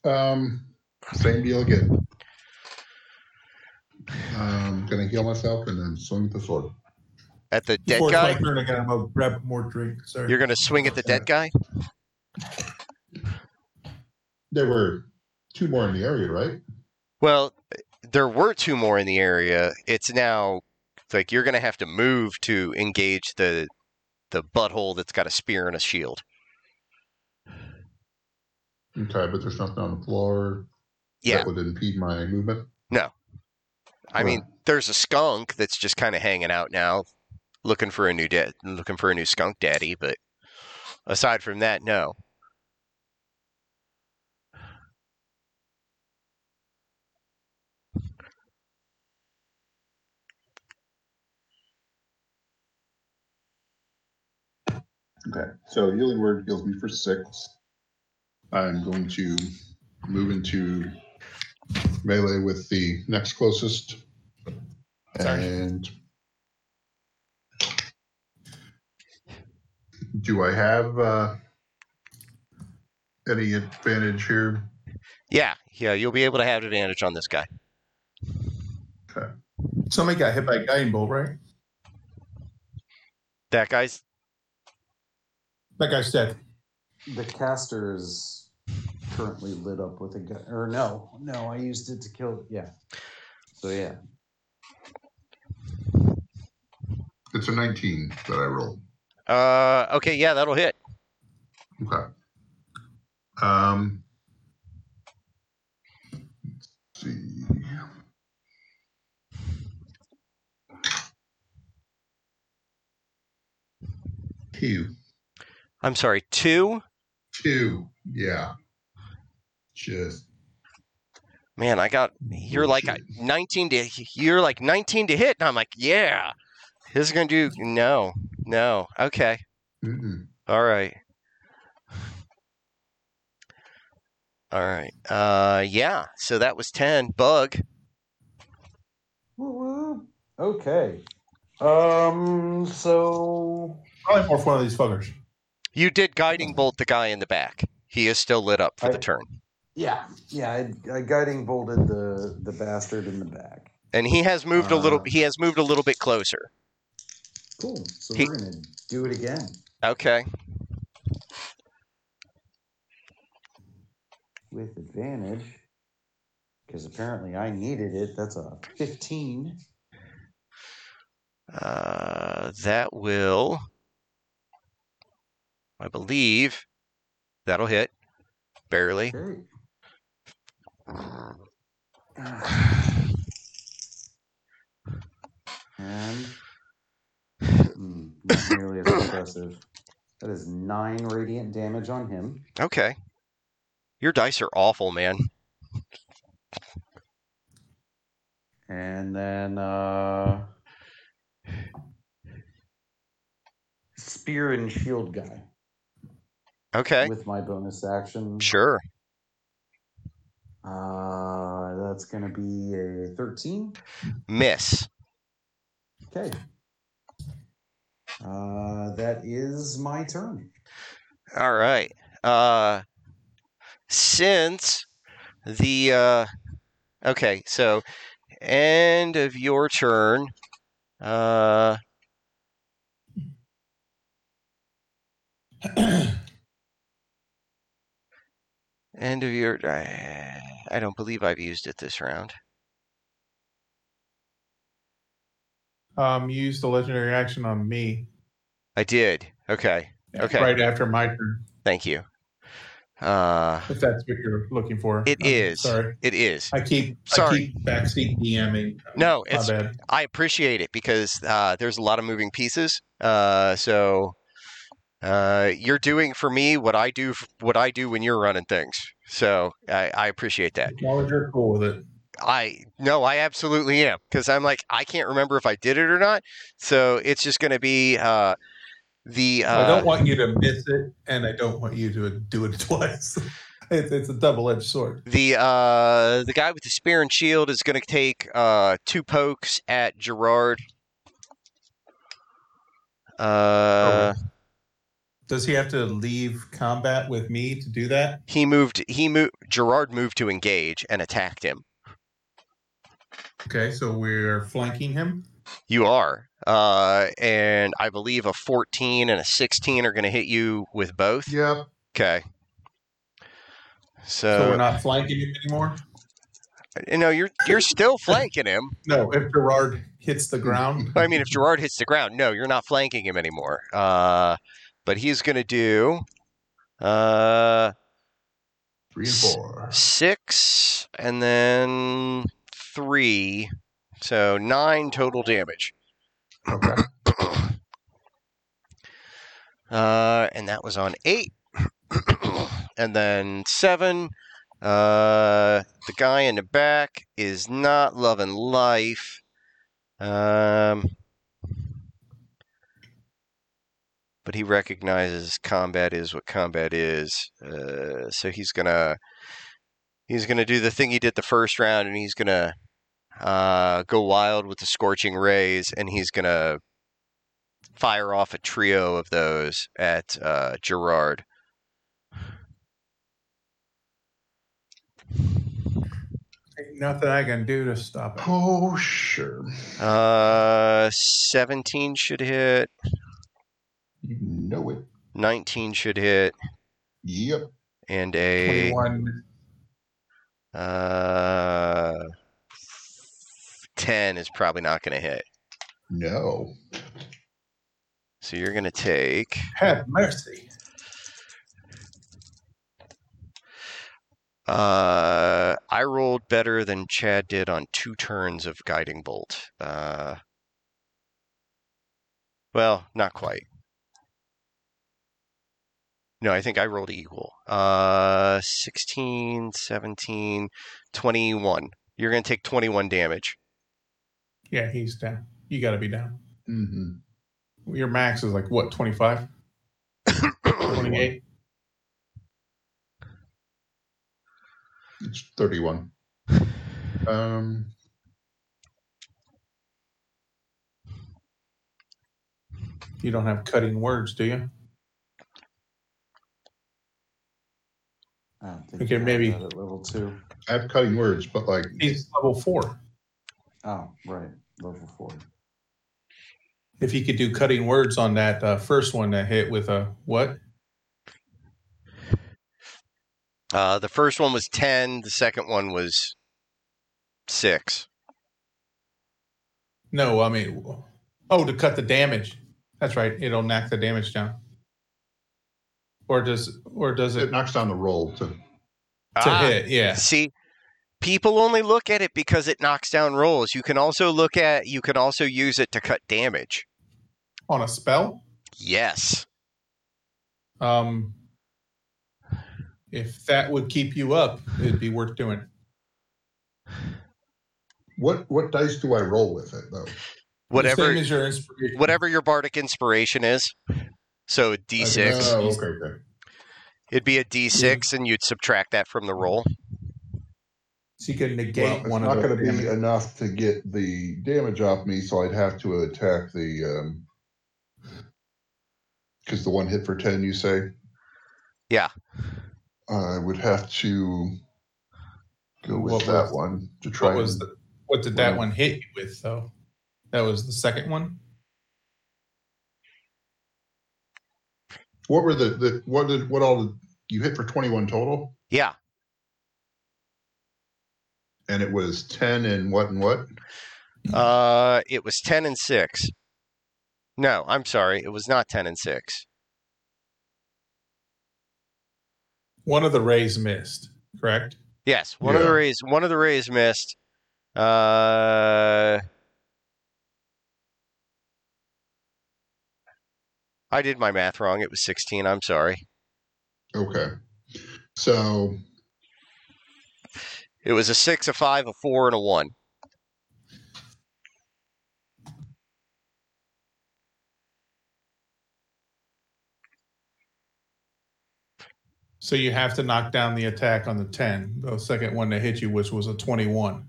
S6: Um, same deal again. I'm gonna heal myself and then swing at the sword.
S1: At the dead
S4: Before it's
S1: guy,
S4: my turn, I gotta go grab more drink. Sorry.
S1: you're gonna swing at the dead guy.
S6: There were two more in the area, right?
S1: Well, there were two more in the area. It's now like you're going to have to move to engage the the butthole that's got a spear and a shield.
S6: Okay, but there's nothing on the floor.
S1: Yeah.
S6: That would impede my movement.
S1: I mean, there's a skunk that's just kind of hanging out now, looking for a new dad, looking for a new skunk daddy. But aside from that, no.
S6: Okay, so healing word heals me for six. I'm going to move into melee with the next closest.
S4: Sorry.
S6: And do I have uh, any advantage here?
S1: Yeah, yeah, you'll be able to have advantage on this guy.
S4: Somebody got hit by a guiding bolt, right?
S1: That guy's
S4: That guy's dead.
S3: The caster is currently lit up with a gun. Or no, no, I used it to kill. Yeah. So yeah.
S6: It's a 19 that I rolled.
S1: uh okay, yeah, that'll hit.
S6: Okay. Um, let's see. Two.
S1: I'm sorry, two.
S6: Two. Yeah. Just.
S1: Man, I got you're like a-
S6: bullshit.
S1: 19 to you're like 19 to hit, and I'm like, yeah, this is gonna do no, no, okay,
S6: Mm-mm.
S1: all right, all right, uh, yeah. So that was 10 bug.
S3: Woo woo. Okay. Um. So
S4: Probably more for one of these fuckers.
S1: You did guiding bolt the guy in the back. He is still lit up for the
S3: I-
S1: turn,
S3: yeah, yeah. I, I guiding bolted the the bastard in the back.
S1: and he has moved a little.
S3: Uh.
S1: He has moved a little bit closer.
S3: Cool. So
S1: He-
S3: we're gonna do it again.
S1: Okay.
S3: with advantage because apparently I needed it. That's a 15.
S1: Uh, that will, I believe, that'll hit barely.
S3: Great. And mm, not nearly as impressive. That is nine radiant damage on him.
S1: Okay. Your dice are awful, man.
S3: And then uh spear and shield guy
S1: Okay.
S3: with my bonus action.
S1: Sure.
S3: Uh that's gonna be a 13.
S1: Miss.
S3: Okay. Uh, that is my turn.
S1: All right. Uh, since the uh, okay, so end of your turn. Uh, End of your. I, I don't believe I've used it this round.
S4: Um, you used the legendary action on me
S1: I did. Okay. Okay.
S4: right after my turn,
S1: Thank you. Uh,
S4: if that's what you're looking for.
S1: It
S4: It
S1: is.
S4: is. Sorry.
S1: it is.
S4: I keep
S1: Sorry.
S4: I keep backseat DMing.
S1: No,
S4: My
S1: it's.
S4: bad.
S1: I appreciate it because uh, there's a lot of moving pieces. Uh, so uh, you're doing for me what I do. f- What I do when you're running things. So I, I appreciate that.
S4: Acknowledge you're cool with it.
S1: I no, I absolutely am because I'm like I can't remember if I did it or not. So it's just going to be uh, the. Uh,
S4: I don't want you to miss it, and I don't want you to do it twice. it's, it's a double edged sword.
S1: The uh, the guy with the spear and shield is going to take uh, two pokes at Gerard. Uh,
S4: Does he have to leave combat with me to do that?
S1: he moved. He moved. Gerard moved to engage and attacked him.
S4: Okay, so we're flanking him.
S1: You are, uh, and I believe a fourteen and a sixteen are going to hit you with both.
S6: Yep.
S1: Okay.
S4: So,
S1: So,
S4: we're not flanking him anymore.
S1: you know you're you're still flanking him.
S4: No, if Gerard hits the ground,
S1: I mean, if Gerard hits the ground, no, you're not flanking him anymore. Uh, but he's going to do uh,
S6: Three and four.
S1: six and then three. So nine total damage.
S6: Okay.
S1: Uh, and that was on eight. and then seven. Uh, the guy in the back is not loving life. Um, but he recognizes combat is what combat is. Uh, so he's gonna he's gonna do the thing he did the first round, and he's gonna uh, go wild with the scorching rays, and he's gonna fire off a trio of those at uh, Gerard.
S4: Ain't nothing I can do to stop it.
S6: Oh, sure.
S1: Uh, 17 should hit.
S6: You know it.
S1: 19 should hit.
S6: Yep.
S1: And a
S4: 21.
S1: uh, 10 is probably not going to hit.
S6: No.
S1: So you're going to take.
S4: Have mercy.
S1: Uh, I rolled better than Chad did on two turns of guiding bolt. Uh, well, not quite. No, I think I rolled equal. Uh, 16, 17, 21. You're going to take 21 damage.
S4: Yeah, he's down. You got to be down.
S6: hmm
S4: Your max is like what? 25? 28?
S6: It's 31. Um,
S4: You don't have cutting words, do you?
S3: I don't think
S4: Okay,
S3: you have
S4: maybe.
S3: that at level two.
S6: I have cutting words, but like,
S4: He's level four.
S3: Oh, right, level four.
S4: If he could do cutting words on that uh, first one that hit with a what?
S1: Uh, the first one was 10. The second one was 6.
S4: No, I mean, oh, to cut the damage. That's right. It'll knock the damage down. Or does or does
S6: it
S4: it
S6: knocks down the roll to
S4: to
S1: Ah,
S4: hit? Yeah.
S1: See, people only look at it because it knocks down rolls. You can also look at, you can also use it to cut damage.
S4: On a spell?
S1: Yes.
S4: Um if that would keep you up, it'd be worth doing.
S6: what? What dice do I roll with it though?
S1: Whatever
S4: Same as your inspiration.
S1: whatever your bardic inspiration is. So a d6.
S6: Oh, okay, okay.
S1: It'd be a d6 and you'd subtract that from the roll.
S4: So you can
S6: Well,
S4: negate
S6: it's
S4: one
S6: not
S4: of
S6: going to
S4: the
S6: be
S4: damage.
S6: enough to get the damage off me, so I'd have to attack the. Because the one hit for 10, you say?
S1: Yeah.
S6: I would have to go with
S4: What
S6: that
S4: was-
S6: one to try.
S4: What was
S6: and-
S4: the, what did that
S6: Right.
S4: one hit you with though? That was the second one?
S6: what were the, the. What did. What all did. You hit for 21 total?
S1: Yeah.
S6: And it was 10 and what and what?
S4: Mm-hmm.
S1: Uh it was 10 and 6. No, I'm sorry. It was not 10 and 6.
S4: One of the rays missed, correct?
S1: Yes, one of the
S6: Yeah.
S1: rays one of the rays missed. Uh I did my math wrong. It was 16. I'm sorry.
S6: Okay. So
S1: It was a 6, a 5, a 4 and a 1.
S4: So you have to knock down the attack on the 10, the second one that hit you, which was a 21.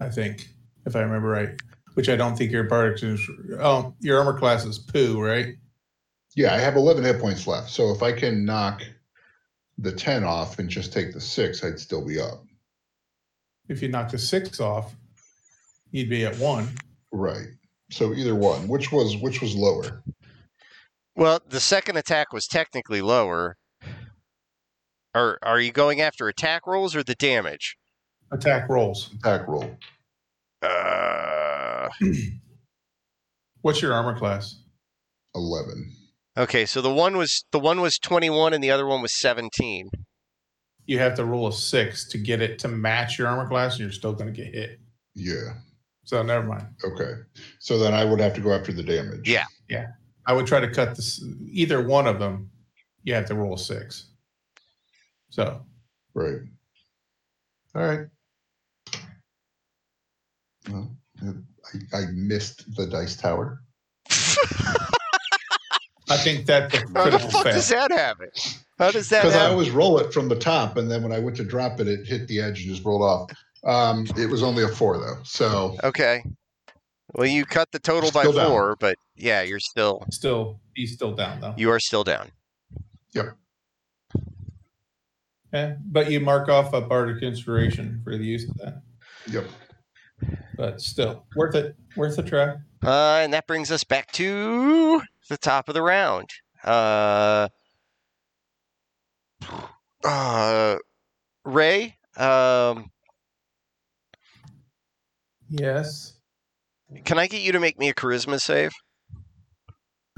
S4: I think, if I remember right. Which I don't think your bardic is. Oh, your armor class is poo, right?
S6: Yeah, I have 11 hit points left. So if I can knock the 10 off and just take the 6, I'd still be up.
S4: If you knocked a six off, you'd be at one.
S6: Right. So either one, which was which was lower?
S1: Well, the second attack was technically lower. Are are you going after attack rolls or the damage?
S4: Attack rolls.
S6: Attack roll.
S1: Uh,
S4: What's your armor class?
S6: 11.
S1: okay, so the one was the one was twenty one and the other one was seventeen.
S4: You have to roll a six to get it to match your armor class, and you're still going to get hit.
S6: Yeah.
S4: So never mind.
S6: Okay. So then I would have to go after the damage.
S1: Yeah.
S4: I would try to cut this either one of them. You have to roll a six. So
S6: Right. All right. Well, I, I missed the dice tower.
S4: I think that's a
S1: How the
S4: critical
S1: fuck
S4: fail.
S1: does that happen? How does that
S6: Because I
S1: happen?
S6: always roll it from the top, and then when I went to drop it, it hit the edge and just rolled off. Um, it was only a four though, so
S1: Okay. Well, you cut the total by
S6: Still down.
S1: four, but yeah, you're still
S4: Still, he's still down though.
S1: you are still down.
S4: Eh, but you mark off a bardic inspiration for the use of that.
S6: Yep.
S4: But still, worth it. Worth a try.
S1: Uh, and that brings us back to the top of the round. Uh, uh, Ray, um,
S4: Yes.
S1: can I get you to make me a charisma save?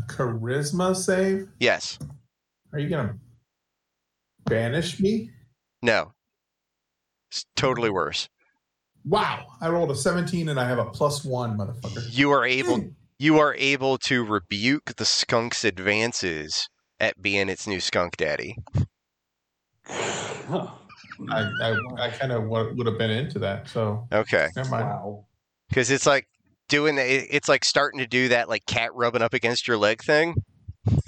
S4: Charisma save?
S1: Yes.
S4: Are you gonna banish me?
S1: No. It's totally worse.
S4: Wow! I rolled a 17 and I have a plus one, motherfucker.
S1: You are
S6: Hmm.
S1: able you are able to rebuke the skunk's advances at being its new skunk daddy.
S4: I I, I kind of would have been into that. So
S1: Okay.
S4: never mind.
S3: wow.
S1: Cuz it's like doing the, it- it's like starting to do that like cat rubbing up against your leg thing.
S4: All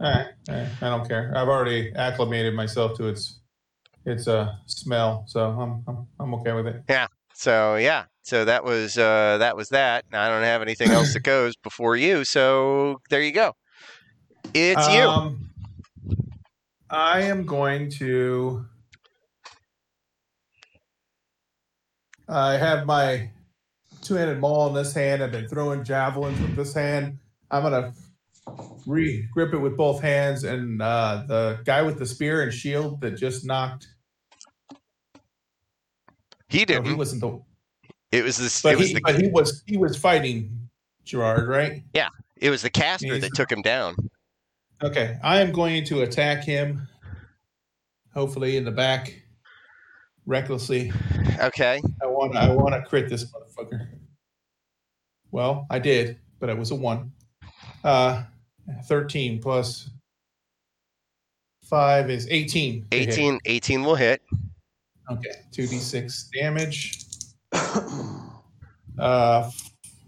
S4: right, all right. I don't care. I've already acclimated myself to its its uh smell, so I'm I'm, I'm okay with it.
S1: So yeah, so that was uh, that was that. I don't have anything else that goes before you. So there you go. It's you.
S4: Um, I am going to. I have my two-handed maul in this hand. I've been throwing javelins with this hand. I'm gonna re grip it with both hands, and uh, the guy with the spear and shield that just knocked.
S1: He
S4: No, he
S1: didn't.
S4: wasn't the.
S1: It was this. It
S4: But
S1: was
S4: he,
S1: the.
S4: but he was he was fighting Gerard, right?
S1: It was the caster
S4: he's-
S1: that took him down.
S4: Okay, I am going to attack him. Hopefully, in the back, recklessly.
S1: Okay.
S4: I want to I want to crit this motherfucker. Well, I did, but it was a one. Uh, thirteen plus five is eighteen. to hit.
S1: 18, 18 will hit.
S4: Okay, two d six damage. Uh,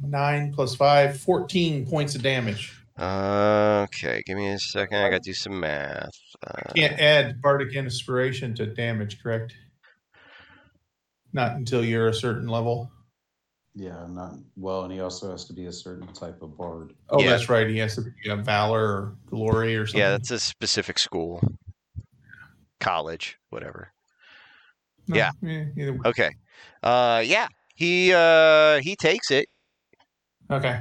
S4: nine plus five, 14 points of damage.
S1: Okay. Give me a second. I got to do some math. Uh,
S4: Can't add bardic inspiration to damage, correct? Not until you're a certain level.
S3: Yeah, not well, and he also has to be a certain type of bard.
S4: Oh,
S1: Yeah.
S4: that's right. He has to be a valor or glory or something.
S1: yeah, that's a specific school, college, whatever.
S4: No,
S1: yeah.
S4: either way.
S1: Okay. Uh, yeah. He uh he takes it.
S4: Okay.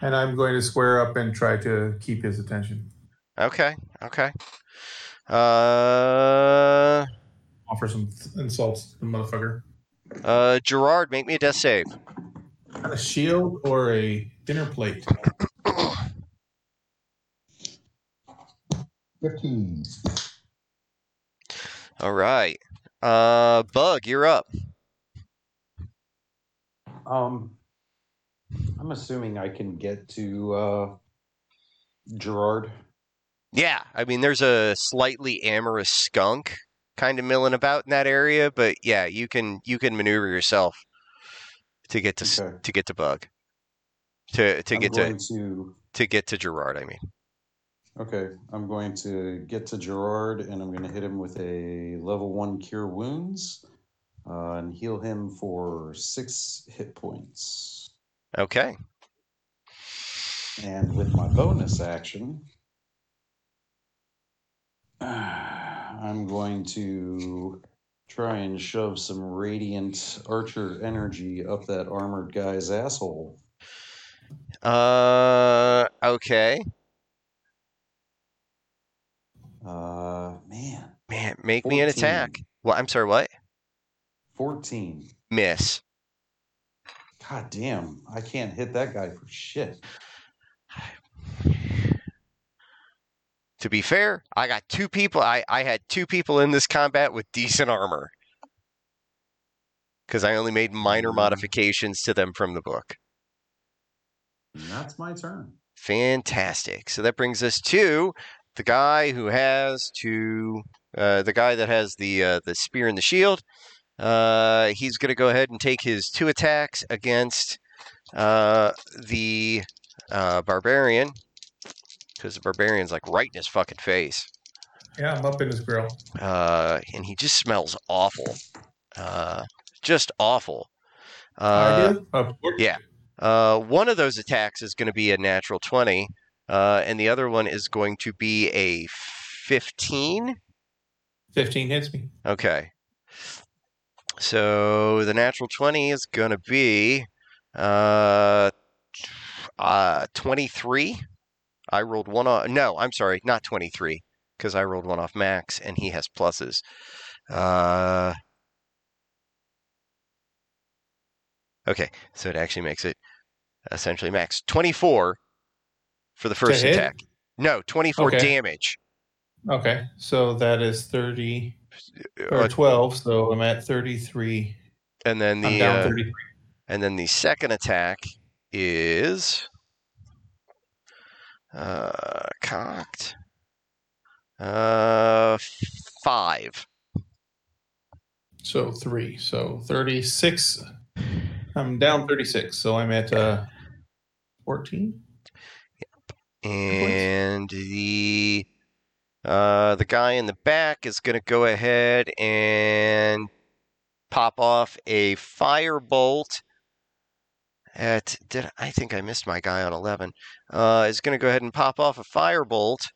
S4: And I'm going to square up and try to keep his attention.
S1: Okay. Okay. Uh.
S4: Offer some insults to the motherfucker.
S1: Uh, Gerard, make me a death save.
S4: A shield or a dinner plate?
S6: 15.
S1: All right. Uh, Bug, you're up.
S3: Um, I'm assuming I can get to uh, Gerard.
S1: Yeah, I mean, there's a slightly amorous skunk kind of milling about in that area, but yeah, you can you can maneuver yourself to get to s
S3: Okay.
S1: to get to Bug, to to
S3: I'm
S1: get to
S3: going to
S1: to get to Gerard. I mean,
S3: okay. I'm going to get to Gerard, and I'm going to hit him with a level one cure wounds, uh, and heal him for six hit points.
S1: okay.
S3: And with my bonus action, I'm going to try and shove some radiant archer energy up that armored guy's asshole.
S1: Uh, okay.
S3: Uh, man,
S1: Man, make me an attack. Well, I'm sorry, what?
S3: 14.
S1: Miss.
S3: God damn, I can't hit that guy for shit.
S1: To be fair, I got two people. I, I had two people in this combat with decent armor because I only made minor
S3: Mm.
S1: modifications to them from the book.
S3: And that's my turn.
S1: Fantastic. So that brings us to the guy who has to uh, the guy that has the uh, the spear and the shield. Uh, he's going to go ahead and take his two attacks against uh, the uh, barbarian because the barbarian's like right in his fucking face.
S4: Yeah, I'm up in his grill.
S1: uh, and he just smells awful, uh, just awful.
S4: I
S1: Uh,
S4: do? Of course.
S1: yeah. uh, one of those attacks is going to be a natural twenty, uh, and the other one is going to be a fifteen.
S4: 15 hits me.
S1: Okay. So the natural 20 is going to be uh, t- uh, 23. I rolled one off. No, I'm sorry, not 23, because I rolled one off max and he has pluses. Uh, okay, so it actually makes it essentially max 24 for the first
S4: hit?
S1: attack. No, 24
S4: Okay.
S1: damage.
S4: Okay. So that is 30
S1: Uh,
S4: or 12. So I'm at 33.
S1: and then
S4: I'm
S1: the
S4: down
S1: uh,
S4: 33.
S1: And then the second attack is uh, cocked. Uh, five.
S4: So three. So 36. I'm down 36. So I'm at uh, 14.
S1: And the uh, the guy in the back is going to go ahead and pop off a firebolt at. Did I think I missed my guy on eleven? Uh, is going to go ahead and pop off a firebolt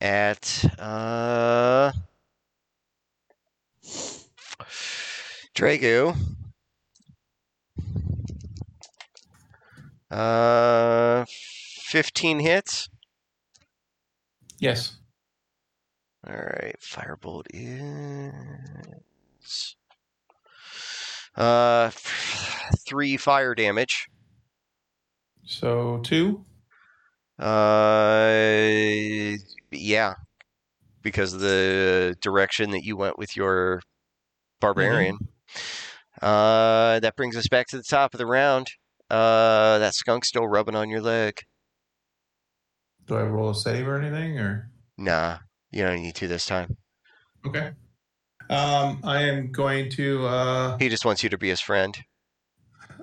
S1: at uh, Drago. Uh, fifteen hits.
S4: Yes.
S1: All right, firebolt is uh three fire damage.
S4: So two.
S1: Uh, yeah, because of the direction that you went with your barbarian. Uh, that brings us back to the top of the round. Uh, that skunk's still rubbing on your leg.
S4: Do I roll a save or anything? Or
S1: Nah, you don't need to this time.
S4: Okay. Um, I am going to. Uh,
S1: He just wants you to be his friend.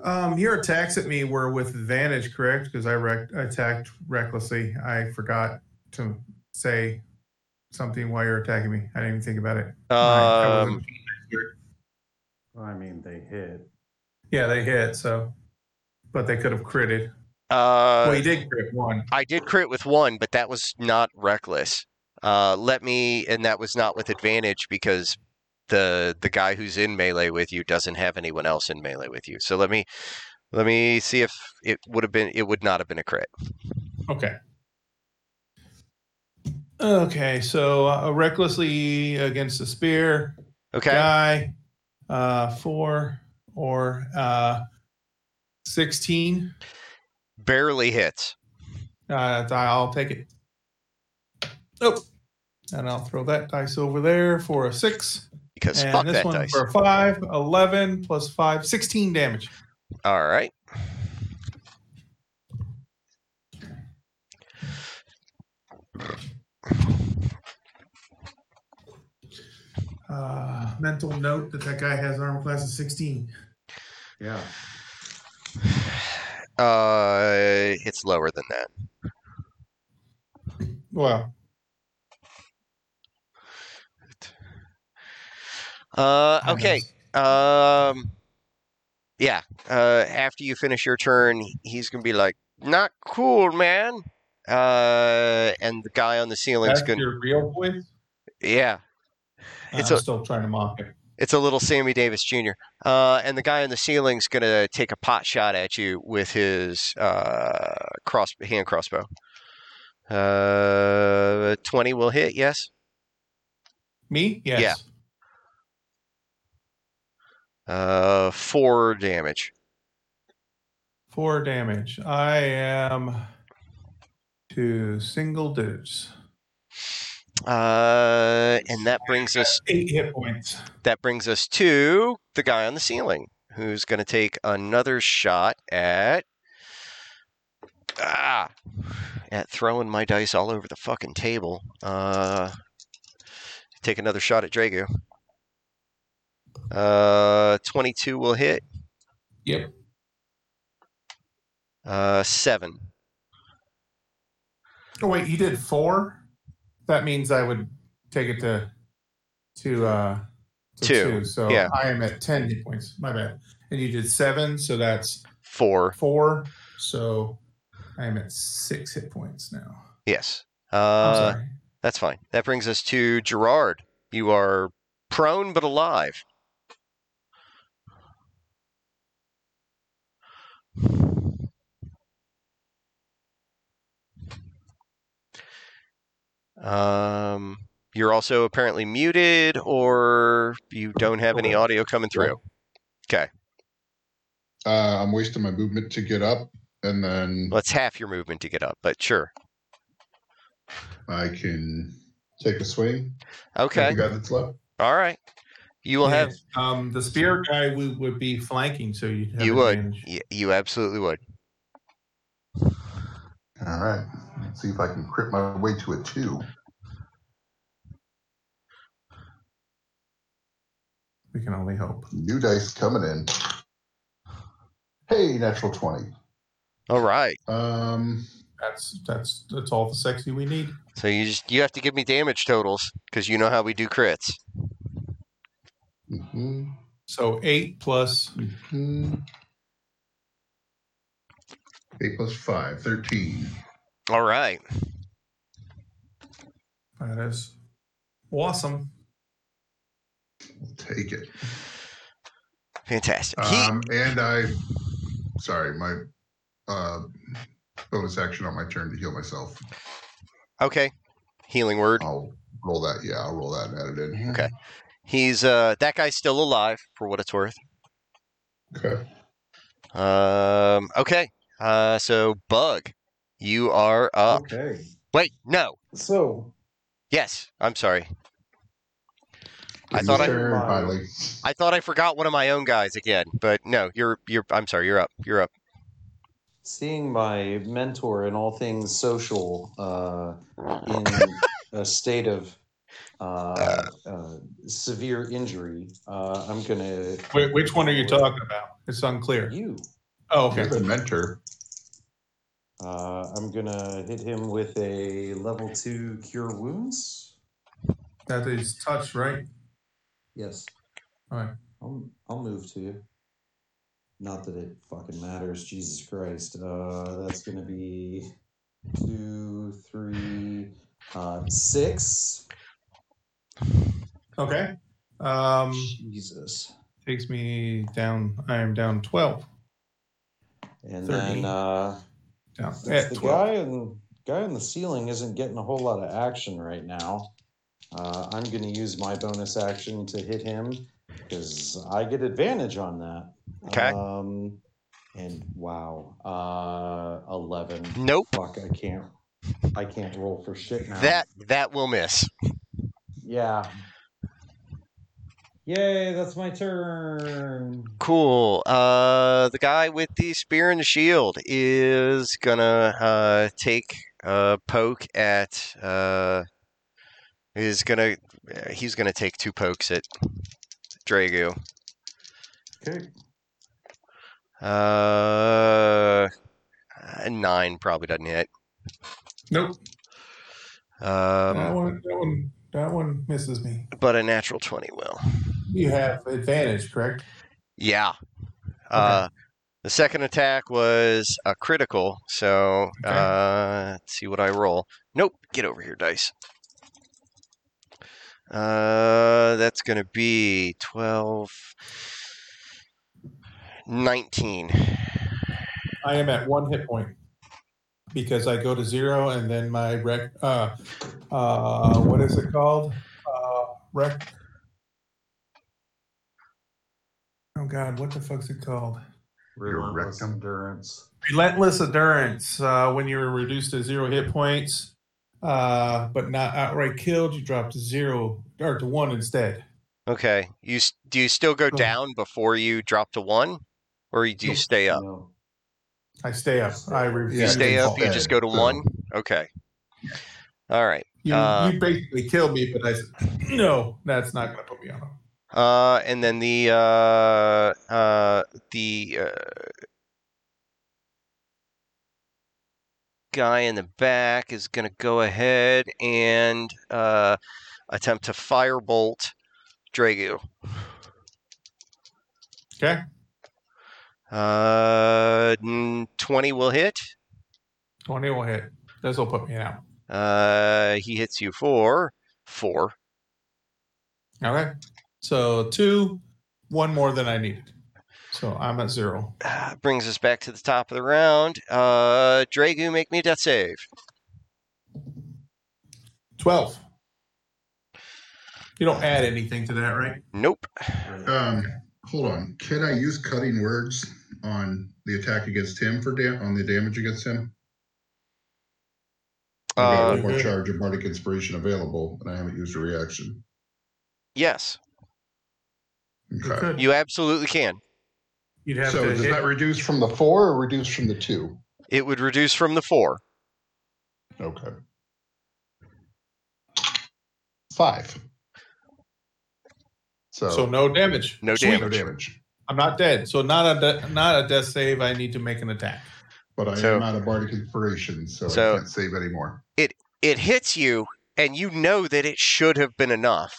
S4: um, your attacks at me were with advantage, correct? Because I rec- attacked recklessly. I forgot to say something while you're attacking me. I didn't even think about it. I- I
S1: Um,
S4: wasn't-
S3: Well, I mean, they hit.
S4: yeah, they hit. So, but they could have critted. well,
S1: uh,
S4: you did crit one.
S1: I did crit with one, but that was not reckless. Uh, let me, and that was not with advantage because the the guy who's in melee with you doesn't have anyone else in melee with you. So let me let me see if it would have been it would not have been a crit.
S4: Okay. Okay, so uh, recklessly against the spear.
S1: Okay,
S4: guy, uh, four or uh, sixteen.
S1: barely hits.
S4: Uh, die- I'll take it. Nope. And I'll throw that dice over there for a six.
S1: Because
S4: and
S1: fuck
S4: this
S1: that
S4: one
S1: dice.
S4: for a five, 11 plus five, 16 damage.
S1: All right.
S4: Uh, mental note that that guy has armor class of 16.
S3: Yeah.
S1: Uh, it's lower than that.
S4: Well,
S1: Uh,
S4: I
S1: okay.
S4: guess.
S1: Um, yeah. Uh, after you finish your turn, he's gonna be like, "Not cool, man." Uh, and the guy on the ceiling's
S4: That's
S1: gonna,
S4: your Uh-huh. real voice.
S1: yeah, It's
S4: It's
S1: a-
S4: still trying to mock it.
S1: it's a little Sammy Davis Jr. Uh, and the guy on the ceiling's gonna take a pot shot at you with his uh cross hand crossbow. Uh, twenty will hit. Yes.
S4: Me? Yes.
S1: Yeah. Uh, four damage.
S4: Four damage. I am to single digits.
S1: Uh, and that brings us
S4: Eight hit points.
S1: That brings us to the guy on the ceiling, who's going to take another shot at ah, at throwing my dice all over the fucking table. Uh, take another shot at Drago. Uh, twenty-two will hit.
S4: Yep.
S1: Uh, seven.
S4: Oh wait, you did four. That means I would take it to to uh to
S1: Two,
S4: So
S1: yeah.
S4: I am at ten hit points. My bad. And you did seven, so that's
S1: Four.
S4: four. So I am at six hit points now.
S1: Yes.
S4: I'm
S1: Uh,
S4: sorry.
S1: That's fine. That brings us to Gerard. You are prone but alive. Um, you're also apparently muted, or you don't have any
S6: Correct.
S1: audio coming through.
S6: Uh, I'm wasting my movement to get up, and then
S1: Well, it's half your movement to get up, but sure.
S6: I can take a swing. at
S1: Okay.
S6: The guy that's left.
S1: All right. You will have.
S4: um, the spear guy we would be flanking, so you'd have
S1: You would.
S4: advantage.
S1: y- You absolutely would.
S6: All right. Let's see if I can crit my way to a two.
S4: We can only hope.
S6: New dice coming in. Hey, natural 20.
S1: All right.
S6: Um,
S4: That's that's that's all the sexy we need.
S1: So you just you have to give me damage totals because you know how we do crits.
S6: mhm,
S4: So eight plus
S6: mhm. Eight plus five, 13.
S1: All right.
S4: that is awesome.
S6: I'll take it.
S1: Fantastic. He-
S6: Um, and I, sorry, my uh, bonus action on my turn to heal myself.
S1: okay. Healing word.
S6: I'll roll that. Yeah, I'll roll that and add it in.
S1: Okay. He's uh that guy's still alive for what it's worth.
S6: Okay.
S1: Um okay. Uh so bug, you are up.
S3: Okay.
S1: Wait, no.
S3: Uh, So
S1: Yes. I'm sorry. I
S6: Your
S1: thought I-
S6: turn, Miley.
S1: I thought I forgot one of my own guys again, but no, you're you're I'm sorry, you're up. You're up.
S3: seeing my mentor in all things social uh, in a state of uh, uh, severe injury, uh, I'm gonna.
S4: Wait, which one are you talking about? It's unclear.
S3: You.
S4: Oh, okay.
S6: You're the mentor.
S3: Uh, I'm gonna hit him with a level two cure wounds.
S4: That is touch, right?
S3: Yes.
S4: All right.
S3: I'll, I'll move to you. Not that it fucking matters, Jesus Christ. Uh, that's gonna be two, three, uh, six.
S4: Okay. Um,
S3: Jesus.
S4: takes me down. I am down twelve.
S3: And
S4: Thirteen.
S3: then uh,
S4: Down
S3: since
S4: at
S3: the
S4: twelve.
S3: guy in guy on the ceiling isn't getting a whole lot of action right now. Uh, I'm gonna use my bonus action to hit him because I get advantage on that.
S1: Okay.
S3: Um, and wow, uh, eleven.
S1: Nope.
S3: fuck i can't i can't roll for shit now
S1: That that will miss.
S3: yeah yay that's my turn
S1: Cool. Uh, the guy with the spear and the shield is gonna uh, take a poke at. Uh, is gonna he's gonna take two pokes at Dragu.
S3: okay
S1: Uh, a nine probably doesn't hit.
S4: Nope. that
S1: Um,
S4: one. That one. That one misses me.
S1: but a natural twenty will.
S4: You have advantage, correct?
S1: Yeah. Uh, the second attack was a critical, so
S4: Okay.
S1: uh, let's see what I roll. Nope, get over here, dice. Uh, that's going to be 12, 19.
S4: I am at one hit point because I go to zero and then my rec. Uh, uh, what is it called? Uh, rec. Oh God, what the fuck's it called?
S6: Relentless rectum.
S3: endurance
S4: Relentless endurance. Uh, when you're reduced to zero hit points, uh, but not outright killed, you drop to zero or to one instead.
S1: Okay. You s- Do you still go
S4: Oh.
S1: down before you drop to one, or you- do you
S4: Nope.
S1: stay up?
S3: no.
S4: I stay up. I refuse.
S1: You
S6: Yeah,
S1: stay
S6: you
S1: up, you just
S6: stay,
S1: go to
S6: so-
S1: one? Okay. All right.
S4: You,
S1: Uh,
S4: you basically killed me, but I said, no, that's not going to put me on.
S1: Uh, and then the uh, uh, the uh, guy in the back is going to go ahead and uh, attempt to firebolt Dragu.
S4: Okay.
S1: Uh, n- twenty will hit.
S4: 20 will hit. This will put me out.
S1: Uh, he hits you for four.
S4: All right. So two, one more than I needed. So I'm at zero.
S1: Ah, brings us back to the top of the round. Uh, Dragu, make me a death save.
S4: 12. You don't add anything to that, right?
S1: Nope.
S6: Um, hold on. Can I use cutting words on the attack against him for dam- on the damage against him? I've got
S1: Uh,
S6: one more charge of bardic inspiration available, and I haven't used a reaction.
S1: yes,
S6: Okay.
S4: Good.
S1: you absolutely can.
S4: You'd have
S6: So
S4: to
S6: does
S4: hit.
S6: that reduce from the four or reduce from the two?
S1: It would reduce from the four.
S6: Okay. Five. So,
S4: so no damage.
S1: No
S6: sweet,
S1: damage.
S6: no damage.
S4: I'm not dead. So not a de- not a death save. I need to make an attack.
S6: But I
S1: So-
S6: am out of bardic inspiration, so,
S1: So-
S6: I can't save anymore.
S1: It hits you, and you know that it should have been enough,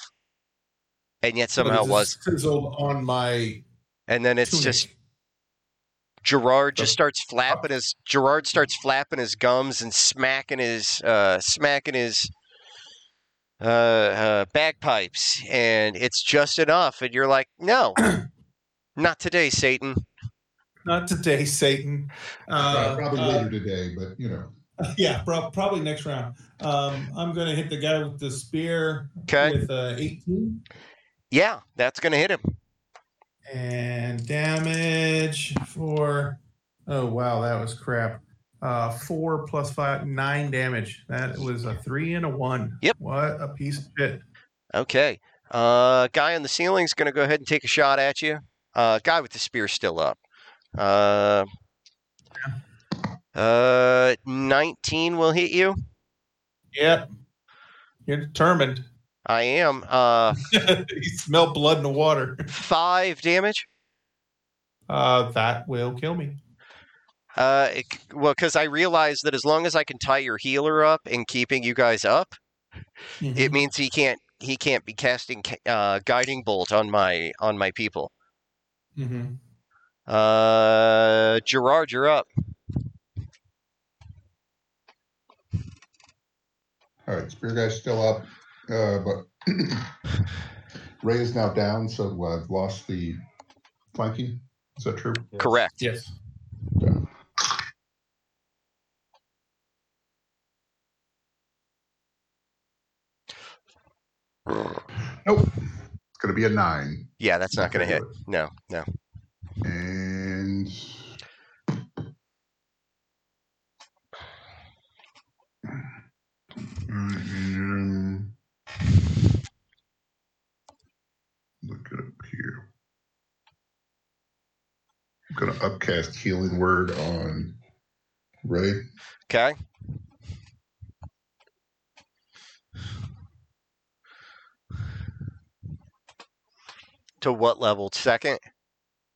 S1: and yet somehow
S4: But
S1: it
S4: it's
S1: was.
S4: sizzled on my.
S1: And then it's
S4: tunic.
S1: just Gerard just
S4: So-
S1: starts flapping his Gerard starts flapping his gums and smacking his uh, smacking his uh, uh, bagpipes, and it's just enough. And you're like, no, not today, Satan.
S4: not today, Satan.
S6: Uh,
S4: Uh,
S6: probably
S4: uh,
S6: later today, but you know.
S4: yeah, prob- probably next round. Um, I'm going to hit the guy with the spear
S1: Okay,
S4: with uh, 18
S1: yeah, that's gonna hit him.
S4: and damage for. Oh wow, that was crap. Uh, four plus five, nine damage. That was a three and a one.
S1: Yep.
S4: What a piece of shit.
S1: Okay, uh, guy on the ceiling's gonna go ahead and take a shot at you. Uh, guy with the spear still up. Uh, uh, nineteen will hit you.
S4: Yep. You're determined.
S1: I am. Uh,
S4: you smell blood in the water.
S1: five damage.
S4: Uh, that will kill me.
S1: Uh, it, c- well, because I realized that as long as I can tie your healer up and keeping you guys up, it means he can't he can't be casting ca- uh, guiding bolt on my on my people.
S4: Mhm.
S1: Uh, Gerard, you're up.
S6: All right, spear guy's still up, uh, but Ray is now down, so I've lost the flanking. Is that true?
S1: Correct.
S4: Yes.
S6: Nope. It's going to be a nine.
S1: Yeah, that's not going to hit. No, no.
S6: And Um, look it up here. I'm gonna upcast healing word on Ray.
S1: Okay. To what level? Second.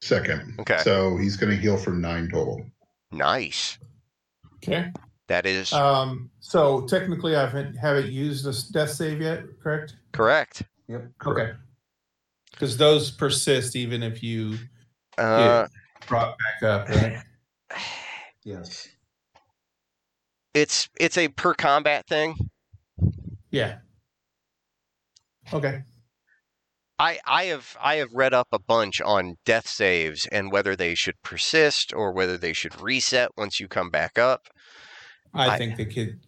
S6: Second.
S1: Okay.
S6: So he's gonna heal for nine total.
S1: Nice.
S4: Okay.
S1: That is
S4: Um, so technically, I haven't haven't used this death save yet, correct?
S1: correct.
S4: Okay. Because those persist even if you
S1: Uh,
S4: brought back up, right?
S3: Yes.
S1: It's it's a per combat thing.
S4: yeah. Okay.
S1: I, I have I have read up a bunch on death saves and whether they should persist or whether they should reset once you come back up.
S4: I,
S1: I-
S4: think the kid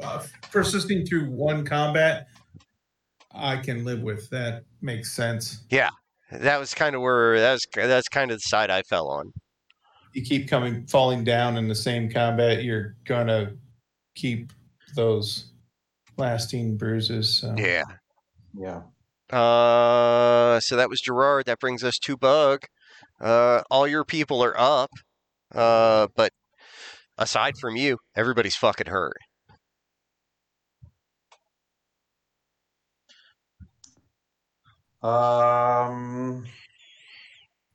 S4: uh, persisting through one combat, I can live with. That makes sense.
S1: That was kind of where that was that's kind of the side I fell on.
S4: You keep coming, falling down in the same combat, you're gonna keep those lasting bruises. So.
S1: Yeah.
S3: Yeah.
S1: Uh, so that was Gerard. That brings us to Bug. Uh, all your people are up. Uh, but aside from you, everybody's fucking hurt.
S3: Um,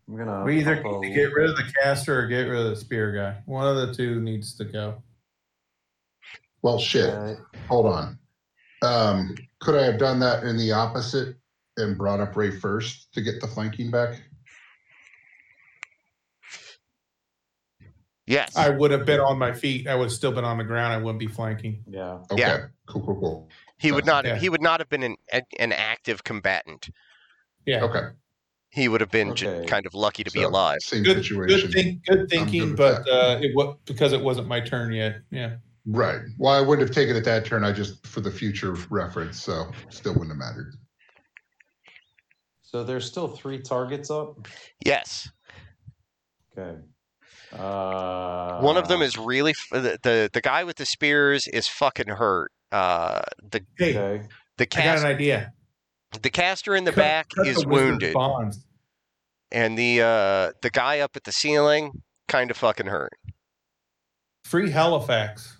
S3: I'm gonna.
S4: We either
S3: pop
S4: need to
S3: a-
S4: get rid of the caster or get rid of the spear guy. One of the two needs to go.
S6: Well, shit.
S3: Uh,
S6: Hold on. Um, could I have done that in the opposite and brought up Ray first to get the flanking back?
S7: Yes.
S4: I would have been on my feet. I would have still been on the ground. I wouldn't be flanking.
S3: Yeah.
S6: Okay.
S1: Yeah.
S6: Cool, cool, cool.
S1: He would not.
S4: Yeah.
S1: He would not have been an an active combatant.
S4: Yeah.
S6: Okay.
S1: He would have been ju-
S3: Okay.
S1: kind of lucky to be
S6: So,
S1: alive.
S6: Same
S4: Good,
S6: situation.
S4: good, think, good thinking,
S6: with
S4: but
S6: that.
S4: uh, it was because it wasn't my turn yet. Yeah.
S6: Right. Well, I wouldn't have taken it that turn. I just, for the future reference, so still wouldn't have mattered.
S3: So there's still three targets up.
S1: Yes,
S3: Okay. Uh,
S1: one of them is really f- the, the the guy with the spears is fucking hurt. Uh, the
S4: Hey,
S3: Okay.
S1: the
S4: I got an
S1: cast,
S4: idea.
S1: the caster in the
S4: Cut-
S1: back
S4: cut the
S1: is
S4: wizard's
S1: wounded,
S4: Bonds.
S1: and the uh the guy up at the ceiling kind of fucking hurt.
S4: Free Halifax.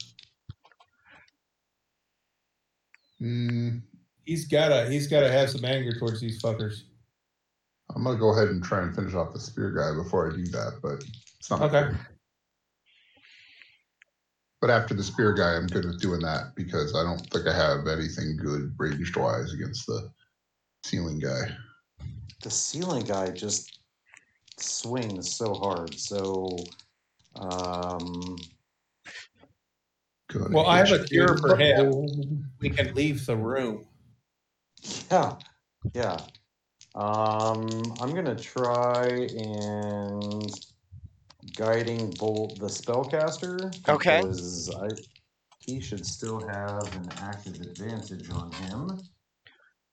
S4: Hmm.
S6: Mm,
S4: He's gotta. He's gotta have some anger towards these fuckers.
S6: I'm going to go ahead and try and finish off the spear guy before I do that, but it's not. my
S4: Okay.
S6: turn. But after the spear guy, I'm good at doing that because I don't think I have anything good ranged wise against the ceiling guy.
S3: The ceiling guy just swings so hard. So, um,
S6: Good.
S4: Well, I have a
S6: HQ.
S4: cure for him. We can leave the room.
S3: yeah, yeah. Um, I'm gonna try and guiding bolt the spellcaster.
S1: Okay.
S3: Because I, he should still have an active advantage on him. from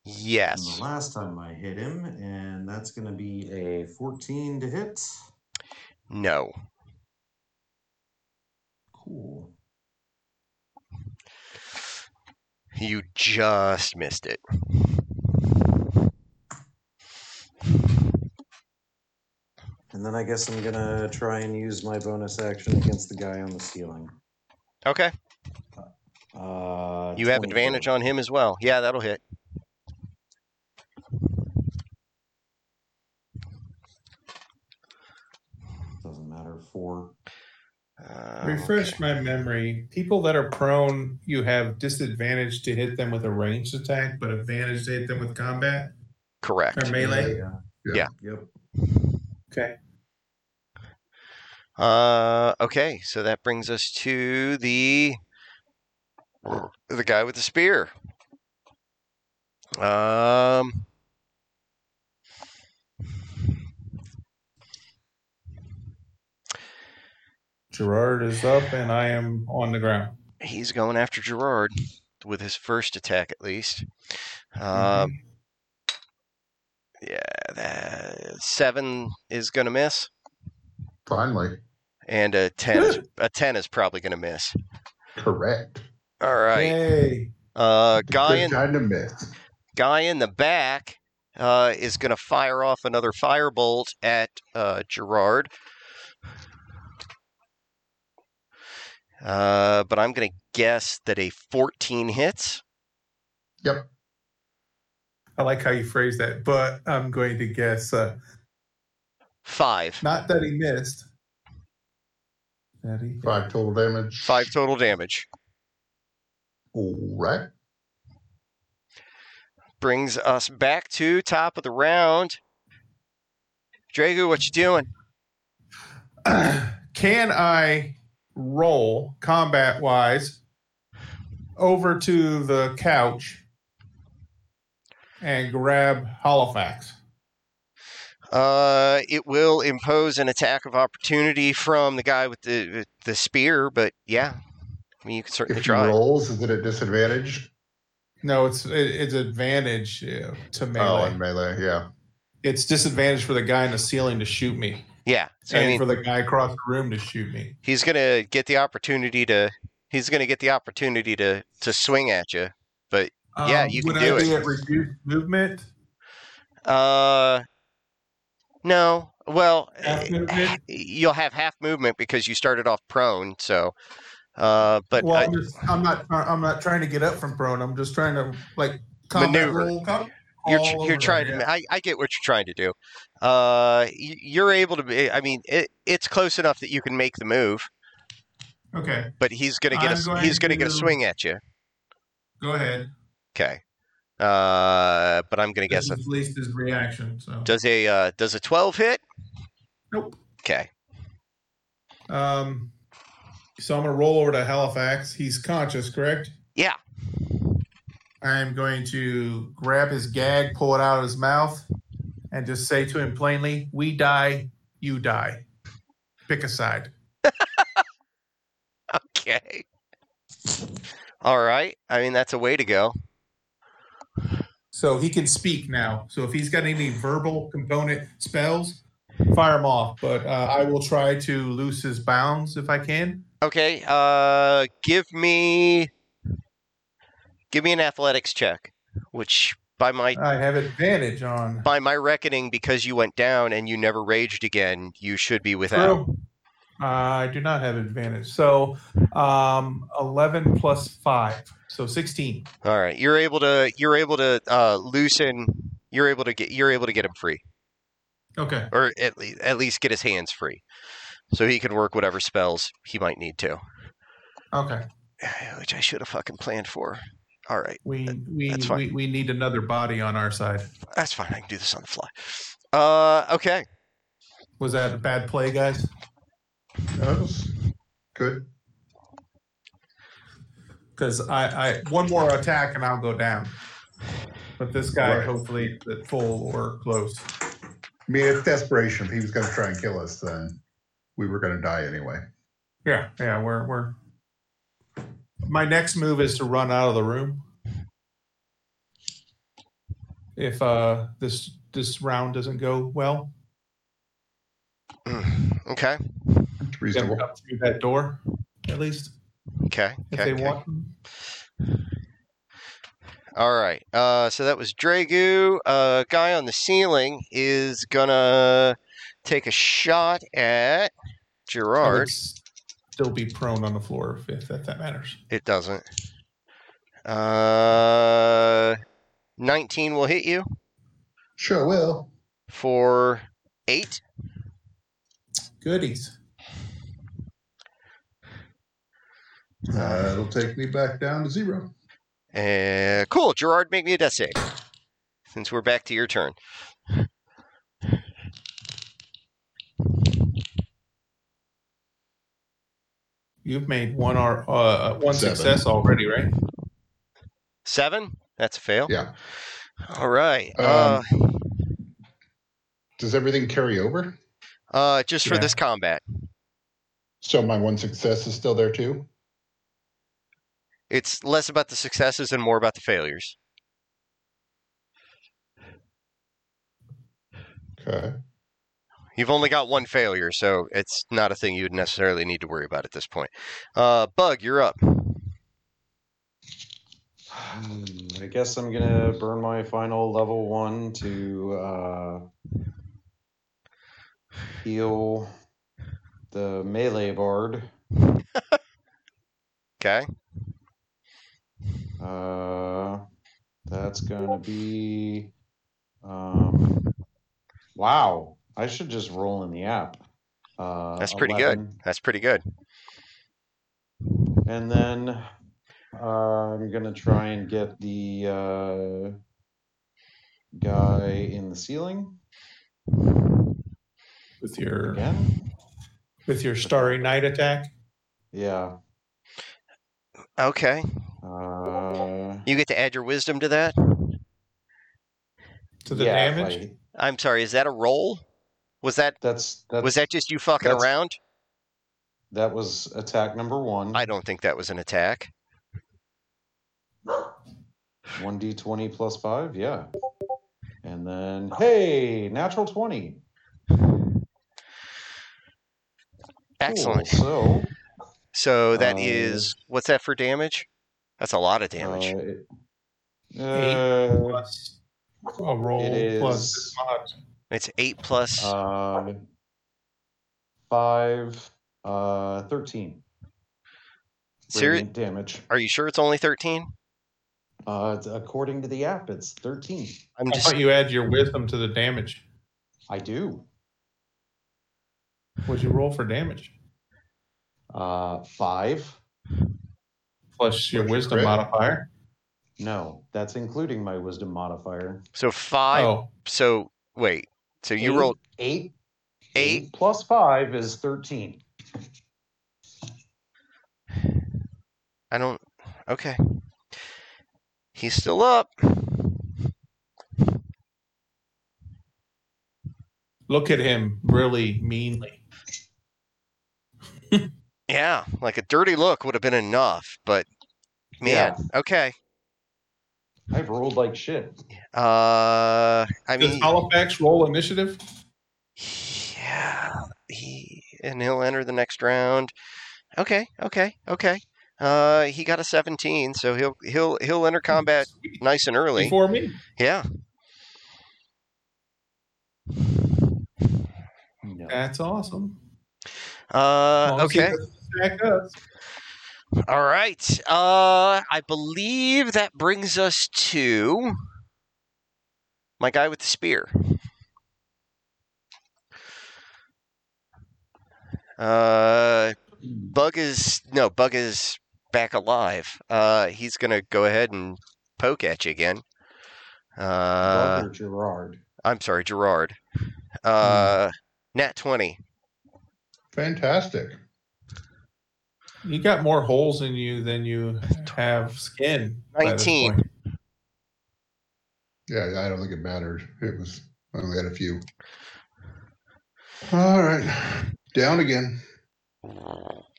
S1: Yes,
S3: the last time I hit him, and that's gonna be a 14 to hit.
S1: no.
S3: Cool.
S1: You just missed it.
S3: And then I guess I'm gonna try and use my bonus action against the guy on the ceiling.
S1: Okay,
S3: Uh,
S1: you have
S3: 24.
S1: advantage on him as well. Yeah, that'll hit.
S3: Doesn't matter. Four.
S1: Uh,
S4: Refresh my memory. People that are prone, you have disadvantage to hit them with a ranged attack, but advantage to hit them with combat
S1: Correct.
S4: or melee.
S3: Yeah.
S6: Yeah.
S1: Yeah.
S3: Yep.
S4: Okay.
S1: Uh, okay, so that brings us to the the guy with the spear. Um,
S4: Gerard is up, and I am on the ground.
S1: he's going after Gerard with his first attack, at least.
S4: Mm-hmm.
S1: Um, yeah, that seven is gonna miss,
S6: Finally.
S1: and a ten is, a ten is probably gonna miss.
S6: Correct.
S1: All right,
S4: Yay.
S1: uh, guy
S6: Good
S1: in
S6: kind of myth.
S1: guy in the back uh, is going to fire off another firebolt at uh, Gerard. Uh, but I'm going to guess that a 14 hits.
S4: I like how you phrase that, but I'm going to guess uh,
S1: Five.
S4: not that he missed. That he
S6: Five total damage.
S1: Five total damage.
S6: All right.
S1: Brings us back to top of the round. Drago, what you doing?
S4: can I roll combat wise over to the couch and grab Halifax?
S1: Uh, it will impose an attack of opportunity from the guy with the the spear, but yeah, I mean you can certainly
S6: If he
S1: try.
S6: rolls, is it at disadvantage?
S4: No, it's it, it's advantage uh, to melee.
S6: Oh, and melee. Yeah.
S4: it's disadvantage for the guy in the ceiling to shoot me,
S1: Yeah, so, I
S4: and
S1: mean-
S4: for the guy across the room to shoot me.
S1: he's gonna get the opportunity to he's gonna get the opportunity to to swing at you. Yeah, you can
S4: Um, would
S1: do
S4: I Be
S1: it.
S4: at reduced movement.
S1: Uh, no. Well,
S4: Half
S1: eh,
S4: movement?
S1: you'll have half movement because you started off prone. So, uh, but
S4: well,
S1: I-
S4: I'm, just, I'm not. I'm not trying to get up from prone. I'm just trying to like combat
S1: Maneuver.
S4: roll, com-
S1: you're
S4: all
S1: tr-
S4: over
S1: you're
S4: them,
S1: trying
S4: yeah.
S1: to. I, I get what you're trying to do. Uh, y- you're able to be. I mean, it, it's close enough that you can make the move,
S4: Okay,
S1: but he's gonna get a
S4: I'm
S1: s-
S4: going
S1: he's gonna get a
S4: to-
S1: swing at you.
S4: go ahead.
S1: Okay. Uh, but I'm gonna guess
S4: This
S1: a,
S4: is at least his reaction. So
S1: does a uh, does a twelve hit?
S4: nope.
S1: Okay.
S4: Um, so I'm gonna roll over to Halifax. He's conscious, correct?
S1: Yeah.
S4: I am going to grab his gag, pull it out of his mouth, and just say to him plainly, "We die, you die. Pick a side."
S1: Okay. All right. I mean, that's a way to go.
S4: So he can speak now. So if he's got any verbal component spells, fire him off. But uh, I will try to loose his bounds if I can.
S1: Okay. Uh, give me, give me an athletics check, which by my
S4: I have advantage on.
S1: by my reckoning, because you went down and you never raged again, you should be without.
S4: True. I do not have advantage. So um, 11 plus 5. So 16.
S1: All right. You're able to. You're able to uh, loosen. You're able to get. You're able to get him free,
S4: Okay.
S1: or at least at least get his hands free, so he can work whatever spells he might need to.
S4: Okay.
S1: Which I should have fucking planned for. All right.
S4: We we,
S1: that's fine.
S4: we we need another body on our side.
S1: That's fine. I can do this on the fly. Uh, okay.
S4: Was that a bad play, guys?
S6: That was good.
S4: Because I, I one more attack and I'll go down. But this guy
S6: Right.
S4: hopefully is at full or close.
S6: I mean, it's desperation. If he was going to try and kill us, then we were going to die anyway.
S4: Yeah, yeah, we're we're my next move is to run out of the room. If uh this this round doesn't go well,
S1: Mm, Okay.
S6: It's
S4: them
S6: reasonable.
S4: up through that door, at least
S1: Okay.
S4: if
S1: okay, okay.
S4: they want.
S1: All right. Uh, so that was Dragoo. Uh, guy on the ceiling is gonna take a shot at
S4: I would
S1: Gerard.
S4: still be prone on the floor if, if that, that matters.
S1: It doesn't. Uh, nineteen will hit you
S6: Sure will.
S1: for eight.
S4: Goodies.
S6: Uh, it'll take me back down to zero.
S1: Uh, cool. Gerard, make me a death save. Since we're back to your turn.
S4: You've made one R uh, one
S6: Seven.
S4: success already, right?
S1: Seven. That's a fail.
S6: Yeah.
S1: All right.
S6: Um,
S1: uh,
S6: Does everything carry over?
S1: uh, just for
S4: yeah.
S1: this combat.
S6: So my one success is still there too?
S1: It's less about the successes and more about the failures.
S6: Okay.
S1: You've only got one failure, so it's not a thing you would necessarily need to worry about at this point. Uh, Bug, you're up.
S3: Hmm, I guess I'm gonna burn my final level one to uh, heal the melee bard.
S1: Okay.
S3: Uh, that's gonna be. Um, wow, I should just roll in the app. Uh,
S1: That's pretty good. That's pretty good.
S3: good. And then uh, I'm gonna try and get the uh, guy in the ceiling
S4: With your
S3: again.
S4: with your starry night attack.
S3: Yeah.
S1: Okay.
S3: Uh,
S1: You get to add your wisdom to that.
S4: To the
S3: yeah,
S4: damage?
S3: like,
S1: I'm sorry. Is that a roll? Was that
S3: that's that's
S1: was that just you fucking
S3: that's-
S1: around?
S3: that was attack number one.
S1: I don't think that was an attack.
S3: One d twenty plus five, yeah. And then hey, natural twenty. Cool.
S1: Excellent.
S3: So
S1: So that
S3: Uh,
S1: is what's that for damage? That's a lot of damage.
S3: uh, it- uh,
S4: plus a roll
S3: it
S4: plus
S3: is-
S4: this mod.
S1: it's eight plus.
S3: uh, five, uh, thirteen.
S1: Seri-
S3: radiant damage.
S1: Are you sure it's only thirteen?
S3: Uh, it's- according to the app, it's thirteen.
S1: I'm
S4: I
S1: just
S3: oh,
S4: thought you add your wisdom to the damage.
S3: I do.
S4: What'd you roll for damage?
S3: Uh, five.
S4: Plus your
S6: What's your
S4: wisdom
S6: crit?
S4: modifier.
S3: No, that's including my wisdom modifier.
S1: so five.
S4: oh,
S1: So wait. So you
S3: Eight-
S1: rolled
S3: eight.
S1: eight.
S3: plus five is thirteen.
S1: I don't. Okay. He's still up.
S4: Look at him really meanly.
S1: Yeah, like a dirty look would have been enough, but man, okay.
S3: I've rolled like shit.
S1: Uh, I
S4: Does
S1: mean,
S4: Halifax roll initiative?
S1: yeah, he and he'll enter the next round. Okay, okay, okay. Uh, he got a 17, so he'll he'll he'll enter combat
S4: Sweet.
S1: nice and early.
S4: Hmm. Before me.
S1: Yeah.
S3: No.
S4: That's awesome.
S1: Uh,
S4: Long as he
S1: okay.
S4: doesn't attack us.
S1: All right. Uh, I believe that brings us to my guy with the spear. Uh, Bug is no Bug is back alive. Uh, he's gonna go ahead and poke at you again. Uh,
S3: Robert Gerard.
S1: I'm sorry, Gerard. Uh, nat twenty.
S6: Fantastic.
S4: You got more holes in you than you have skin. by this
S1: 19.
S4: point.
S6: Yeah, I don't think it mattered. It was I only had a few. All right, down again.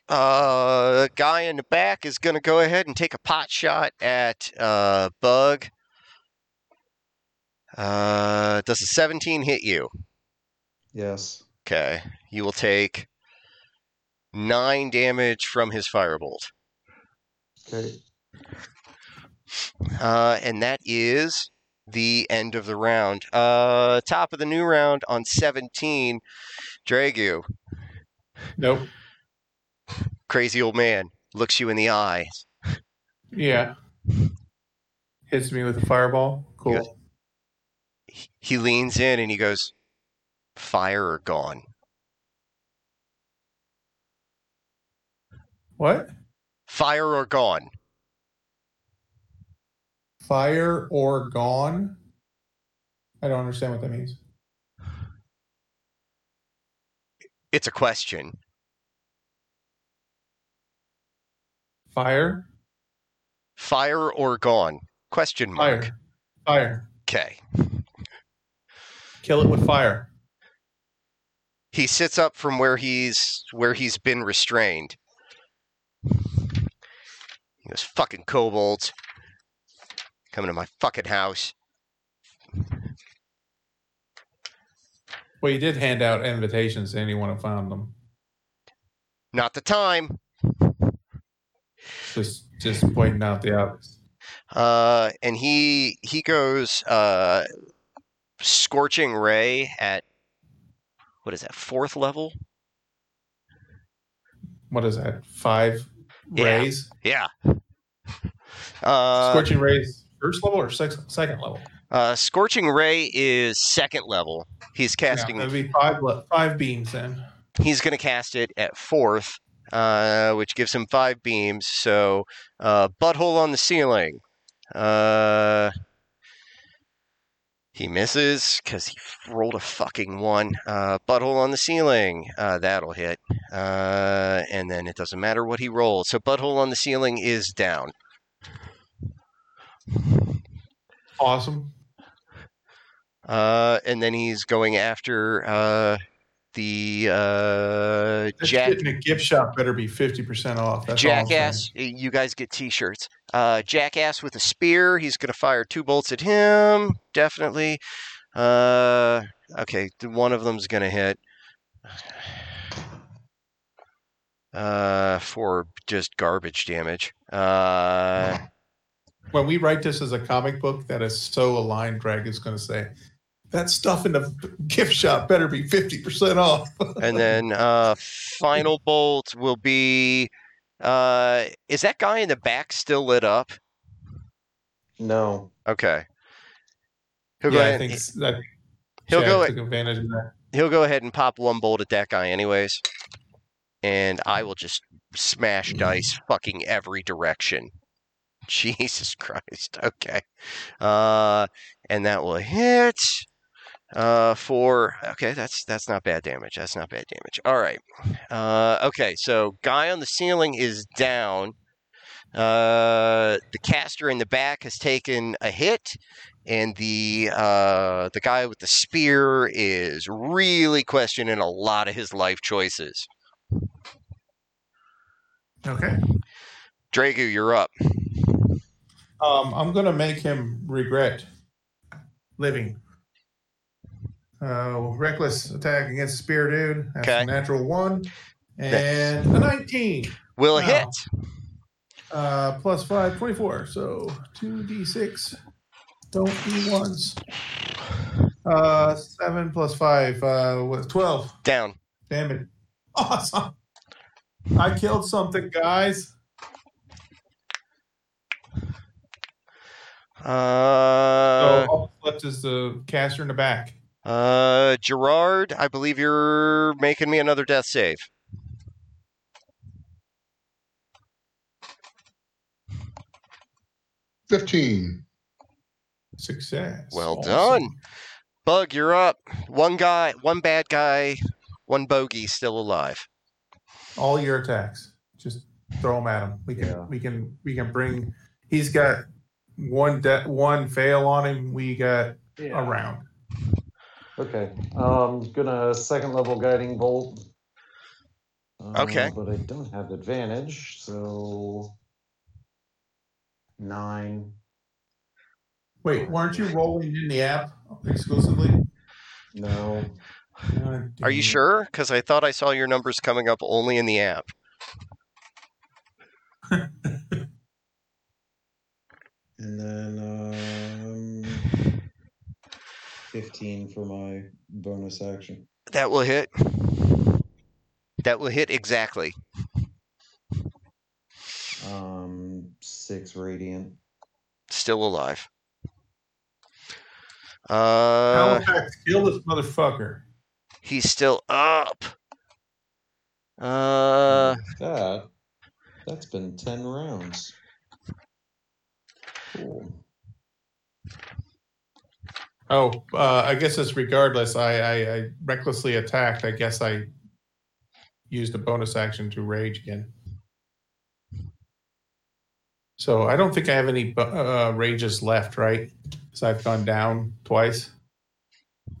S1: Uh, guy in the back is going to go ahead and take a pot shot at uh, Bug. Uh, does a 17 hit you?
S3: Yes.
S1: Okay. You will take nine damage from his firebolt.
S3: Okay.
S1: Uh, and that is the end of the round. Uh, top of the new round on 17, Dragu,
S4: Nope.
S1: crazy old man, looks you in the eye.
S4: Yeah. Hits me with a fireball. Cool.
S1: Yes. He- He leans in and he goes, Fire or gone?
S4: What?
S1: Fire or gone?
S4: Fire or gone? I don't understand what that means.
S1: It's a question.
S4: Fire?
S1: Fire or gone? Question mark.
S4: Fire. Fire.
S1: Okay.
S4: Kill it with fire.
S1: He sits up from where he's where he's been restrained. He goes, fucking kobolds. Coming to my fucking house.
S4: Well, you did hand out invitations to anyone who found them.
S1: Not the time.
S4: Just just pointing out the obvious.
S1: Uh, and he he goes uh, scorching ray at what is that, fourth level?
S4: What is that? Five
S1: Yeah.
S4: rays?
S1: Yeah. Uh,
S4: Scorching rays. First level or six, second level?
S1: uh, Scorching Ray is second level. He's casting.
S4: Yeah, uh, that'd be five, le- five beams then.
S1: He's going to cast it at fourth, uh, which gives him five beams. So, uh, butthole on the ceiling. Uh, he misses because he rolled a fucking one. Uh, butthole on the ceiling. Uh, that'll hit. Uh, and then it doesn't matter what he rolled. So, butthole on the ceiling is down.
S4: Awesome.
S1: Uh, and then he's going after uh, the uh,
S4: This
S1: Jack.
S4: shit in a gift shop better be 50% off. That's all I'm saying.
S1: Jackass, y- you guys get T-shirts. Uh, Jackass with a spear. He's gonna fire two bolts at him. Definitely. Uh, okay, th- one of them's gonna hit. Uh, for just garbage damage. Uh,
S4: When we write this as a comic book that is so aligned, Greg is going to say, that stuff in the gift shop better be 50% off.
S1: and then uh, final bolt will be. Uh, is that guy in the back still lit up?
S3: No.
S1: Okay. He'll go
S4: yeah, I
S1: ahead-
S4: think s- that
S1: he'll
S4: Jack
S1: go.
S4: took advantage of that.
S1: he'll go ahead and pop one bolt at that guy anyways and i will just smash dice fucking every direction jesus christ okay uh and that will hit uh for okay that's that's not bad damage that's not bad damage all right uh okay so guy on the ceiling is down Uh, the caster in the back has taken a hit, and the uh, the guy with the spear is really questioning a lot of his life choices.
S7: Okay.
S1: Drago, you're up.
S4: Um, I'm gonna make him regret.
S7: Living.
S4: Uh, reckless attack against spear dude. That's
S1: Okay.
S4: a natural one and a 19.
S1: Will a
S4: Wow.
S1: hit.
S4: Uh, plus five, 24. So 2d6. Don't be ones. Uh, seven plus five, uh, what, 12
S1: Down.
S4: damage. Awesome. I killed something, guys.
S1: Uh,
S4: so up left Oh, is the caster in the back.
S1: uh, Gerard, I believe you're making me another death save.
S6: Fifteen.
S4: Success.
S1: Well
S4: Awesome.
S1: done. Bug, you're up. One guy, one bad guy, one bogey still alive.
S4: all your attacks. Just throw them at him. We can
S3: Yeah.
S4: we can we can bring. He's got one de- one fail on him. We got a round.
S3: Okay. Um, gonna second level guiding bolt. Um,
S1: Okay.
S3: But I don't have advantage, so nine.
S4: Wait, weren't you rolling in the app exclusively?
S3: No.
S4: God
S1: Are you
S4: damn.
S1: sure? Because I thought I saw your numbers coming up only in the app.
S3: And then um, fifteen for my bonus action.
S1: That will hit. That will hit exactly.
S3: Um, six radiant.
S1: Still alive.
S4: Halifax,
S1: Uh,
S4: kill this motherfucker.
S1: he's still up.
S4: Mm.
S1: Uh,
S3: that that's been ten rounds. Cool.
S4: Oh, uh, I guess it's regardless. I, I I recklessly attacked. I guess I used a bonus action to rage again. So I don't think I have any bu- uh, rages left, right? Because I've gone down twice.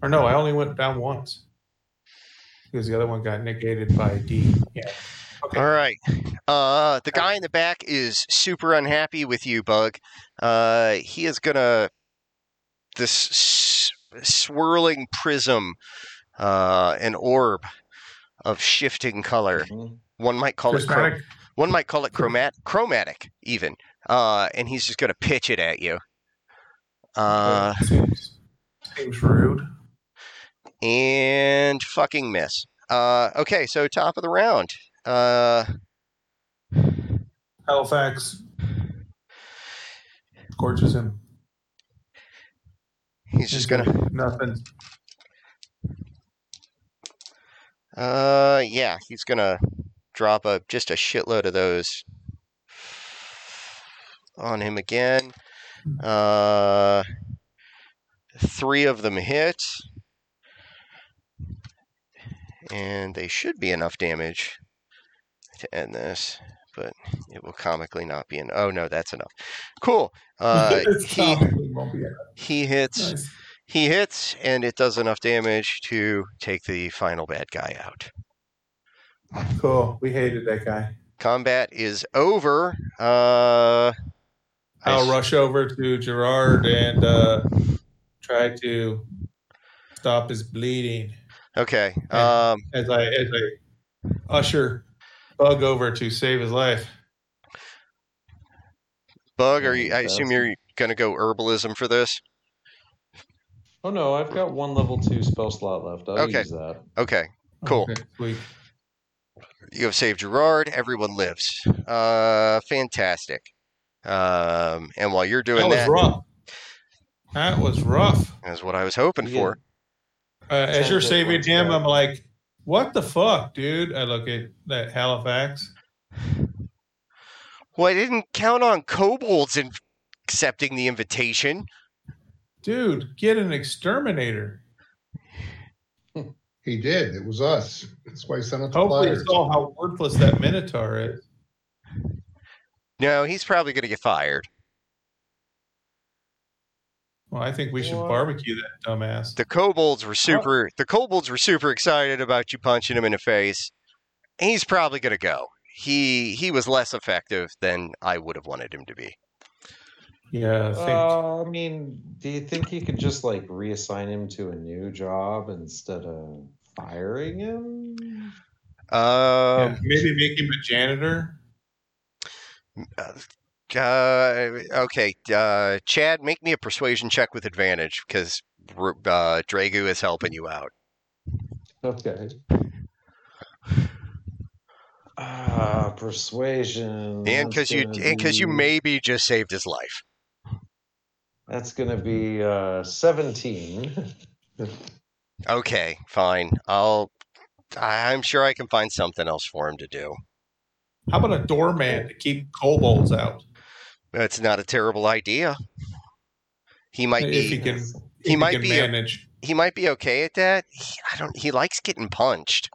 S4: Or no, I only went down once. Because the other one got negated by D. Yeah. Okay.
S1: All right. Uh, the guy in the back is super unhappy with you, Bug. Uh, he is gonna this s- swirling prism, uh, an orb of shifting color.
S3: Mhm.
S1: One might call it chro-
S4: Prismatic.
S1: one might call it chromat chromatic even. Uh, and he's just gonna pitch it at you. Uh,
S4: seems, seems rude.
S1: and fucking miss. Uh, okay, so top of the round. Uh,
S4: Halifax gorges him.
S1: he's just gonna.
S4: nothing.
S1: Uh, yeah, he's gonna drop a just a shitload of those on him again. Uh, three of them hit, and they should be enough damage to end this. But it will comically not be an. Oh no, that's enough. Cool. Uh,
S4: It's
S1: he
S4: probably won't be that
S1: he hits
S4: nice.
S1: he hits, and it does enough damage to take the final bad guy out.
S4: Cool. We hated that guy.
S1: combat is over. Uh, I
S4: I'll
S1: s-
S4: rush over to Gerard and uh, try to stop his bleeding
S1: okay.
S4: Yeah.
S1: Um,
S4: as I as I usher Bug over to save his life.
S1: Bug, are you? I
S3: Mm,
S1: assume
S3: that's-
S1: you're gonna go herbalism for this.
S3: Oh no, I've got one level two spell slot left. I'll
S1: Okay.
S3: use that.
S1: Okay, Cool.
S4: Okay, sweet.
S1: you have saved Gerard. Everyone lives. Uh, fantastic. Um, and while you're doing
S4: That was
S1: that,
S4: rough. That was rough.
S1: that's what I was hoping
S3: You
S1: for.
S4: Uh, as
S3: Sounds
S4: you're
S3: like
S4: saving
S3: one's
S4: him,
S3: got-
S4: I'm like, what the fuck, dude? I look at that Halifax.
S1: Well, I didn't count on kobolds in accepting the invitation.
S4: Dude, get an exterminator.
S6: He did. It was us. That's why he sent out the
S4: Hopefully, you
S6: flyers.
S4: saw how worthless that Minotaur is.
S1: No, he's probably going to get fired.
S4: Well, I think we should
S2: What?
S4: barbecue that dumbass.
S1: The kobolds were super. The kobolds were super excited about you punching him in the face. He's probably going to go. He he was less effective than I would have wanted him to be.
S4: Yeah, I think
S3: Uh, I mean, do you think you could just like reassign him to a new job instead of firing him?
S4: yeah,
S1: Um,
S4: maybe make him a janitor.
S1: uh, okay, uh, Chad, make me a persuasion check with advantage because uh, Dragu is helping you out.
S3: Okay. Ah,
S1: and
S3: persuasion. that's
S1: because you
S3: gonna
S1: and because you
S3: be-
S1: maybe just saved his life.
S3: That's gonna be uh, seventeen.
S4: Oh,
S1: Okay, fine. I'll. I'm sure I can find something else for him to do.
S4: How about a doorman to keep kobolds out?
S1: That's not a terrible idea. He might
S4: if
S1: be.
S4: he can, if
S1: he might
S4: can
S1: be a-
S4: manage.
S1: He might be okay at that. He, I don't. He likes getting punched,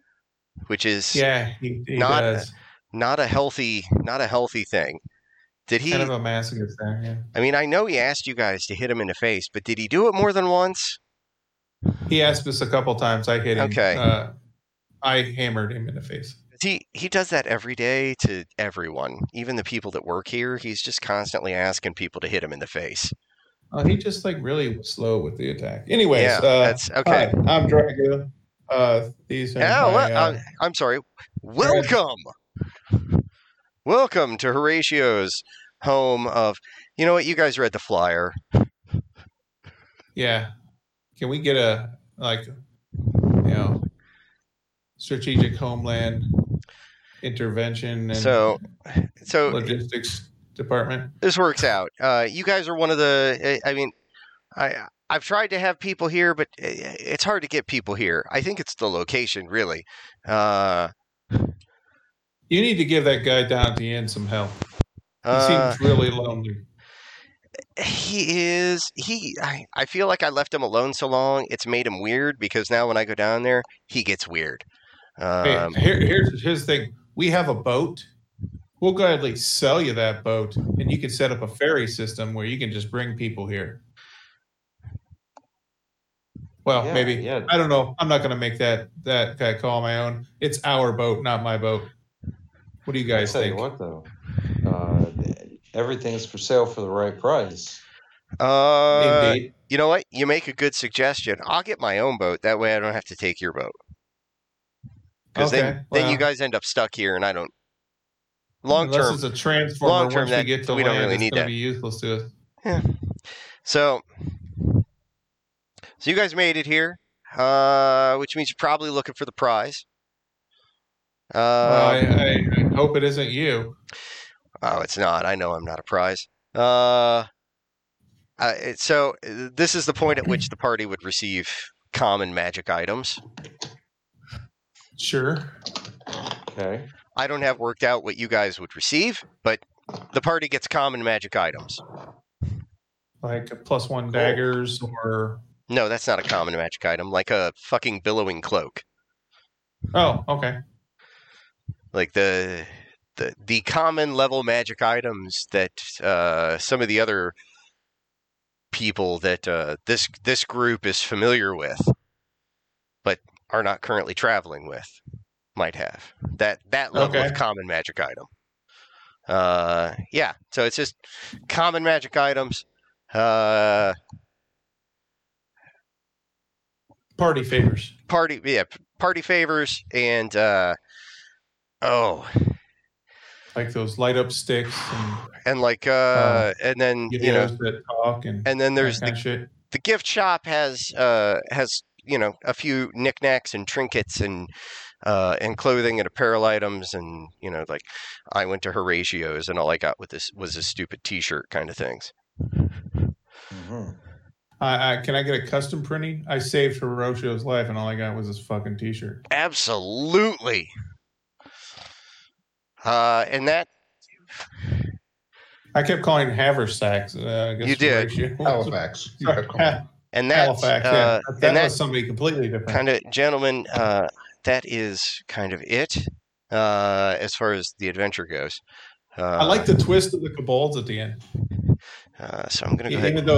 S1: which is
S4: yeah, he, he
S1: Not-
S4: does.
S1: not a healthy. Not a healthy thing. Did he?
S4: Kind of a masochist there. Yeah.
S1: I mean, I know he asked you guys to hit him in the face, but did he do it more than once?
S4: He asked us a couple times. I hit him.
S1: Okay.
S4: Uh, I hammered him in the face.
S1: He he does that every day to everyone, even the people that work here. He's just constantly asking people to hit him in the face.
S4: Uh, he just like really was slow with the attack. Anyways,
S1: yeah,
S4: uh,
S1: that's okay.
S4: hi, I'm Drago. Uh, these are
S1: Yeah,
S4: my,
S1: well,
S4: uh,
S1: I'm, I'm sorry. Welcome, welcome to Horatio's home of. You know what? You guys read the flyer.
S4: Yeah. Can we get a like you know strategic homeland intervention and
S1: So, uh, so
S4: logistics department?
S1: this works out. Uh, you guys are one of the. eh, I I mean, I I've tried to have people here, but i- i- it's hard to get people here. I think it's the location, really. Uh,
S4: You need to give that guy down at the end some help. He
S1: uh,
S4: seems really lonely.
S1: he is he. I, I feel like I left him alone so long. It's made him weird because now when I go down there, he gets weird.
S4: Hey,
S1: Um,
S4: here, here's here's the thing. We have a boat. We'll gladly sell you that boat, and you can set up a ferry system where you can just bring people here. Well,
S3: Yeah,
S4: maybe
S3: Yeah.
S4: I don't know. I'm not going to make that that guy call my own. It's our boat, not my boat. What do you
S3: I
S4: guys
S3: tell you
S4: think?
S3: what, though, uh, everything's for sale for the right price.
S1: uh,
S4: Indeed.
S1: You know what? You make a good suggestion. I'll get my own boat. That way I don't have to take your boat. Because
S4: Okay,
S1: then, then you
S4: well.
S1: guys end up stuck here and I don't. Long
S4: Unless
S1: term.
S4: it's a transformer.
S1: long term
S4: once
S1: that-
S4: we get to
S1: we don't
S4: land,
S1: really
S4: it's
S1: need
S4: gonna
S1: that. Um,
S4: Be useless to us.
S1: So, so you guys made it here, uh, which means you're probably looking for the prize. Uh,
S4: Well, I, I, I hope it isn't you.
S1: Oh, it's not. I know I'm not a prize. Uh, uh, it- so uh, this is the point at which the party would receive common magic items.
S4: Sure.
S3: Okay.
S1: I don't have worked out what you guys would receive, but the party gets common magic items.
S4: Like a plus one daggers or
S1: No, that's not a common magic item. Like a fucking billowing cloak.
S4: oh, okay.
S1: Like the the the common level magic items that uh, some of the other people that uh, this this group is familiar with, but are not currently traveling with, might have that that level of
S4: Okay.
S1: common magic item. Uh, yeah. So it's just common magic items. Uh,
S4: Party favors.
S1: party yeah p- party favors and uh oh
S4: Like those light up sticks and
S1: and like uh and then
S4: you
S1: you know
S4: that talk and,
S1: and then there's
S4: that kind
S1: the,
S4: of shit.
S1: the gift shop has uh has you know a few knickknacks and trinkets and uh and clothing and apparel items and you know like i went to horatio's and all i got with this was this stupid t-shirt kind of things
S3: Mhm.
S4: I, I, can I get a custom printing? I saved Hiroshio's life, and all I got was this fucking T-shirt.
S1: absolutely uh and that
S4: I kept calling it Haversacks. Uh, I guess
S1: You did.
S4: Horatio was-
S6: Halifax. You
S4: Sorry,
S6: have come.
S1: and that
S4: Halifax.
S1: uh,
S4: yeah. That,
S1: and that
S4: was somebody completely different.
S1: kind of gentlemen uh that is kind of it uh as far as the adventure goes
S4: Uh,
S1: I like the twist of the kobolds at the end.
S4: Uh, so I'm gonna go ahead.
S1: Even though